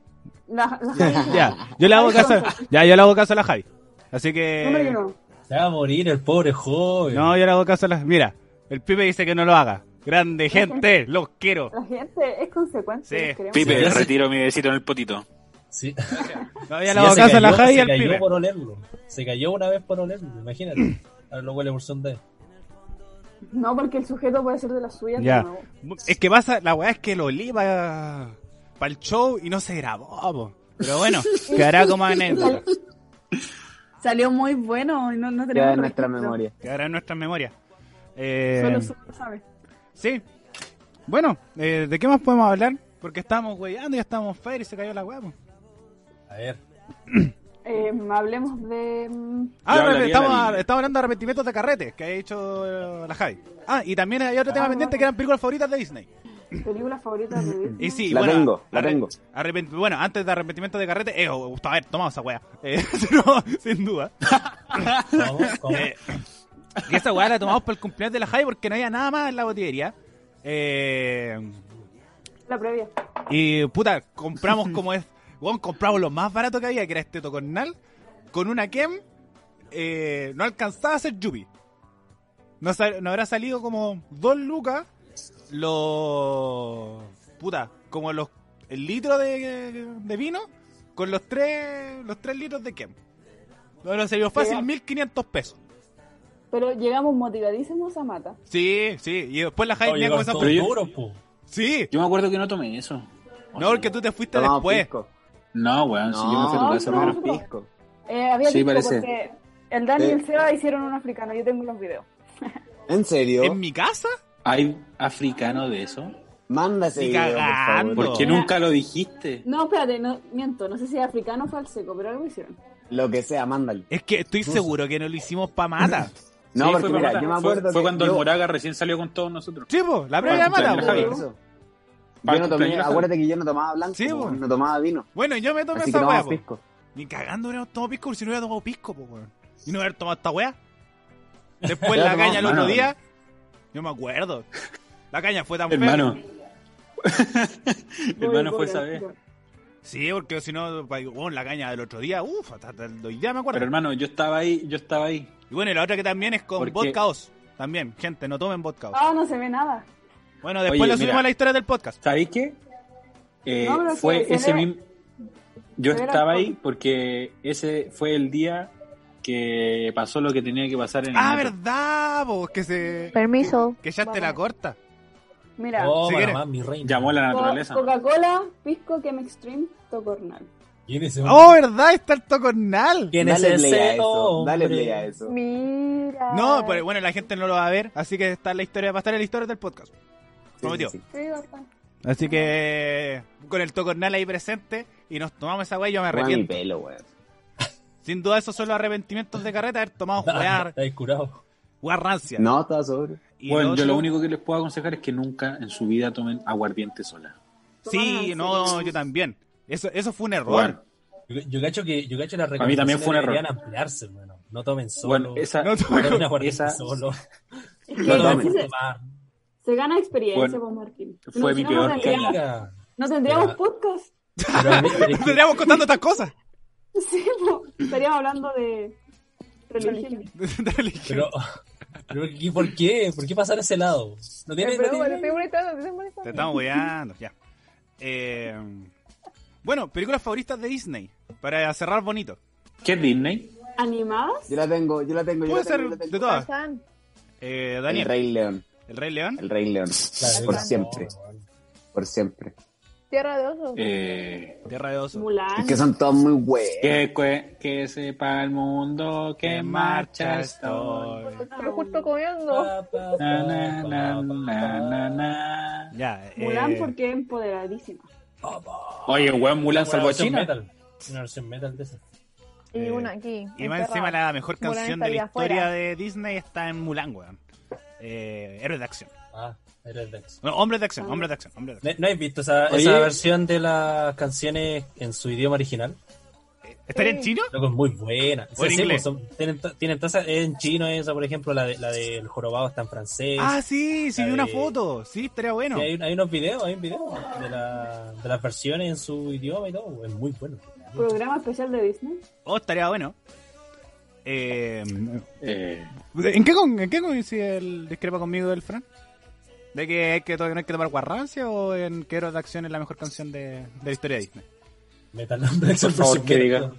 Speaker 6: la- la-
Speaker 1: [laughs] Ya, yo le hago caso, ya, yo le hago caso a la Javi. Así
Speaker 6: Número
Speaker 1: que...
Speaker 6: uno.
Speaker 8: Se va a morir el pobre joven.
Speaker 1: No, yo le hago caso a la... Mira, el Pipe dice que no lo haga. Grande [laughs] gente, los quiero.
Speaker 6: La gente es consecuente.
Speaker 1: Sí.
Speaker 6: los queremos.
Speaker 5: Pipe,
Speaker 8: Sí, ya sé.
Speaker 5: retiro mi besito en el potito.
Speaker 1: [laughs]
Speaker 8: Sí. [laughs]
Speaker 1: No, yo
Speaker 8: Sí,
Speaker 1: le
Speaker 8: ya
Speaker 1: hago
Speaker 8: se
Speaker 1: caso a la
Speaker 8: cayó-
Speaker 1: Javi y
Speaker 8: Se
Speaker 1: al
Speaker 8: cayó
Speaker 1: Pipe.
Speaker 8: por olerlo. Se cayó una vez por olerlo,
Speaker 1: [clears throat]
Speaker 8: imagínate. Ahora lo huele por sondeo.
Speaker 6: No, porque el sujeto puede ser de las suyas.
Speaker 1: Ya.
Speaker 6: de nuevo.
Speaker 1: Es que pasa, la weá es que lo olí para el show y no se grabó, po. Pero [laughs] bueno, quedará como anécdota.
Speaker 4: Salió muy bueno y no, no
Speaker 2: queda
Speaker 4: tenemos
Speaker 2: en nuestra
Speaker 4: registro.
Speaker 2: memoria.
Speaker 1: Quedará en nuestras memorias. Eh,
Speaker 4: Solo Zuko sabe.
Speaker 1: sí. Bueno, eh, ¿de qué más podemos hablar? Porque estábamos weyando, ya estábamos fair y se cayó la weá, po.
Speaker 8: A
Speaker 1: [laughs]
Speaker 8: ver.
Speaker 6: Eh, hablemos de. mm,
Speaker 1: Ah,
Speaker 5: Yo hablaría
Speaker 1: estamos,
Speaker 5: la Biblia.
Speaker 1: estamos hablando de arrepentimientos de carretes que ha dicho eh, la Javi. Ah, y también hay otro tema pendiente que eran películas favoritas de Disney.
Speaker 6: Películas favoritas de Disney.
Speaker 1: Y sí,
Speaker 2: La
Speaker 1: bueno,
Speaker 2: tengo, la tengo.
Speaker 1: arrepent- bueno, antes de arrepentimiento de carrete, eh, oh, Gustavo, a ver, tomamos esa weá. [laughs] Eh, no, sin duda.
Speaker 8: ¿Cómo?
Speaker 1: [laughs]
Speaker 8: ¿Cómo?
Speaker 1: Eh, que esa weá la tomamos para el cumpleaños de la Javi porque no había nada más en la botillería. Eh,
Speaker 6: La previa.
Speaker 1: y puta, compramos como es. Weón, compramos lo más barato que había, que era este tocornal, con una Kem. eh, no alcanzaba a ser Yupi. No, sal- no habrá salido como dos lucas. Los. Puta, como los. El litro de, de vino con los tres, los tres litros de Kem. No, no, se vio fácil,
Speaker 6: Llega-
Speaker 1: 1500 pesos.
Speaker 6: Pero llegamos motivadísimos a Mata.
Speaker 1: Sí, sí. Y después la Jaime
Speaker 8: Oye,
Speaker 1: tenía como esa
Speaker 8: todo
Speaker 5: Pero yo-
Speaker 8: duro, po.
Speaker 1: Sí.
Speaker 5: Yo me acuerdo que no tomé eso.
Speaker 1: No, porque tú te fuiste
Speaker 2: Tomamos
Speaker 1: después.
Speaker 2: pisco.
Speaker 5: No, weón, si yo me fui a tu
Speaker 6: No,
Speaker 5: casa,
Speaker 6: no.
Speaker 5: hermano.
Speaker 2: Tomamos pisco.
Speaker 6: Eh, había
Speaker 5: Sí,
Speaker 6: visto
Speaker 5: parece. Eh.
Speaker 6: porque el Dani y
Speaker 2: Sí.
Speaker 6: el Seba hicieron un africano. Yo tengo los videos.
Speaker 2: ¿En serio?
Speaker 1: ¿En mi casa?
Speaker 5: ¿Hay africano de eso?
Speaker 2: Manda ese
Speaker 1: Ni
Speaker 2: video, por
Speaker 1: cagando.
Speaker 2: favor.
Speaker 1: ¿Por
Speaker 5: Porque
Speaker 1: No.
Speaker 5: nunca lo dijiste.
Speaker 6: No, espérate, no, miento. No sé si africano fue al seco, pero algo hicieron.
Speaker 2: Lo que sea, mándalo.
Speaker 1: Es que estoy seguro que no lo hicimos pa' mata.
Speaker 2: No,
Speaker 5: Sí,
Speaker 2: porque
Speaker 5: fue,
Speaker 2: mira,
Speaker 5: para-
Speaker 2: yo me
Speaker 5: fue-
Speaker 2: acuerdo
Speaker 5: fue,
Speaker 2: que
Speaker 5: cuando
Speaker 2: yo-
Speaker 5: el Moraga recién salió con todos nosotros.
Speaker 1: [laughs] Sí, po, la previa de mata.
Speaker 5: Para cumpleaños,
Speaker 1: po.
Speaker 5: Javi.
Speaker 2: Por eso.
Speaker 5: Para
Speaker 2: Yo no
Speaker 5: cumpleaños,
Speaker 2: tomé,
Speaker 5: Javi.
Speaker 2: acuérdate que yo no tomaba blanco,
Speaker 1: Sí,
Speaker 2: po,
Speaker 1: po.
Speaker 2: no tomaba vino.
Speaker 1: Bueno, yo me tomé
Speaker 2: Así que
Speaker 1: esa weá,
Speaker 2: tomamos
Speaker 1: po.
Speaker 2: pisco.
Speaker 1: Ni cagando hubiéramos tomado pisco, porque si no hubiera tomado pisco, po, weón. Y no hubiera tomado esta weá.
Speaker 5: [laughs]
Speaker 1: Después
Speaker 2: Ya
Speaker 1: la
Speaker 2: tomamos,
Speaker 1: caña el otro
Speaker 5: hermano.
Speaker 1: día. Yo me acuerdo. La caña fue tan
Speaker 6: [laughs]
Speaker 5: Hermano.
Speaker 1: fea.
Speaker 6: Voy,
Speaker 5: Hermano, fue
Speaker 6: voy,
Speaker 5: esa vez.
Speaker 6: voy.
Speaker 1: Sí, porque si no, pa- weón, la caña del otro día, uff, hasta hasta el hoy día me acuerdo.
Speaker 5: Pero hermano, yo estaba ahí, yo estaba ahí.
Speaker 1: y bueno, y la otra que también es con
Speaker 5: Porque-
Speaker 1: vodka os. También, gente, no tomen vodka os.
Speaker 6: Ah, no se ve nada.
Speaker 1: Bueno, después
Speaker 5: Oye,
Speaker 1: lo subimos
Speaker 5: mira.
Speaker 1: a la historia del podcast.
Speaker 5: ¿Sabéis qué? Eh,
Speaker 6: No, pero
Speaker 5: fue
Speaker 6: se- se
Speaker 5: ese
Speaker 6: ve-
Speaker 5: mismo. Yo
Speaker 6: se ve la
Speaker 5: estaba ahí
Speaker 6: foto.
Speaker 5: porque ese fue el día que pasó lo que tenía que pasar en el
Speaker 1: Ah,
Speaker 5: metro.
Speaker 1: verdad, vos, que se.
Speaker 3: Permiso.
Speaker 1: Que ya te la corta.
Speaker 6: Mira,
Speaker 8: Oh,
Speaker 1: si
Speaker 8: para
Speaker 1: quieres.
Speaker 8: más, mi reina.
Speaker 5: Llamó a la
Speaker 6: Co-
Speaker 5: naturaleza.
Speaker 6: Coca-Cola, pisco, Kem Extreme, Tocornal.
Speaker 8: ¿Quién es ese
Speaker 1: Oh, verdad, está el tocornal.
Speaker 8: ¿Quién
Speaker 2: Dale
Speaker 8: es
Speaker 2: play a
Speaker 8: ese
Speaker 2: eso.
Speaker 8: hombre?
Speaker 2: Dale play a eso.
Speaker 3: Mira.
Speaker 1: No, pero bueno, la gente no lo va a ver, así que está la historia, va a estar en la historia del podcast.
Speaker 2: Sí,
Speaker 1: Prometió.
Speaker 2: sí, sí.
Speaker 6: Sí, bastante.
Speaker 1: Así que con el tocornal ahí presente y nos tomamos esa weá y yo me
Speaker 2: Toma mi
Speaker 1: arrepiento.
Speaker 2: pelo, weón.
Speaker 1: Sin duda esos son los arrepentimientos de carreta, haber [laughs] tomado jugar,
Speaker 8: Está curado.
Speaker 1: jugar rancia.
Speaker 2: No, estaba sobre.
Speaker 1: Y
Speaker 5: Bueno,
Speaker 1: lo
Speaker 5: yo lo
Speaker 1: otro-
Speaker 5: único que les puedo aconsejar es que nunca en su vida tomen aguardiente sola.
Speaker 1: Sí, no, yo también. Eso, eso fue un error. [laughs]
Speaker 5: Bueno,
Speaker 8: Yo, yo cacho que yo cacho las
Speaker 5: Para mí también fue un error.
Speaker 8: recomendaciones deberían ampliarse, hermano. No tomen solo.
Speaker 5: bueno, esa,
Speaker 1: No,
Speaker 8: No
Speaker 5: [laughs]
Speaker 8: tomen aguardiente
Speaker 5: esa
Speaker 8: solo.
Speaker 6: Es que
Speaker 8: No tomen
Speaker 2: tomen.
Speaker 6: así
Speaker 8: fruto
Speaker 6: se,
Speaker 8: de mar.
Speaker 6: se gana experiencia,
Speaker 5: Bueno,
Speaker 6: pues, Martín. Si
Speaker 5: fue
Speaker 6: no, si
Speaker 5: mi
Speaker 6: no,
Speaker 5: peor
Speaker 6: no tendríamos-
Speaker 5: caída.
Speaker 8: Venga.
Speaker 6: No tendríamos
Speaker 8: Mira.
Speaker 6: podcast. [laughs]
Speaker 8: Pero
Speaker 5: [laughs]
Speaker 8: a mí- pero es que-
Speaker 1: Estaríamos contando estas cosas. [laughs]
Speaker 6: Sí, pues, estaríamos hablando de religión.
Speaker 8: Pero, pero ¿y ¿por qué? ¿Por qué pasar a ese lado? No tiene, no
Speaker 3: Pero bueno,
Speaker 8: tiene-
Speaker 3: estoy molestando, te estoy molestando.
Speaker 1: Te estamos weando, ya. Eh, bueno, películas favoritas de Disney. Para cerrar bonito.
Speaker 5: ¿Qué es Disney?
Speaker 6: ¿Animadas?
Speaker 2: Yo la tengo, yo la tengo. yo
Speaker 1: Puede
Speaker 2: la tengo,
Speaker 1: ser
Speaker 2: yo la tengo.
Speaker 1: de todas.
Speaker 3: Tarzán.
Speaker 1: Eh,
Speaker 2: El
Speaker 1: Daniel,
Speaker 2: Rey León.
Speaker 1: el Rey León.
Speaker 2: El Rey León.
Speaker 8: Claro,
Speaker 2: por
Speaker 8: no,
Speaker 2: siempre.
Speaker 8: weón.
Speaker 2: Por siempre.
Speaker 3: Tierra de osos.
Speaker 5: Eh,
Speaker 1: Tierra de Osos.
Speaker 6: Mulan.
Speaker 2: Es que son todas muy buenas.
Speaker 5: que, que, que sepa el mundo que en marcha estoy.
Speaker 3: Pero justo
Speaker 1: Ah.
Speaker 3: comiendo.
Speaker 8: Pa, pa, pa,
Speaker 5: Na, na, na, na, na,
Speaker 8: pa, pa,
Speaker 5: na.
Speaker 1: Ya, eh,
Speaker 6: Mulan porque es empoderadísima.
Speaker 5: Oye, weón, Mulan
Speaker 8: pa. Una
Speaker 5: salvó a
Speaker 8: versión
Speaker 5: China.
Speaker 8: metal. Una versión metal de esa.
Speaker 1: eh,
Speaker 3: Y una aquí.
Speaker 1: Y más
Speaker 3: encerrada.
Speaker 1: encima la mejor
Speaker 3: Mulan
Speaker 1: canción de la
Speaker 3: estaría
Speaker 1: historia
Speaker 3: afuera.
Speaker 1: de Disney está en Mulan, weón. Eh, héroes de acción.
Speaker 8: Ah, era el Dex.
Speaker 1: No, hombres de acción, hombres de acción, hombres de
Speaker 8: ¿No, no has visto esa,
Speaker 5: Oye.
Speaker 8: esa versión de las canciones en su idioma original?
Speaker 1: acción. ¿Estaría en chino?
Speaker 8: Loco, es muy buena.
Speaker 1: O en inglés.
Speaker 8: pues son- tienen, to- tienen todas esas- en chino esa, por ejemplo, la, de, la del jorobado está en francés.
Speaker 1: Ah, sí, sí, vi
Speaker 8: La
Speaker 1: una
Speaker 8: de-
Speaker 1: foto. Sí, estaría bueno.
Speaker 8: Sí, hay, hay unos videos, hay un video de, la- de las versiones en su idioma y todo. Es muy bueno.
Speaker 6: Programa especial de Disney.
Speaker 1: Oh, estaría bueno. Eh,
Speaker 5: Eh,
Speaker 1: ¿En qué, con, ¿En qué coincide el discrepa conmigo el Fran? ¿De que, hay que todavía no hay que tomar guarrancia o en qué héroes de acción es la mejor canción de, de la historia de Disney?
Speaker 8: Metal Number
Speaker 5: Por favor, que diga.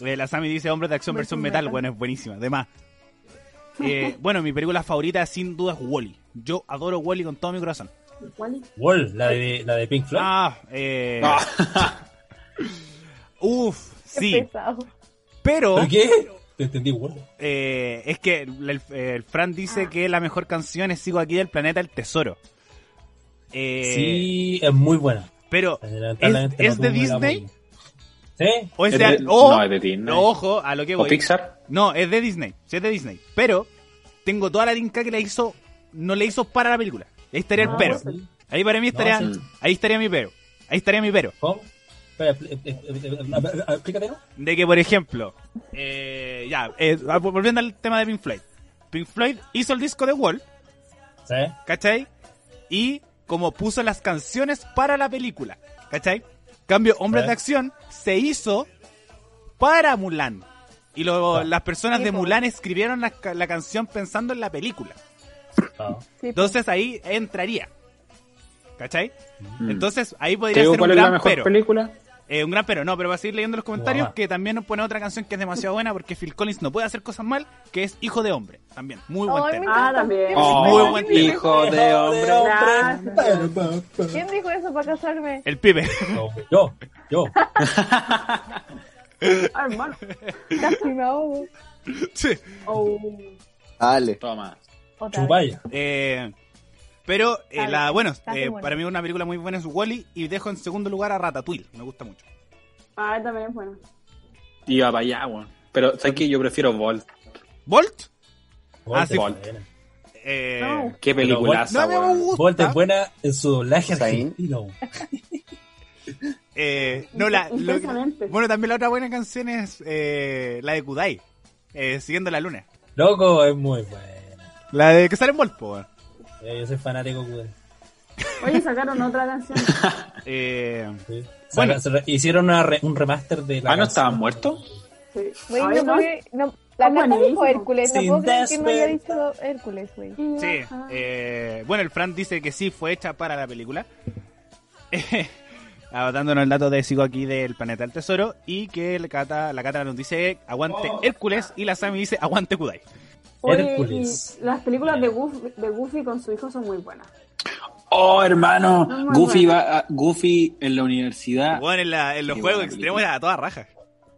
Speaker 1: Eh, La Sami dice Hombres de Acción versión
Speaker 3: Versión
Speaker 1: Metal,
Speaker 3: metal.
Speaker 1: bueno, es buenísima, además. Eh, bueno, mi película favorita sin duda es Wally. Yo adoro Wally con todo mi corazón.
Speaker 6: ¿Cuál es?
Speaker 8: Wall, la de, la de Pink Floyd.
Speaker 1: Ah, eh.
Speaker 5: Ah.
Speaker 1: [laughs] Uf,
Speaker 3: Qué
Speaker 1: sí.
Speaker 3: pesado.
Speaker 1: Pero
Speaker 8: ¿Pero qué? Te entendí, Wall.
Speaker 1: eh, es que el, el Fran dice que la mejor canción es Sigo aquí del planeta El Tesoro. Eh,
Speaker 8: Sí, es muy buena.
Speaker 1: Pero
Speaker 8: Lamentablemente
Speaker 1: es de
Speaker 8: tuve la
Speaker 1: Disney?
Speaker 8: oportunidad. Sí,
Speaker 1: O
Speaker 5: es
Speaker 1: sea,
Speaker 5: de-
Speaker 1: o-
Speaker 5: no, es de Disney.
Speaker 1: Pues oh, no, ojo a lo que
Speaker 5: ¿O
Speaker 1: voy.
Speaker 5: Pixar?
Speaker 1: No, es de Disney, sí es de Disney. Pero tengo toda la tinca que la hizo, no le hizo para la película. Ahí estaría el
Speaker 6: Ah,
Speaker 1: pero.
Speaker 6: sí.
Speaker 1: Ahí para mí estaría,
Speaker 8: No,
Speaker 5: sí.
Speaker 1: ahí estaría mi pero. Ahí estaría mi pero.
Speaker 8: ¿cómo? Espera, expl- eh, eh, eh, eh, eh, Explícate, ¿no?
Speaker 1: De que, por ejemplo, eh, ya, eh, volviendo al tema de Pink Floyd. Pink Floyd hizo el disco de Wall,
Speaker 8: Sí.
Speaker 1: ¿cachai? Y como puso las canciones para la película, ¿cachai? Cambio, Hombres
Speaker 8: Sí.
Speaker 1: de Acción se hizo para Mulan. Y lo-
Speaker 8: Ah.
Speaker 1: las personas de
Speaker 3: Sí, po.
Speaker 1: Mulan escribieron la, ca- la canción pensando en la película.
Speaker 8: Ah.
Speaker 3: Sí,
Speaker 1: Entonces ahí entraría. ¿Cachai?
Speaker 5: Mm.
Speaker 1: Entonces ahí
Speaker 5: ¿Te
Speaker 1: podría
Speaker 5: digo
Speaker 1: ser un
Speaker 5: cuál es la
Speaker 1: gran
Speaker 5: mejor
Speaker 1: pero.
Speaker 5: película?
Speaker 1: Eh, un gran pero, no, pero va a seguir leyendo los comentarios
Speaker 8: Guau.
Speaker 1: que también nos pone otra canción que es demasiado buena porque Phil Collins no puede hacer cosas mal, que es Hijo de Hombre, también. Muy buen
Speaker 3: Ay, me
Speaker 1: tema.
Speaker 3: encanta.
Speaker 6: Ah, también.
Speaker 3: ¿Quién
Speaker 1: Oh,
Speaker 3: dijo
Speaker 1: muy
Speaker 3: eso?
Speaker 1: buen tema.
Speaker 5: hijo de hombre.
Speaker 3: ¿Quién dijo eso para
Speaker 1: [laughs]
Speaker 3: casarme?
Speaker 1: El pibe.
Speaker 8: No, Yo, yo.
Speaker 6: Ah, hermano.
Speaker 3: Casi me ahogo.
Speaker 1: Sí.
Speaker 6: Oh,
Speaker 2: Dale.
Speaker 5: Toma.
Speaker 3: Otra vez.
Speaker 8: Chupalla.
Speaker 1: Eh, pero, eh,
Speaker 3: Está
Speaker 1: la,
Speaker 3: bien,
Speaker 1: bueno,
Speaker 3: está
Speaker 1: eh,
Speaker 3: bien bueno.
Speaker 1: para mí una película muy buena es Wally y dejo en segundo lugar a Ratatouille, me gusta mucho.
Speaker 6: ah, también es bueno.
Speaker 5: Iba para allá, weón. Pero, ¿sabes qué? Yo prefiero Volt.
Speaker 1: ¿Volt?
Speaker 5: Ah,
Speaker 8: Volt
Speaker 1: sí.
Speaker 8: es buena.
Speaker 1: Eh,
Speaker 6: No.
Speaker 5: Qué
Speaker 8: Pero
Speaker 5: peliculaza,
Speaker 1: no me
Speaker 5: weón.
Speaker 1: gusta.
Speaker 8: Volt es buena en su doblaje
Speaker 2: Zayn.
Speaker 8: argentino.
Speaker 1: eh, no, la, lo-
Speaker 6: Intensamente.
Speaker 1: bueno, también la otra buena canción es eh, la de Kudai, eh, Siguiendo la Luna.
Speaker 8: Loco, es muy buena.
Speaker 1: La de que sale en Volt, po, weón.
Speaker 8: Eh, Yo soy fanático, güey.
Speaker 6: Oye, sacaron otra canción.
Speaker 1: Eh,
Speaker 8: Sí.
Speaker 1: Bueno.
Speaker 8: Saca- se re- hicieron una re- un remaster de la
Speaker 5: Ah, ¿no
Speaker 8: canción.
Speaker 5: estaban muertos?
Speaker 6: Sí.
Speaker 3: Güey,
Speaker 6: Ay,
Speaker 3: no
Speaker 6: no.
Speaker 3: puede- no- la Cata
Speaker 6: Ah,
Speaker 3: dijo
Speaker 6: buenísimo.
Speaker 3: Hércules, no
Speaker 8: Sin
Speaker 3: puedo creer que no haya
Speaker 8: despertar.
Speaker 3: dicho Hércules, güey.
Speaker 1: Sí, [laughs] eh, bueno, el Fran dice que sí fue hecha para la película. dándonos el dato de sigo aquí del planeta del tesoro y que el cata, la cata nos dice aguante
Speaker 8: Oh.
Speaker 1: Hércules y la Sami dice aguante Kudai.
Speaker 6: Oye, y
Speaker 8: Hércules.
Speaker 6: las películas de Goofy, de Goofy con su hijo son muy buenas.
Speaker 5: Oh, hermano.
Speaker 6: Muy
Speaker 5: Goofy,
Speaker 6: bueno.
Speaker 5: va a- Goofy en la
Speaker 8: Ah.
Speaker 5: universidad.
Speaker 1: Bueno, en, la- en los
Speaker 5: Qué
Speaker 1: juegos
Speaker 5: buena
Speaker 1: extremos
Speaker 5: película.
Speaker 1: a toda raja.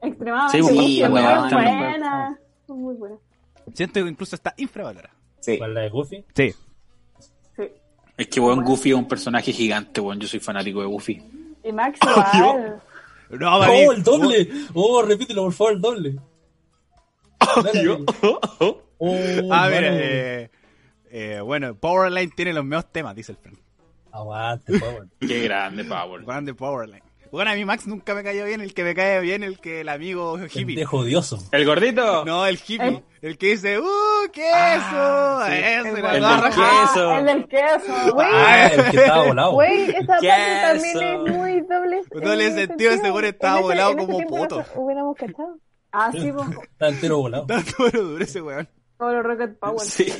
Speaker 6: Extremadamente.
Speaker 5: Sí,
Speaker 6: muy
Speaker 2: bueno,
Speaker 6: buenas.
Speaker 5: bueno.
Speaker 6: Son muy buenas.
Speaker 1: Siento que incluso está infravalorada.
Speaker 2: Sí.
Speaker 8: ¿Cuál la de Goofy?
Speaker 1: Sí.
Speaker 6: Sí.
Speaker 5: Es que, weón, Goofy es un personaje gigante, weón. Yo soy fanático de Goofy.
Speaker 6: Y Max igual.
Speaker 1: No, para mí-
Speaker 8: ¡Oh, el doble! ¡Oh, repítelo, por favor, el doble!
Speaker 5: [laughs]
Speaker 8: Dale,
Speaker 5: Yo- Ah,
Speaker 8: dale. Oh,
Speaker 1: A ver,
Speaker 8: hermano.
Speaker 1: eh, eh, bueno, Powerline tiene los mejores temas, dice el Fran.
Speaker 8: Aguante,
Speaker 5: [laughs]
Speaker 8: Power.
Speaker 5: Qué grande, Power.
Speaker 1: Juan de Powerline. Bueno, a mí Max nunca me cayó bien, el que me cae bien, el que el amigo hippie.
Speaker 5: [laughs]
Speaker 8: Pendejo odioso.
Speaker 5: ¿El gordito?
Speaker 1: No, el hippie.
Speaker 6: Eh.
Speaker 1: El que dice, ¡uh, queso!
Speaker 5: Ah, sí.
Speaker 1: Eso,
Speaker 5: El
Speaker 1: la
Speaker 5: del
Speaker 1: toda raja.
Speaker 5: queso.
Speaker 6: Ah, el del queso.
Speaker 8: [laughs] Ah, el que estaba volado.
Speaker 3: Güey, esa parte
Speaker 5: Queso.
Speaker 3: también es muy doble.
Speaker 1: Doble
Speaker 3: eh,
Speaker 1: sentido, ese güey estaba
Speaker 3: En ese-
Speaker 1: volado
Speaker 3: en ese
Speaker 1: como
Speaker 3: tiempo
Speaker 1: poto.
Speaker 3: nos Hubiéramos cachado.
Speaker 6: Ah, sí, pues,
Speaker 8: Está entero volado.
Speaker 1: Está todo lo duro ese weón.
Speaker 6: con los Rocket Power.
Speaker 5: Sí.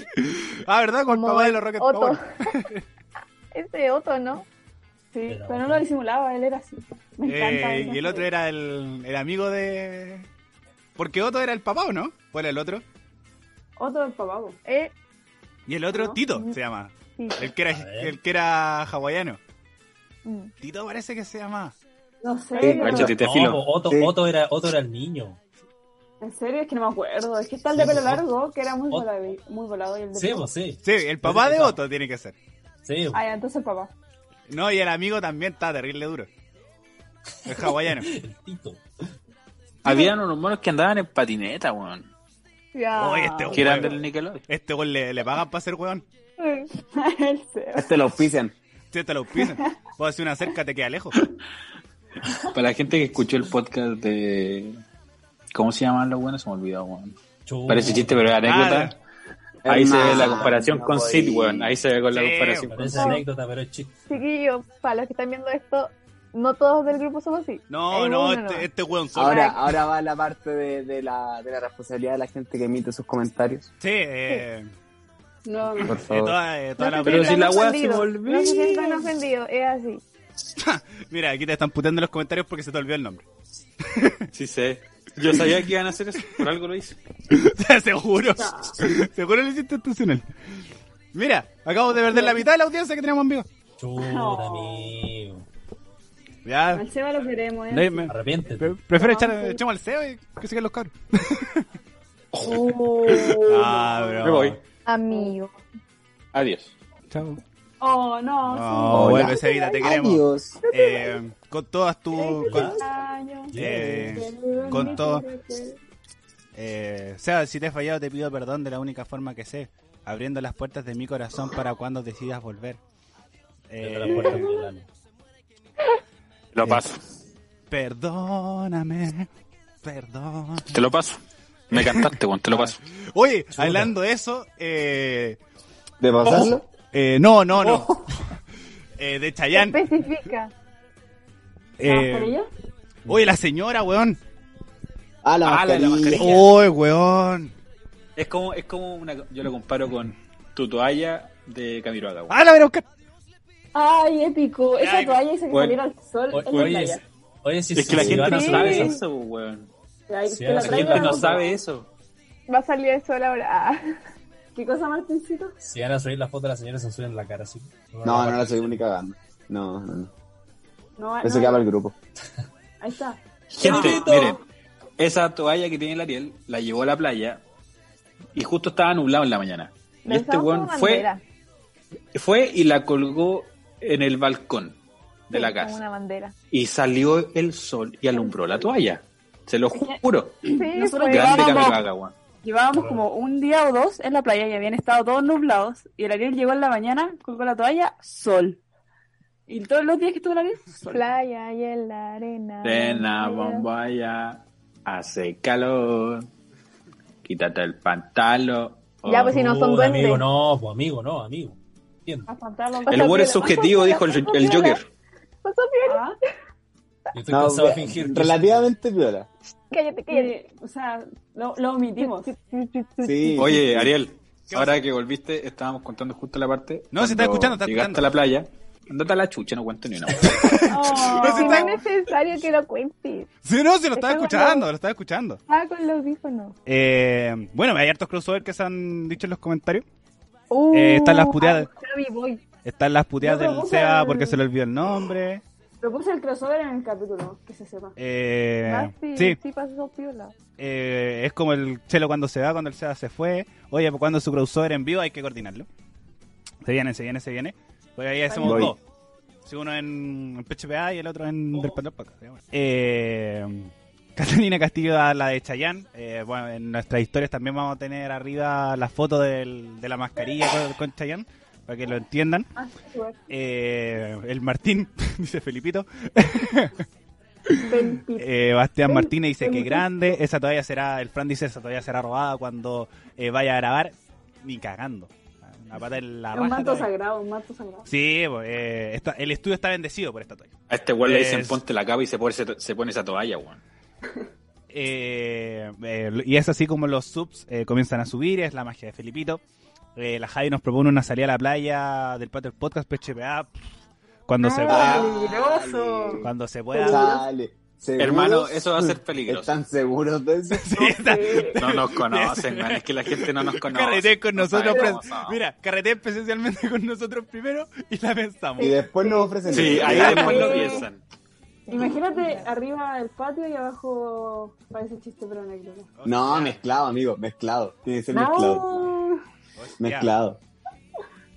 Speaker 1: Ah, ¿verdad? Con el
Speaker 3: Como
Speaker 1: papá de
Speaker 3: el
Speaker 1: los Rocket
Speaker 3: Otto. [laughs]
Speaker 1: Power.
Speaker 3: Ese Otto, ¿no?
Speaker 6: Sí, pero no lo disimulaba, él era así. Me encanta.
Speaker 1: Eh,
Speaker 6: esa
Speaker 1: y el otro
Speaker 6: serie.
Speaker 1: era el, el amigo de. Porque Otto era el papá, ¿o no? ¿O era el otro?
Speaker 6: Otro del papavo.
Speaker 3: Eh,
Speaker 1: Y el otro,
Speaker 6: No.
Speaker 1: Tito, se llama.
Speaker 3: sí.
Speaker 1: El que era,
Speaker 8: A ver.
Speaker 1: el que era hawaiano.
Speaker 3: Mm.
Speaker 1: Tito parece que se llama.
Speaker 6: No sé.
Speaker 2: Sí,
Speaker 6: no-
Speaker 5: Cachete, te filo.
Speaker 8: No, po, Otto,
Speaker 2: Sí.
Speaker 8: Otto era, Otto era el niño.
Speaker 6: En serio, es que no me acuerdo. Es que está el de
Speaker 8: Sí,
Speaker 6: pelo
Speaker 8: po.
Speaker 6: largo, que era muy
Speaker 8: Otro.
Speaker 6: volado. Muy volado y el de
Speaker 8: Sí,
Speaker 6: pelo-
Speaker 8: pues sí.
Speaker 1: Sí, el papá de Otto tiene que ser.
Speaker 8: Sí, po.
Speaker 6: Ah, ya, entonces el papá.
Speaker 1: No, y el amigo también está terrible duro. El hawaiano. este
Speaker 8: el Tito.
Speaker 5: Habían unos monos que andaban en patineta, weón.
Speaker 3: Ya.
Speaker 1: Oye, este
Speaker 5: Que eran
Speaker 1: weón.
Speaker 5: del Nickelodeon.
Speaker 1: Este weón le, le pagan para ser weón.
Speaker 6: el CEO.
Speaker 2: Este lo auspician.
Speaker 1: Si te este lo pisan. Puedo hacer una cerca, te queda lejos.
Speaker 5: Para la gente que escuchó el podcast de. ¿Cómo se llaman los buenos? Se me olvidó, weón.
Speaker 8: Chu.
Speaker 5: Parece chiste, pero es anécdota. Ahí se ve la comparación
Speaker 2: Ah, Hermano,
Speaker 5: con
Speaker 2: no
Speaker 5: Sid,
Speaker 2: podí.
Speaker 5: weón. Ahí se ve con la
Speaker 1: Sí,
Speaker 5: comparación con
Speaker 8: Parece
Speaker 5: Sid.
Speaker 8: anécdota, pero es chiste.
Speaker 3: Chiquillos, para los que están viendo esto, no todos del grupo somos así.
Speaker 1: No,
Speaker 3: Hay
Speaker 1: no,
Speaker 3: uno nomás.
Speaker 1: este, este weón solo.
Speaker 2: Ahora, ahora va la parte de, de la, de la responsabilidad de la gente que emite sus comentarios.
Speaker 1: Sí, eh,
Speaker 6: No, no.
Speaker 2: Por
Speaker 1: eh,
Speaker 2: favor.
Speaker 1: toda, eh,
Speaker 3: No
Speaker 1: toda
Speaker 3: se
Speaker 1: la
Speaker 5: Pero si
Speaker 3: sientan
Speaker 5: la weá se
Speaker 3: ofendidos,
Speaker 5: volvió.
Speaker 3: No se sientan ofendidos, es así.
Speaker 1: Mira, aquí te están puteando en los comentarios porque se te olvidó el nombre. [laughs]
Speaker 5: Sí, sé. Yo sabía que iban a hacer eso. Por algo lo hice.
Speaker 1: Seguro. [laughs] Seguro lo hiciste estacional. Mira, acabo de perder la mitad de la audiencia que tenemos en vivo.
Speaker 8: Chuta,
Speaker 6: No.
Speaker 8: amigo.
Speaker 1: Ya.
Speaker 6: Al Seba lo queremos, ¿eh?
Speaker 1: no, me-
Speaker 8: Arrepiéntete.
Speaker 1: pre- prefiero echar echemos al CEO y que sigan los cabros.
Speaker 6: Oh.
Speaker 1: Ah, bro.
Speaker 5: Me voy.
Speaker 3: Amigo.
Speaker 5: Adiós.
Speaker 1: Chao.
Speaker 6: Oh, no,
Speaker 1: No,
Speaker 2: Hola.
Speaker 1: vuelve, Sevita, te queremos.
Speaker 2: Adiós.
Speaker 1: Eh, con todas tus. con-
Speaker 6: sí. Años.
Speaker 1: eh, con todo. Eh, Seba, si te he fallado, te pido perdón de la única forma que sé, abriendo las puertas de mi corazón para cuando decidas volver. Eh,
Speaker 8: Abre la puerta, Milano.
Speaker 5: Te lo paso.
Speaker 1: perdóname, perdón.
Speaker 5: Te lo paso. Me cantaste, weón. Te lo paso.
Speaker 1: Oye, hablando de eso, eh,
Speaker 2: ¿De pasarlo? Oh.
Speaker 1: eh, no, no, no. [laughs] Eh, de Chayanne.
Speaker 3: Especifica.
Speaker 6: ¿Vamos Ah, por
Speaker 1: eh,
Speaker 6: ella?
Speaker 1: oye, la señora, weón.
Speaker 2: Ah, la
Speaker 5: Ah, la de la
Speaker 2: mascarilla.
Speaker 5: mascarilla.
Speaker 1: Oye, weón.
Speaker 5: Es como, es como una. Yo lo comparo con tu toalla de Camiroaga, weón.
Speaker 1: Ah, la verá buscar.
Speaker 6: Ay, épico. Esa
Speaker 1: eh, Ay,
Speaker 6: toalla hizo que
Speaker 5: bueno.
Speaker 6: saliera al sol.
Speaker 8: O-
Speaker 6: en la
Speaker 8: Oye,
Speaker 6: playa.
Speaker 8: si- oye, si
Speaker 5: Es que la
Speaker 8: si
Speaker 5: gente
Speaker 8: van a
Speaker 5: no
Speaker 3: sí.
Speaker 5: sabe
Speaker 8: salir-
Speaker 5: eso, weón.
Speaker 6: Ay,
Speaker 8: Sí,
Speaker 6: que la
Speaker 8: la
Speaker 5: La
Speaker 6: traigan
Speaker 5: gente
Speaker 6: a
Speaker 5: no
Speaker 6: la-
Speaker 5: sabe eso.
Speaker 3: Va a salir el sol ahora. Ah.
Speaker 6: ¿Qué cosa, Martincito?
Speaker 8: Si van a subir la foto de la señora, se suben la cara así.
Speaker 2: No, no la soy única cagando. No, no, no. Eso
Speaker 6: No, Ah, no,
Speaker 2: queda para el grupo.
Speaker 6: Ahí está.
Speaker 5: Gente,
Speaker 6: Chao.
Speaker 5: miren, esa toalla que tiene el Ariel la llevó a la playa y justo estaba nublado en la mañana. Y este
Speaker 3: Lanzamos
Speaker 5: weón
Speaker 3: una
Speaker 5: fue,
Speaker 3: bandera.
Speaker 5: fue y la colgó en el balcón de
Speaker 3: Sí,
Speaker 5: la
Speaker 3: Como
Speaker 5: casa.
Speaker 3: una
Speaker 5: [clears throat]
Speaker 3: bandera.
Speaker 5: Y salió el sol y alumbró la toalla. Se lo juro.
Speaker 3: Sí,
Speaker 4: Nosotros
Speaker 3: fue-
Speaker 5: Grande
Speaker 4: vamos.
Speaker 5: Camiroaga, weón.
Speaker 4: Llevábamos como un día o dos en la playa y habían estado todos nublados. Y el Ariel llegó en la mañana, colgó la toalla, sol. Y todos los días que estuvo el Ariel, sol.
Speaker 3: playa y en la arena.
Speaker 5: Cena,
Speaker 3: bandera.
Speaker 5: bombaya, hace calor, quítate el pantalón. Oh.
Speaker 3: Ya, pues, si no son duendes.
Speaker 8: Amigo, no, pues amigo, no, amigo. Entiendo.
Speaker 6: Afrontarlo.
Speaker 5: el humor es
Speaker 3: Pasó piola,
Speaker 5: subjetivo,
Speaker 3: pasó
Speaker 5: dijo el,
Speaker 3: piola,
Speaker 5: el
Speaker 3: pasó
Speaker 5: Joker.
Speaker 3: Pasó bien.
Speaker 6: Ah,
Speaker 8: Yo estoy
Speaker 2: No,
Speaker 8: cansado de fingir. que-
Speaker 2: relativamente viola.
Speaker 5: Ah.
Speaker 3: Cállate, cállate.
Speaker 6: que, o sea, lo, lo omitimos.
Speaker 2: Sí.
Speaker 5: [laughs] Oye, Ariel,
Speaker 1: [laughs] ¿Qué
Speaker 5: ahora que volviste, estábamos contando justo la parte.
Speaker 1: No, se está
Speaker 5: cuando
Speaker 1: escuchando, está
Speaker 5: Llegaste
Speaker 1: escuchando.
Speaker 5: a la playa Andate a la chucha, no cuento ni una.
Speaker 1: No se
Speaker 3: Si no
Speaker 1: está-
Speaker 3: es necesario que lo cuentes.
Speaker 1: Sí, no, sí, lo estaba
Speaker 3: Está
Speaker 1: escuchando,
Speaker 3: guardado.
Speaker 1: lo estaba escuchando.
Speaker 3: Ah, con los audífonos.
Speaker 1: Eh, bueno, hay hartos crossover que se han dicho en los comentarios.
Speaker 3: Uh,
Speaker 1: Eh, están las puteadas.
Speaker 3: Javi, ah, voy.
Speaker 1: Están las puteadas
Speaker 6: Yo
Speaker 1: del
Speaker 6: propuse
Speaker 1: SEA
Speaker 6: el-
Speaker 1: porque se le olvidó el nombre.
Speaker 6: Propuse el crossover en el capítulo, que se sepa.
Speaker 1: Eh,
Speaker 3: Ah, sí,
Speaker 1: sí,
Speaker 3: sí pasó piola.
Speaker 1: eh, es como el Chelo cuando se va, cuando el SEA se fue. Oye, pues cuando su crossover en vivo hay que coordinarlo. Se viene, se viene, se viene. Pues ahí hacemos
Speaker 2: Voy.
Speaker 1: dos. Sí, uno en PHPA y el otro en Del Pandor Podcast, digamos. Eh, Catalina Castillo da la de Chayanne. Eh, bueno, en nuestras historias también vamos a tener arriba la foto del- de la mascarilla con, con Chayanne, para que lo entiendan. Eh, el Martín, [laughs] dice Felipito. Eh, Bastián Martínez dice que grande. Esa todavía será, el Fran dice, esa todavía será robada cuando eh, vaya a grabar. Ni cagando. La pata en la
Speaker 6: Es un
Speaker 1: raja
Speaker 6: manto
Speaker 1: todavía.
Speaker 6: sagrado, un
Speaker 1: [laughs]
Speaker 6: manto sagrado.
Speaker 1: Sí, pues, eh, está- el estudio está bendecido por esta toalla.
Speaker 5: A este weón le dicen
Speaker 1: Es-
Speaker 5: ponte la capa y se pone, ese- se pone esa toalla, weón.
Speaker 1: Eh, eh, y es así como los subs eh, comienzan a subir, es la magia de Felipito. Eh, la Javi nos propone una salida a la playa del patio del podcast PHPA pff, cuando se
Speaker 2: Ah.
Speaker 1: pueda.
Speaker 6: peligroso.
Speaker 1: Cuando se pueda.
Speaker 2: Sale. ¿Seguros?
Speaker 5: Hermano, eso va a ser peligroso.
Speaker 2: ¿Están seguros de eso?
Speaker 1: [laughs] Sí, está-
Speaker 6: Eh,
Speaker 5: No
Speaker 1: [laughs]
Speaker 5: nos conocen, man. Es que la gente no nos conoce.
Speaker 1: Carreté con
Speaker 5: No
Speaker 1: nosotros.
Speaker 5: sabe
Speaker 1: pres-
Speaker 5: cómo somos.
Speaker 1: Mira, carreté presencialmente con nosotros primero y la pensamos.
Speaker 2: Y después nos ofrecen.
Speaker 5: Sí,
Speaker 2: eso.
Speaker 5: ahí
Speaker 2: Ya,
Speaker 5: después lo
Speaker 2: no.
Speaker 5: piensan.
Speaker 6: Imagínate arriba el patio y abajo parece chiste pero anécdota.
Speaker 1: Oh,
Speaker 2: No, mezclado, amigo, mezclado. Tiene que ser mezclado.
Speaker 6: No.
Speaker 2: Mezclado.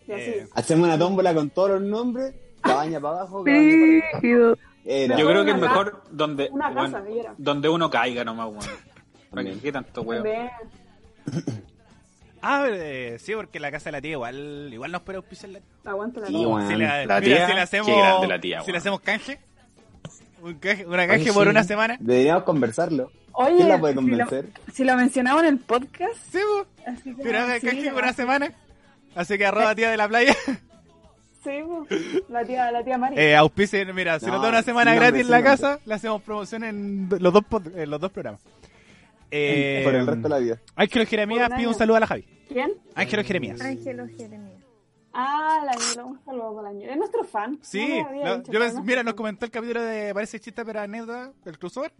Speaker 6: Y así.
Speaker 1: Eh,
Speaker 2: Hacemos una tómbola con todos los nombres. Cabaña para abajo, cabaña para arriba. Era.
Speaker 5: Yo creo que es
Speaker 6: Una
Speaker 5: mejor donde,
Speaker 6: Una
Speaker 5: weón,
Speaker 6: casa, mira.
Speaker 5: donde uno caiga nomás, weón. ¿Para qué- qué tanto, weón?
Speaker 6: Ven.
Speaker 1: Ah, eh, sí, porque la casa de la tía igual, igual nos puede auspiciar la
Speaker 6: Aguanta la
Speaker 2: Sí,
Speaker 6: luz.
Speaker 2: weón.
Speaker 1: Si la,
Speaker 5: Mm, La
Speaker 1: mira,
Speaker 5: tía,
Speaker 1: si la hacemos,
Speaker 5: qué grande la tía,
Speaker 1: si
Speaker 5: weón.
Speaker 1: le hacemos canje, un canje- una canje
Speaker 2: Oye,
Speaker 1: por
Speaker 2: sí.
Speaker 1: una semana.
Speaker 2: Deberíamos conversarlo.
Speaker 4: Oye,
Speaker 2: ¿Quién la puede
Speaker 4: si, lo,
Speaker 2: convencer?
Speaker 4: si lo mencionamos en el podcast,
Speaker 1: Sí, po.
Speaker 4: así como,
Speaker 1: que una
Speaker 4: sí,
Speaker 1: canje
Speaker 4: la
Speaker 1: por una
Speaker 4: más-
Speaker 1: semana. Así que arroba tía de la playa.
Speaker 6: Sí, pues, la tía, la tía Mari.
Speaker 1: Eh, auspicien, mira, si
Speaker 2: No,
Speaker 1: nos da una semana
Speaker 2: sin nombre,
Speaker 1: gratis en
Speaker 2: sin
Speaker 1: la
Speaker 2: nombre.
Speaker 1: casa, le hacemos promoción en do- los dos, pod- en los dos programas. Eh,
Speaker 2: Por el resto de la vida.
Speaker 1: Ángelo Jeremías
Speaker 6: Por un
Speaker 1: pide un
Speaker 6: año.
Speaker 1: saludo a la Javi.
Speaker 6: ¿Quién?
Speaker 1: Ángelo Jeremías.
Speaker 3: Ángelo
Speaker 5: [laughs]
Speaker 3: Jeremías.
Speaker 6: Ah, la Ñela, un saludo para la Ñela. Es nuestro fan.
Speaker 1: Sí,
Speaker 6: No me había
Speaker 1: la-
Speaker 6: dicho
Speaker 1: yo
Speaker 6: que
Speaker 1: pens-
Speaker 6: era
Speaker 1: mira, nos
Speaker 6: nuestro
Speaker 1: comentó el capítulo de Parece Chista pero anécdota, el crossover.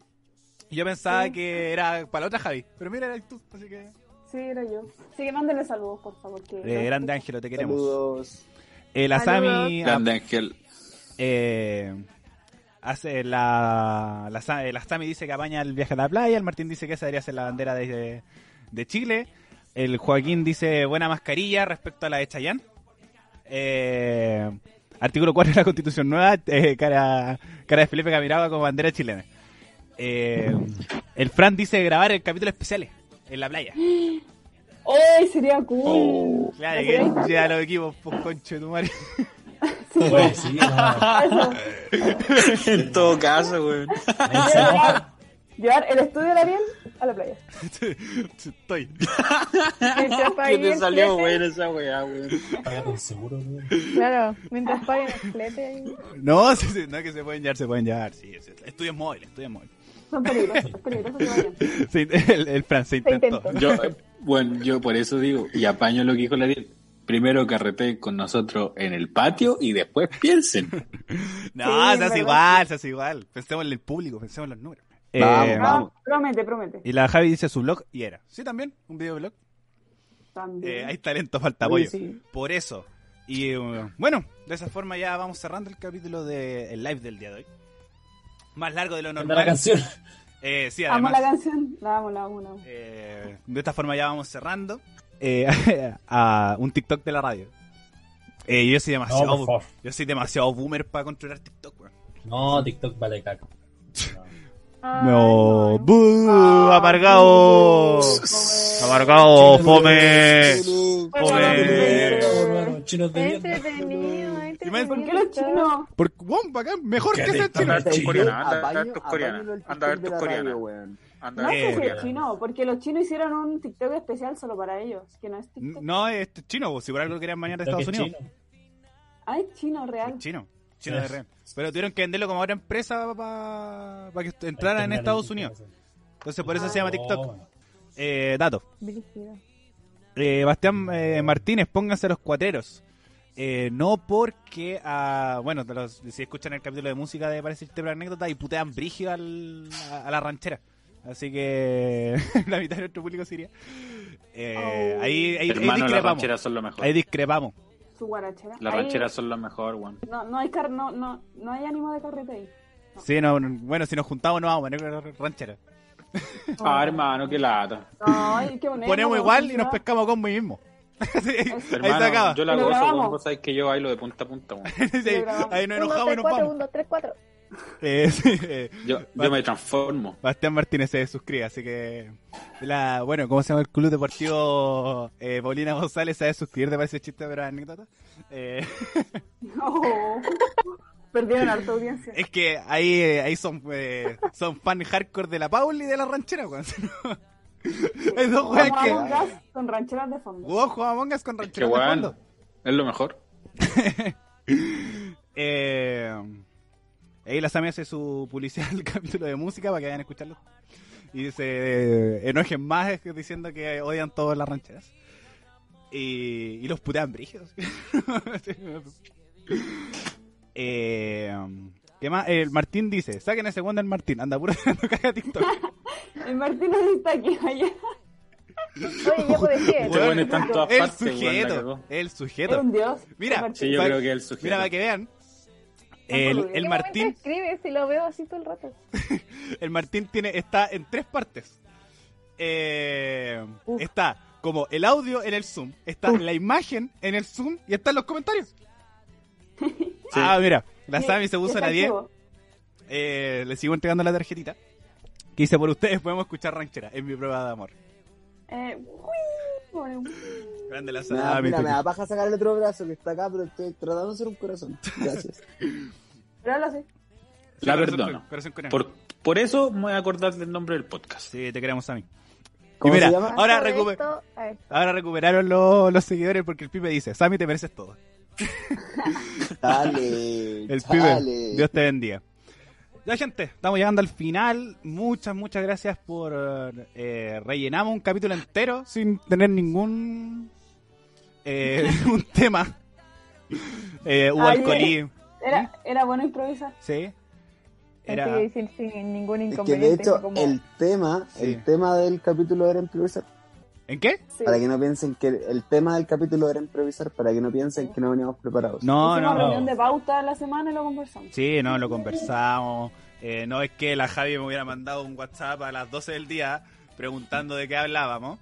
Speaker 1: Y yo pensaba que era para la otra Javi, pero mira, eres tú, así que...
Speaker 6: fan. Sí, era yo. Así que mándenle saludos, por favor. Que
Speaker 1: Eh, grande Ángelo, te queremos.
Speaker 2: Saludos.
Speaker 1: Eh, la
Speaker 3: Saludos.
Speaker 1: Sami
Speaker 5: Grande Ángel.
Speaker 1: eh, hace la, la, Sa- eh, la Sami dice que apaña el viaje a la playa, el Martín dice que esa debería ser la bandera de, de Chile, el Joaquín dice buena mascarilla respecto a la de Chayán. artículo 4 de la Constitución Nueva, eh, cara, cara de Felipe Camiraba con bandera chilena. Eh, el Fran dice grabar el capítulo especiales en la playa.
Speaker 6: ¡Ey, sería cool!
Speaker 1: Oh, Claro,
Speaker 6: ¿No
Speaker 1: que
Speaker 6: crees?
Speaker 1: ya los equipos, pues conche tu madre. [laughs]
Speaker 8: Oye, Pues, sí, ah,
Speaker 3: [laughs]
Speaker 6: Eso.
Speaker 5: En todo caso, weón.
Speaker 8: ahí se enoja.
Speaker 6: Llevar el estudio de Ariel a la playa.
Speaker 1: Estoy.
Speaker 6: Que
Speaker 5: [laughs]
Speaker 6: se apague
Speaker 5: ¿Qué te
Speaker 6: el
Speaker 5: salió,
Speaker 6: flete.
Speaker 5: weón, esa weá, weón?
Speaker 8: Págate el seguro, weón.
Speaker 3: Claro, mientras paguen el flete ahí.
Speaker 1: No, [laughs] sí, sí, no, que se pueden llevar, se pueden llevar. Sí, sí, estudios móviles, estudios móviles.
Speaker 6: Son peligrosos, son peligrosos que vayan.
Speaker 1: Sí, el, el Fran se intentó.
Speaker 3: intentó.
Speaker 5: Yo, eh, bueno, yo por eso digo, y apaño lo que dijo la Ariel. Primero carrete con nosotros en el patio y después piensen.
Speaker 1: No,
Speaker 6: Sí,
Speaker 1: se hace
Speaker 6: ¿verdad?
Speaker 1: igual, se hace igual. Pensemos en el público, pensemos en los números.
Speaker 2: Vamos,
Speaker 1: Eh,
Speaker 2: vamos.
Speaker 6: No, Ah, promete, promete.
Speaker 1: Y la Javi dice su blog y era. Sí, también, un videoblog. Eh,
Speaker 6: También.
Speaker 1: hay talento, falta apoyo. Por eso. Y eh, bueno, de esa forma ya vamos cerrando el capítulo del live del día de hoy. Más largo de lo
Speaker 8: Manda la
Speaker 1: normal.
Speaker 8: canción.
Speaker 1: Eh, sí,
Speaker 6: amo
Speaker 1: además.
Speaker 6: la canción. La amo, la amo, la amo.
Speaker 1: Eh, de esta forma ya vamos cerrando eh, [laughs] a un TikTok de la radio. Eh, yo soy
Speaker 8: No,
Speaker 1: demasiado,
Speaker 8: por favor.
Speaker 1: yo soy demasiado boomer para controlar TikTok, weón.
Speaker 8: No, TikTok vale caca.
Speaker 6: Ay,
Speaker 1: No,
Speaker 6: no.
Speaker 1: bu,
Speaker 6: Ay,
Speaker 1: amargado, [laughs]
Speaker 6: no, güey.
Speaker 1: amargado, Oh, fome.
Speaker 8: Chinos de
Speaker 1: Joder.
Speaker 8: mierda, chinos de mierda.
Speaker 3: Entretenido, entretenido.
Speaker 6: ¿Por qué los chinos?
Speaker 1: Por weón, bacán, mejor que sea chino.
Speaker 5: Anda a ver tus
Speaker 2: Sí,
Speaker 5: coreanas, Ah, anda a
Speaker 2: Este apaño-
Speaker 5: ver tus coreanas.
Speaker 2: apaño el
Speaker 5: Anda a ver
Speaker 2: TikTok de la
Speaker 5: tus
Speaker 2: radio,
Speaker 5: coreanas.
Speaker 2: weón.
Speaker 5: Anda
Speaker 6: No
Speaker 5: a ver
Speaker 1: Eh.
Speaker 6: sé si
Speaker 5: tus
Speaker 6: es
Speaker 5: coreanas.
Speaker 6: chino, porque los chinos hicieron un TikTok especial solo para ellos, que no
Speaker 1: Mm,
Speaker 6: es TikTok.
Speaker 1: No, es chino, vos, si por algo querían mañana de
Speaker 8: Creo que
Speaker 1: Estados Unidos.
Speaker 8: chino.
Speaker 6: Ay, chino
Speaker 1: Es
Speaker 6: real.
Speaker 1: Chino, chino de re. Pero tuvieron que venderlo como a otra empresa para que entrara en
Speaker 8: Internet,
Speaker 1: Estados
Speaker 8: internet.
Speaker 1: Unidos. Entonces por eso se llama TikTok.
Speaker 8: Ah, No,
Speaker 1: Eh, dato.
Speaker 3: Brígido.
Speaker 1: Eh, Bastián eh, Martínez, pónganse los cuateros. Eh, no porque, ah, bueno, te los- si escuchan el capítulo de música de Parece Irte la Anécdota y putean brígido al- a, a la ranchera. Así que [laughs] la mitad de nuestro público sería. Eh, ahí, ahí, ahí
Speaker 5: Hermano, las
Speaker 1: discrepamos.
Speaker 5: rancheras son lo mejor.
Speaker 1: Ahí discrepamos.
Speaker 6: Su guarachera.
Speaker 5: Las
Speaker 6: Ahí
Speaker 5: rancheras son lo mejor, weón.
Speaker 6: No, no hay car no, no, no hay ánimo de carrete ahí.
Speaker 1: Sí, no, no, bueno, si nos juntamos no vamos a poner ranchera.
Speaker 5: Ah, hermano, qué lata.
Speaker 6: Ay, qué bonito.
Speaker 1: Ponemos igual y nos
Speaker 6: [laughs]
Speaker 1: pescamos con mí mismo. [laughs] Sí, ahí se
Speaker 5: Hermano,
Speaker 1: acaba.
Speaker 5: yo la
Speaker 6: Lo
Speaker 5: gozo,
Speaker 6: grabamos.
Speaker 5: weón. Vos sabés que yo bailo de punta a punta, weón.
Speaker 1: [laughs] Sí, ahí nos enojamos y nos
Speaker 3: 4,
Speaker 1: vamos.
Speaker 3: 1, 3, 4.
Speaker 1: Eh, [laughs] sí, eh,
Speaker 5: Yo, yo me transformo.
Speaker 1: Bastián Martínez se suscribe, así que. La, bueno, ¿cómo se llama el club deportivo? Eh, Paulina González se debe suscribir, te parece chiste, pero anécdota. Eh, [laughs]
Speaker 6: Perdieron harta audiencia.
Speaker 1: es que ahí, eh, ahí son, eh, son fan hardcore de la Pauli y de la ranchera, weón. [laughs] Hay dos
Speaker 6: Como
Speaker 1: weas que.
Speaker 6: Among Us con rancheras de fondo.
Speaker 1: Wow, jugaba Among Us con
Speaker 5: Es que,
Speaker 1: ranchera. de
Speaker 5: weón,
Speaker 1: fondo.
Speaker 5: es lo mejor.
Speaker 1: Eh, ahí la Sami hace su publicidad al [laughs] capítulo de música para que vayan a escucharlo. Y se eh, enojen más es que diciendo que odian todas las rancheras. Y, y los putean brígidos. [laughs] eh, ¿Qué más? El Martín dice, saquen a segundo el Martín, anda puro [laughs] haciendo caga TikTok.
Speaker 6: El Martín no está aquí [laughs] allá.
Speaker 3: Oye, yo decía.
Speaker 5: Este weón está en todas
Speaker 1: El
Speaker 5: partes, weón, la
Speaker 1: sujeto,
Speaker 5: cagó.
Speaker 1: el sujeto.
Speaker 6: Era un dios.
Speaker 1: Mira,
Speaker 6: El Martín.
Speaker 5: Sí, yo
Speaker 1: Pa-
Speaker 5: creo que es el sujeto.
Speaker 1: Mira, para que vean.
Speaker 6: ¿En
Speaker 1: El,
Speaker 6: qué
Speaker 1: el
Speaker 3: ¿Qué
Speaker 1: Martín
Speaker 3: momento escribe si lo veo así todo el rato?
Speaker 1: El Martín tiene, está en tres partes. Eh, está como el audio en el Zoom, está la imagen en el Zoom y están los
Speaker 2: [laughs]
Speaker 1: comentarios. Ah, mira, la
Speaker 6: Sí,
Speaker 1: Sami se puso
Speaker 6: está
Speaker 1: la 10.
Speaker 6: activo.
Speaker 1: eh, le sigo entregando la tarjetita. Que dice, por ustedes podemos escuchar ranchera en mi prueba de amor.
Speaker 6: Eh, uy, bueno, uy.
Speaker 1: Grande la
Speaker 2: Me da,
Speaker 1: Sami.
Speaker 2: mira, me da
Speaker 1: Tuki.
Speaker 2: paja sacar el otro brazo que está acá, pero estoy tratando de hacer un corazón. Gracias.
Speaker 6: Pero ahora sí.
Speaker 1: Sí,
Speaker 5: La
Speaker 1: corazón
Speaker 5: perdono.
Speaker 1: con- corazón con él.
Speaker 5: Por, por eso me voy a acordar del nombre del podcast.
Speaker 1: Sí, te queremos, Sami. [laughs] Y
Speaker 2: ¿Cómo
Speaker 1: mira, [laughs]
Speaker 2: se llama?
Speaker 1: ahora,
Speaker 3: Paso de
Speaker 1: recupe-
Speaker 3: esto a esto.
Speaker 1: ahora recuperaron los, los seguidores porque el pibe dice, Sami te mereces todo.
Speaker 2: Dale.
Speaker 1: El
Speaker 2: chale.
Speaker 1: pibe. Dios te bendiga. Ya, gente, estamos llegando al final. Muchas, muchas gracias por. eh, rellenamos un capítulo entero sin tener ningún. eh, [laughs] un tema. Eh, hubo
Speaker 6: Ay,
Speaker 1: alcoholismo.
Speaker 6: Era, era bueno improvisar.
Speaker 1: Sí.
Speaker 3: Así
Speaker 1: Era.
Speaker 3: que sin, sin
Speaker 2: Es
Speaker 3: ningún
Speaker 2: que de
Speaker 3: inconveniente.
Speaker 2: hecho,
Speaker 3: como-
Speaker 2: el tema,
Speaker 1: Sí.
Speaker 2: el tema del capítulo era improvisar.
Speaker 1: ¿En qué?
Speaker 6: Sí.
Speaker 2: Para que no piensen que el tema del capítulo era improvisar, para que no piensen que no veníamos preparados.
Speaker 1: No,
Speaker 6: Hicimos
Speaker 1: no,
Speaker 6: reunión
Speaker 1: no.
Speaker 6: de pauta la semana y lo conversamos.
Speaker 1: Sí, no, lo conversamos. Eh, no es que la Javi me hubiera mandado un WhatsApp a las 12 del día preguntando de qué hablábamos.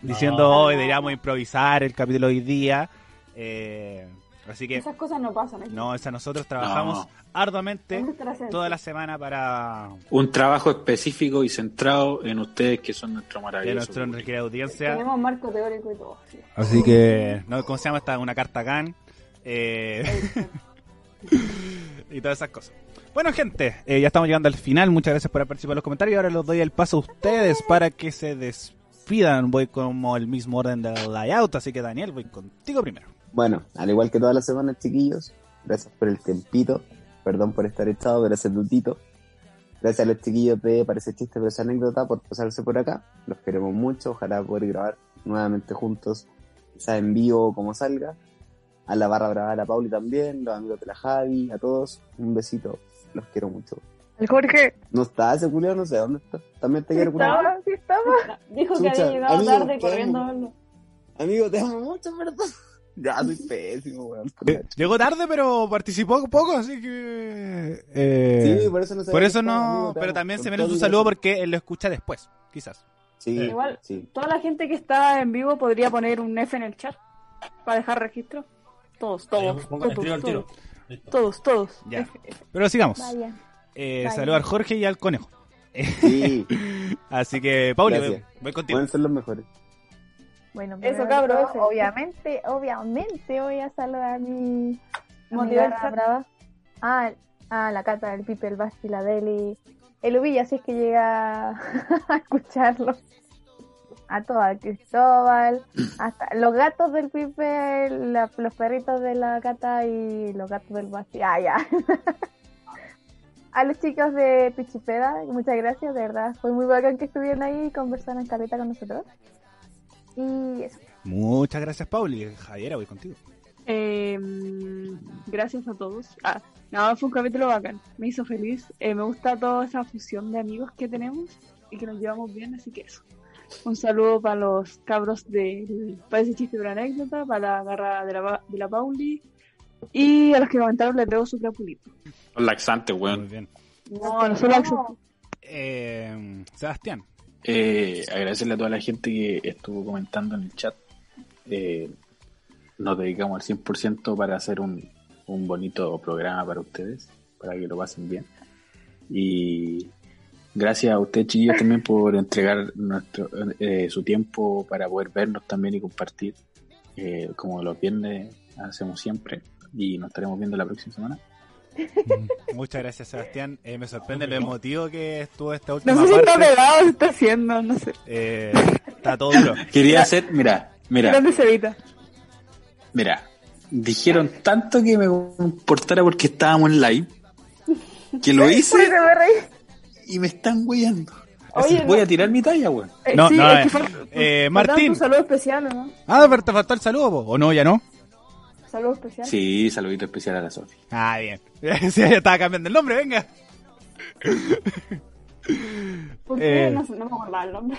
Speaker 1: Diciendo, hoy deberíamos improvisar el capítulo de hoy día. Eh, así que,
Speaker 6: Esas cosas no pasan. ¿eh? aquí.
Speaker 1: no, esa nosotros trabajamos arduamente
Speaker 6: Nosotros hacemos.
Speaker 1: toda la semana para
Speaker 5: Un trabajo específico y centrado en ustedes que son nuestro
Speaker 1: de
Speaker 5: maravilloso.
Speaker 1: nuestra
Speaker 5: público.
Speaker 1: enriquecida audiencia.
Speaker 6: Tenemos marco teórico y todo. sí.
Speaker 1: Así que, no, ¿cómo se llama? Está una carta GAN. Eh, [laughs] y todas esas cosas. Bueno, gente, eh, ya estamos llegando al final. Muchas gracias por haber participado en los comentarios. Ahora los doy el paso a ustedes para que se despidan. Voy como el mismo orden del layout, así que Daniel, voy contigo primero.
Speaker 2: Bueno, al igual que todas las semanas, chiquillos, gracias por el tiempito, perdón por estar echado, gracias Dutito. Gracias a los chiquillos de Parece Chiste, pero es anécdota por pasarse por acá. Los queremos mucho, ojalá poder grabar nuevamente juntos, ya en vivo o como salga. A la barra brava, a la Pauli también, los amigos de la Javi, a todos, un besito, los quiero mucho.
Speaker 3: El Jorge.
Speaker 2: No está ese culiao, no sé dónde está. También te
Speaker 3: Sí
Speaker 2: quiero culiao.
Speaker 3: estaba, sí estaba.
Speaker 6: Dijo que
Speaker 2: Chucha,
Speaker 6: había llegado
Speaker 2: amigo,
Speaker 6: tarde
Speaker 2: ¿qué
Speaker 6: corriendo. a
Speaker 2: hago?
Speaker 6: verlo.
Speaker 2: Amigo, te amo mucho, perdón. [laughs] Ya, soy pésimo, weón. por la
Speaker 1: Llegó tarde, pero participó poco, así que... eh,
Speaker 2: Sí, por eso no se
Speaker 1: por
Speaker 2: ve
Speaker 1: eso
Speaker 2: que estaba,
Speaker 1: no...
Speaker 2: amigo, te
Speaker 1: pero
Speaker 2: amo.
Speaker 1: también
Speaker 2: Con
Speaker 1: se merece
Speaker 2: todo
Speaker 1: un
Speaker 2: mi
Speaker 1: saludo
Speaker 2: corazón.
Speaker 1: porque él lo escucha después, quizás.
Speaker 2: Sí,
Speaker 6: Igual-
Speaker 2: sí.
Speaker 4: Toda la gente que está en vivo podría poner un F en el chat para dejar registro. Todos, todos.
Speaker 8: Pongan el tiro al
Speaker 4: Todos,
Speaker 8: tiro.
Speaker 4: todos,
Speaker 8: Listo.
Speaker 4: todos, todos.
Speaker 1: Ya. Pero sigamos.
Speaker 3: Vaya.
Speaker 1: Eh,
Speaker 3: Vaya.
Speaker 1: saludar a Jorge y al conejo.
Speaker 2: Sí,
Speaker 1: Así que, Pauli, voy,
Speaker 2: Gracias.
Speaker 1: voy contigo.
Speaker 2: pueden ser los mejores.
Speaker 3: Bueno,
Speaker 4: Eso,
Speaker 3: primero
Speaker 4: cabros.
Speaker 3: que todo, Obviamente, obviamente voy a saludar a mi. a mi
Speaker 6: Motivar
Speaker 3: barra
Speaker 6: chat.
Speaker 3: brava. Ah, ah, la cata del Pipe, el Basti, la Deli. El Ubilla, si es que llega [laughs] a escucharlo. A toda, a Cristóbal. Hasta los gatos del Pipe, la- los perritos de la cata y los gatos del Basti. Ah, ya. [laughs] A los chicos de Pichipeda, muchas gracias, de verdad. Fue muy bacán que estuvieron ahí y conversaron caleta con nosotros. Y eso.
Speaker 1: Muchas gracias, Pauli. Javiera, voy contigo.
Speaker 4: Eh, gracias a todos. Ah, no, fue un capítulo bacán. Me hizo feliz. Eh, me gusta toda esa fusión de amigos que tenemos y que nos llevamos bien, así que eso. Un saludo para los cabros de para ese chiste pero anécdota, para la garra de la, Ba- de la Pauli y a los que comentaron les debo su crapulito.
Speaker 5: Son laxantes,
Speaker 1: Muy
Speaker 5: weón.
Speaker 1: bien.
Speaker 4: No, no solo
Speaker 1: Eh, Sebastián,
Speaker 5: Eh, agradecerle a toda la gente que estuvo comentando en el chat. Eh, nos dedicamos al 100% para hacer un, un bonito programa para ustedes, para que lo pasen bien. Y gracias a usted, Chillos, también por entregar nuestro eh, su tiempo para poder vernos también y compartir, eh, como los viernes hacemos siempre. Y nos estaremos viendo la próxima semana.
Speaker 1: muchas gracias Sebastián. Eh, me sorprende lo emotivo que estuvo esta
Speaker 4: No
Speaker 1: última
Speaker 4: sé si está
Speaker 1: parte.
Speaker 4: pegado, se está haciendo, no sé.
Speaker 1: Eh, está todo duro.
Speaker 5: Quería hacer, mira, mira.
Speaker 4: ¿Dónde se evita?
Speaker 5: Mira, dijeron tanto que me comportara porque estábamos en live que lo
Speaker 3: Uy,
Speaker 5: hice
Speaker 3: se me reí.
Speaker 5: y me están weyando.
Speaker 6: Oye,
Speaker 5: Voy
Speaker 6: no.
Speaker 5: a tirar mi talla, weón.
Speaker 4: Eh,
Speaker 1: No,
Speaker 4: sí,
Speaker 1: no,
Speaker 4: es
Speaker 1: eh,
Speaker 4: que fue-
Speaker 1: eh,
Speaker 6: Faltaba
Speaker 1: Martín.
Speaker 6: Un saludo especial, ¿o ¿no?
Speaker 1: Ah, pero te faltó el saludo, po. ¿o no? ¿Ya no?
Speaker 6: Saludo especial.
Speaker 5: Sí, saludito especial a la Sofi.
Speaker 1: Ah, bien. [laughs] Sí, ya estaba cambiando el nombre, venga.
Speaker 6: ¿Por qué?
Speaker 1: Eh.
Speaker 6: No, sé, no me acordaba el nombre.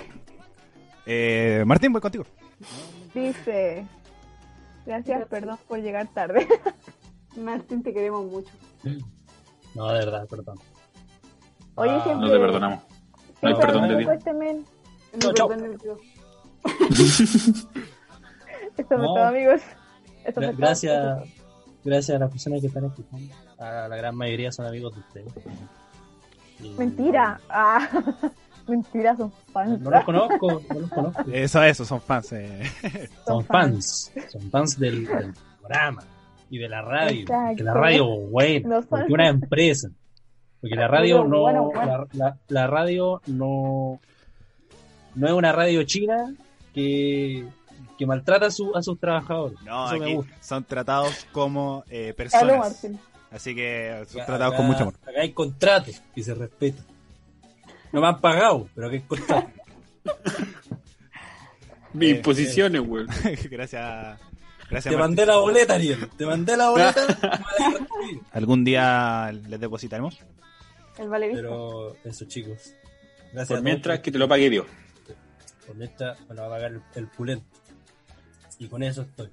Speaker 1: Eh, Martín, voy contigo.
Speaker 3: Dice, gracias, perdón por llegar tarde.
Speaker 6: [laughs] Martín, te queremos mucho.
Speaker 8: No, de verdad, perdón.
Speaker 3: Oye,
Speaker 8: Ah,
Speaker 3: siempre-
Speaker 5: No te perdonamos. No hay
Speaker 8: Sí,
Speaker 5: perdón de
Speaker 8: perdón.
Speaker 5: ti.
Speaker 3: Pues también,
Speaker 6: Me
Speaker 8: Chao, chao.
Speaker 6: perdón el tío.
Speaker 3: eso fue
Speaker 8: No.
Speaker 3: todo, amigos. Eso fue
Speaker 8: Gra-
Speaker 3: todo.
Speaker 8: gracias, gracias a las personas que están escuchando. A la gran mayoría son amigos de ustedes. Y-
Speaker 3: Mentira. Ah, [laughs] mentira, son fans.
Speaker 8: No los conozco, no los conozco.
Speaker 1: Eso, eso, son fans. eh.
Speaker 8: son fans, son fans del, del programa y de la radio.
Speaker 3: Exacto.
Speaker 8: Que la radio, bueno,
Speaker 3: No son-
Speaker 8: porque una empresa. Porque la radio
Speaker 6: Pero
Speaker 8: no,
Speaker 6: bueno, bueno.
Speaker 8: La, la- la radio no, no es una radio china que, que maltrata a, su- a sus trabajadores.
Speaker 1: No,
Speaker 8: Eso me
Speaker 1: aquí
Speaker 8: gusta.
Speaker 1: son tratados como eh,
Speaker 6: Saludos,
Speaker 1: personas.
Speaker 6: Martín.
Speaker 1: Así que son
Speaker 8: Acá-
Speaker 1: tratados con
Speaker 8: acá-
Speaker 1: mucho amor. [laughs]
Speaker 8: Acá hay contratos que se respetan. No me han pagado, pero que hay contratos.
Speaker 1: [laughs]
Speaker 5: Mis
Speaker 1: Eh,
Speaker 5: posiciones, weón.
Speaker 1: gracias. Gracias,
Speaker 8: Te
Speaker 1: Martín.
Speaker 8: mandé la boleta, Ariel. Te mandé
Speaker 1: [laughs]
Speaker 8: la boleta. me la devolví.
Speaker 1: Algún día les depositaremos.
Speaker 6: El Valerio.
Speaker 8: pero eso, chicos. Gracias. a
Speaker 5: Por
Speaker 8: todos
Speaker 5: mientras
Speaker 8: por-
Speaker 5: que te lo pague Dios.
Speaker 8: Por mientras me lo va a pagar el, el pulento. Y con eso estoy.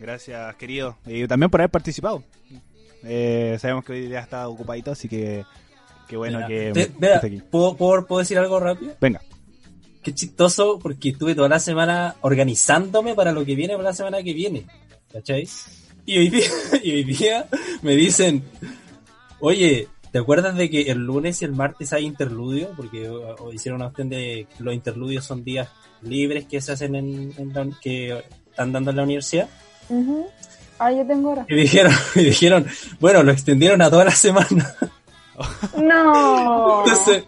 Speaker 1: Gracias, querido. Y también por haber participado. Eh, sabemos que hoy día está ocupadito, así que qué bueno
Speaker 8: Mira,
Speaker 1: que,
Speaker 8: te-
Speaker 1: que
Speaker 8: mira,
Speaker 1: esté aquí.
Speaker 8: ¿puedo, puedo, puedo decir algo rápido?
Speaker 1: Venga.
Speaker 8: Qué chistoso, porque estuve toda la semana organizándome para lo que viene para la semana que viene. ¿Cachai? Y hoy día, [laughs] y hoy día me dicen, oye, ¿te acuerdas de que el lunes y el martes hay interludio? Porque uh, hicieron una cuestión de que los interludios son días libres que se hacen en, en la- que están dando en la universidad.
Speaker 6: Ujú. Ah, yo
Speaker 1: [laughs]
Speaker 6: tengo hora.
Speaker 8: Y dijeron, [laughs] y dijeron, bueno, lo extendieron a toda la semana.
Speaker 6: No.
Speaker 8: Entonces,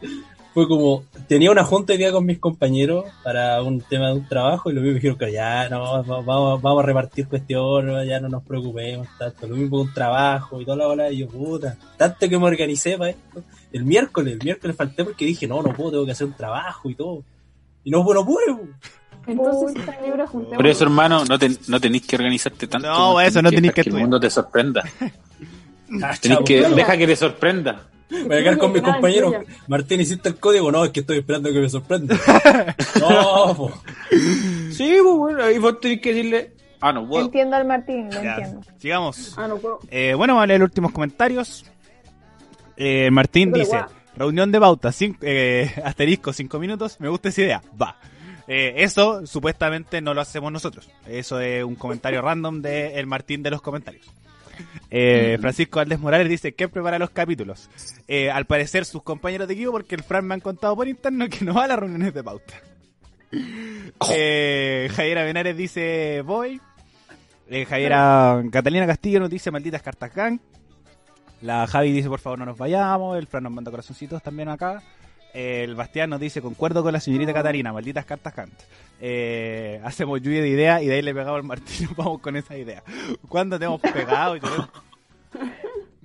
Speaker 8: fue como, tenía una junta hoy día con mis compañeros para un tema de un trabajo y lo mismo dijeron que ya no, va- vamos, vamos a repartir cuestiones, ya no nos preocupemos tanto, lo mismo un trabajo y toda la bola, y yo puta, tanto que me organicé para esto. El miércoles, el miércoles falté porque dije, no, no puedo, tengo que hacer un trabajo y todo. Y no, bueno, pude. pues. po.
Speaker 5: [laughs]
Speaker 6: Entonces, está libre, juntemos.
Speaker 5: Por eso, hermano, no, ten- no tenéis que organizarte tanto.
Speaker 1: No,
Speaker 5: weón.
Speaker 1: eso, no tenéis
Speaker 5: dejar
Speaker 1: que
Speaker 5: el
Speaker 1: estudiar.
Speaker 5: mundo te sorprenda.
Speaker 8: Ah,
Speaker 5: Tenés
Speaker 8: chavo,
Speaker 5: que,
Speaker 8: bueno,
Speaker 5: deja que te sorprenda.
Speaker 8: Voy a quedar con mis
Speaker 6: Nada,
Speaker 8: compañeros.
Speaker 6: en
Speaker 8: Martín, ¿hiciste el código? No, es que estoy esperando que
Speaker 5: [laughs]
Speaker 8: me sorprenda. no, pues. po.
Speaker 5: Sí, pues, weón. Ahí vos tenés que decirle. Ah, no puedo.
Speaker 3: Entiendo al Martín, lo
Speaker 1: Ya,
Speaker 3: entiendo.
Speaker 1: sigamos.
Speaker 6: Ah, no puedo.
Speaker 1: Eh, bueno, vamos a leer los últimos comentarios. Eh, Martín
Speaker 6: Dígale,
Speaker 1: dice:
Speaker 6: guau.
Speaker 1: Reunión de bauta, cin- eh, [laughs] asterisco, 5 minutos. Me gusta esa idea. Va. Eh, eso supuestamente no lo hacemos nosotros. Eso es un
Speaker 6: [laughs]
Speaker 1: comentario random de el Martín de los comentarios. Eh,
Speaker 6: Mm.
Speaker 1: Francisco Aldés Morales dice que prepara los capítulos. Eh, al parecer sus compañeros de equipo, porque el Fran me han contado por interno que no va a las reuniones de pauta.
Speaker 6: Oh.
Speaker 1: Eh, Javier Avenares dice voy. Eh, Javiera Catalina Castillo nos dice malditas cartas gang. La Javi dice por favor no nos vayamos. El Fran nos manda corazoncitos también acá. Eh, El Bastián nos dice concuerdo con la señorita Catalina, malditas cartas Kant. Eh, hacemos lluvia de ideas y de ahí le pegamos al Martín. [laughs] Vamos con esa idea. ¿Cuándo te hemos pegado? Y todo?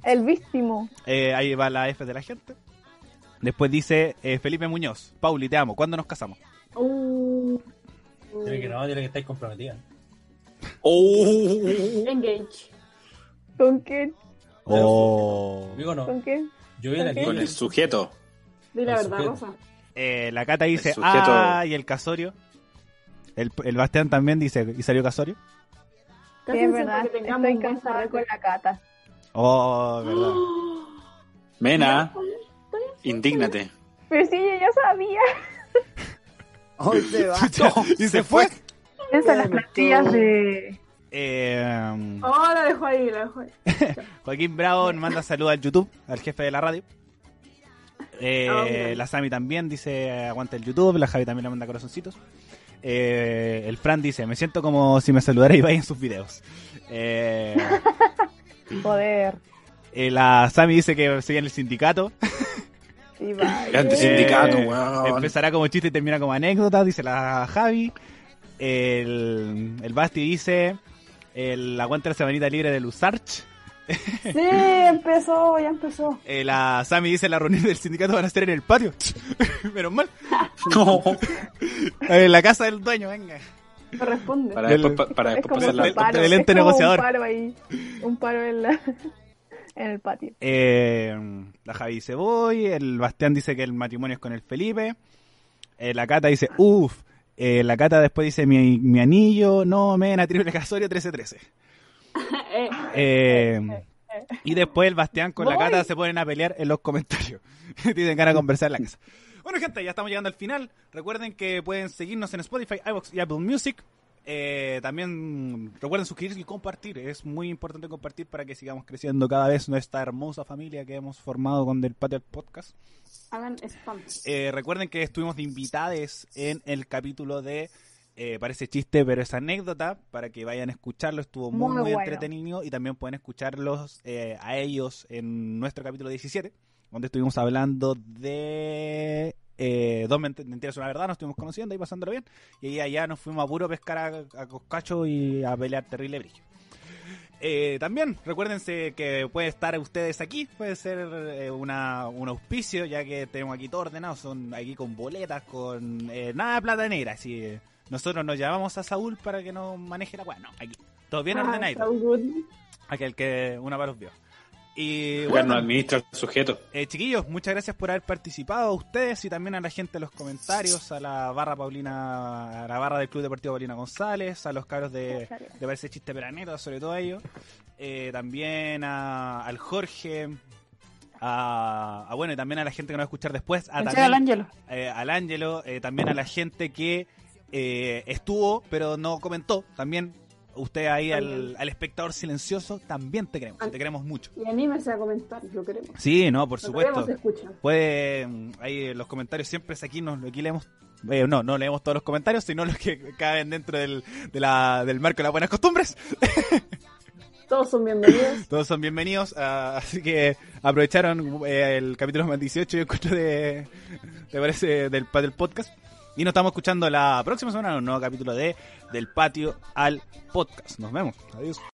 Speaker 3: El víctimo.
Speaker 1: Eh, ahí va la F de la gente. Después dice eh, Felipe Muñoz, Pauli, te amo. ¿Cuándo nos casamos?
Speaker 6: Uh.
Speaker 8: Tiene que no, tiene que estar comprometida.
Speaker 5: Oh.
Speaker 6: Engage.
Speaker 3: ¿Con qué?
Speaker 1: Oh.
Speaker 8: Digo, no.
Speaker 3: ¿Con qué?
Speaker 8: Yo vi la
Speaker 3: Ok.
Speaker 5: Con el sujeto.
Speaker 6: Di la
Speaker 8: El
Speaker 6: verdad,
Speaker 8: sujeto.
Speaker 6: Rosa.
Speaker 1: Eh, la Cata dice,
Speaker 5: El sujeto-
Speaker 1: ah, y el Casorio. El, el Bastián también dice, ¿y salió Casorio?
Speaker 6: Casi
Speaker 3: Sí, es
Speaker 6: me siento
Speaker 3: verdad,
Speaker 6: que tengamos
Speaker 3: estoy
Speaker 6: un buen
Speaker 3: cansada
Speaker 6: carrete.
Speaker 3: con la cata.
Speaker 1: Oh,
Speaker 6: [gasps]
Speaker 1: verdad.
Speaker 5: Mena, indígnate.
Speaker 3: Pero sí, yo ya sabía.
Speaker 2: Hoy [laughs] se va.
Speaker 1: [laughs] y se fue.
Speaker 3: Esas las
Speaker 2: Bueno,
Speaker 3: plantillas
Speaker 2: todo.
Speaker 3: de...
Speaker 1: Eh,
Speaker 6: Oh, la dejó ahí, la dejó ahí.
Speaker 1: Joaquín Bravo nos manda saludos al YouTube, al jefe de la radio. Eh,
Speaker 6: Ah, mira.
Speaker 1: la Sami también dice aguanta el YouTube, la Javi también le manda corazoncitos. Eh, el Fran dice, me siento como si me saludara Ibai en sus videos. Eh,
Speaker 3: Joder.
Speaker 1: eh, la Sami dice que sigue en el sindicato.
Speaker 3: Sí, va.
Speaker 5: El antisindicato, weón.
Speaker 1: Eh, Empezará como chiste y termina como anécdota, dice la Javi. El, el Basti dice, el aguanta la semanita libre del Usarch.
Speaker 6: Sí, empezó, ya empezó.
Speaker 1: Eh, la Sami dice la reunión del sindicato van a estar en el patio. [laughs] Menos mal.
Speaker 5: [laughs]
Speaker 1: Eh,
Speaker 5: No.
Speaker 1: En la casa del dueño, venga.
Speaker 6: Corresponde.
Speaker 5: Para después, pa- para
Speaker 3: Es
Speaker 5: después
Speaker 3: como
Speaker 5: pasar
Speaker 1: la-
Speaker 3: un
Speaker 5: la.
Speaker 3: paro,
Speaker 1: Pues el
Speaker 3: es
Speaker 1: ente
Speaker 3: como
Speaker 1: negociador.
Speaker 3: un paro ahí, un paro en, la- [laughs] en el patio.
Speaker 1: Eh, la Javi dice voy, el Bastián dice que el matrimonio es con el Felipe. Eh, la Cata dice uff. Eh, la Cata después dice mi, mi anillo, no, mena, triple casorio 1313.
Speaker 6: Eh,
Speaker 1: Eh, y después el Bastián con la
Speaker 6: Voy.
Speaker 1: Cata se ponen a pelear en los comentarios. [laughs] Tienen ganas de conversar en la casa. Bueno, gente, ya estamos llegando al final. Recuerden que pueden seguirnos en Spotify, iVoox y Apple Music. Eh, también recuerden suscribirse y compartir. Es muy importante compartir para que sigamos creciendo cada vez nuestra hermosa familia que hemos formado con Del Patio al Podcast.
Speaker 6: hagan spam.
Speaker 1: Eh, recuerden que estuvimos de invitades en el capítulo de eh, Parece chiste, pero es anécdota, para que vayan a escucharlo, estuvo muy,
Speaker 3: Muy
Speaker 1: muy
Speaker 3: bueno.
Speaker 1: entretenido y también pueden escucharlos eh, a ellos en nuestro capítulo 17, donde estuvimos hablando de... eh, dos ment- mentiras, una verdad, nos estuvimos conociendo y pasándolo bien. Y ahí allá nos fuimos a puro pescar a, a Coscacho y a pelear terrible brillo. Eh, también, recuérdense que puede estar ustedes aquí, puede ser eh, una, un auspicio, ya que tenemos aquí todo ordenado, son aquí con boletas, con eh, nada de plata negra, así eh, nosotros nos llamamos a Saúl para que nos maneje la weá, no, aquí, todo bien
Speaker 6: Ah,
Speaker 1: ordenadito,
Speaker 6: Saul Goodman.
Speaker 1: aquel que una para los vio. Y
Speaker 5: Bueno,
Speaker 1: bueno,
Speaker 5: administra el sujeto.
Speaker 1: eh, chiquillos, muchas gracias por haber participado a ustedes y también a la gente en los comentarios, a la barra Paulina, a la barra del Club Deportivo Paulina González, a los cabros de, de Parece Chiste Peraneta, sobre todo a ellos, eh, también a- al Jorge, a, a, bueno, y también a la gente que nos va a escuchar después, a
Speaker 4: Mención
Speaker 1: Ah, también-
Speaker 4: al Ángelo.
Speaker 1: eh, al Ángelo, eh, también a la gente que eh, estuvo, pero no comentó, también usted ahí al, al espectador silencioso, también te queremos, te queremos mucho.
Speaker 6: Y anímese a comentar, lo queremos.
Speaker 1: [laughs] Sí, no, por
Speaker 6: Lo
Speaker 1: supuesto.
Speaker 6: queremos, se escucha.
Speaker 1: Puede, mm, ahí en los comentarios siempre es aquí, nos, aquí leemos, eh, no, no leemos todos los comentarios, sino los que [laughs] caen dentro del, de la- del marco de las buenas costumbres.
Speaker 6: Todos son bienvenidos.
Speaker 1: Todos son bienvenidos, ah, [laughs] así que aprovecharon eh, el capítulo más 18 yo encuentro de, me parece, del, pa- del podcast. Y nos estamos escuchando la próxima semana en un nuevo capítulo de Del Patio al Podcast. Nos vemos. Adiós.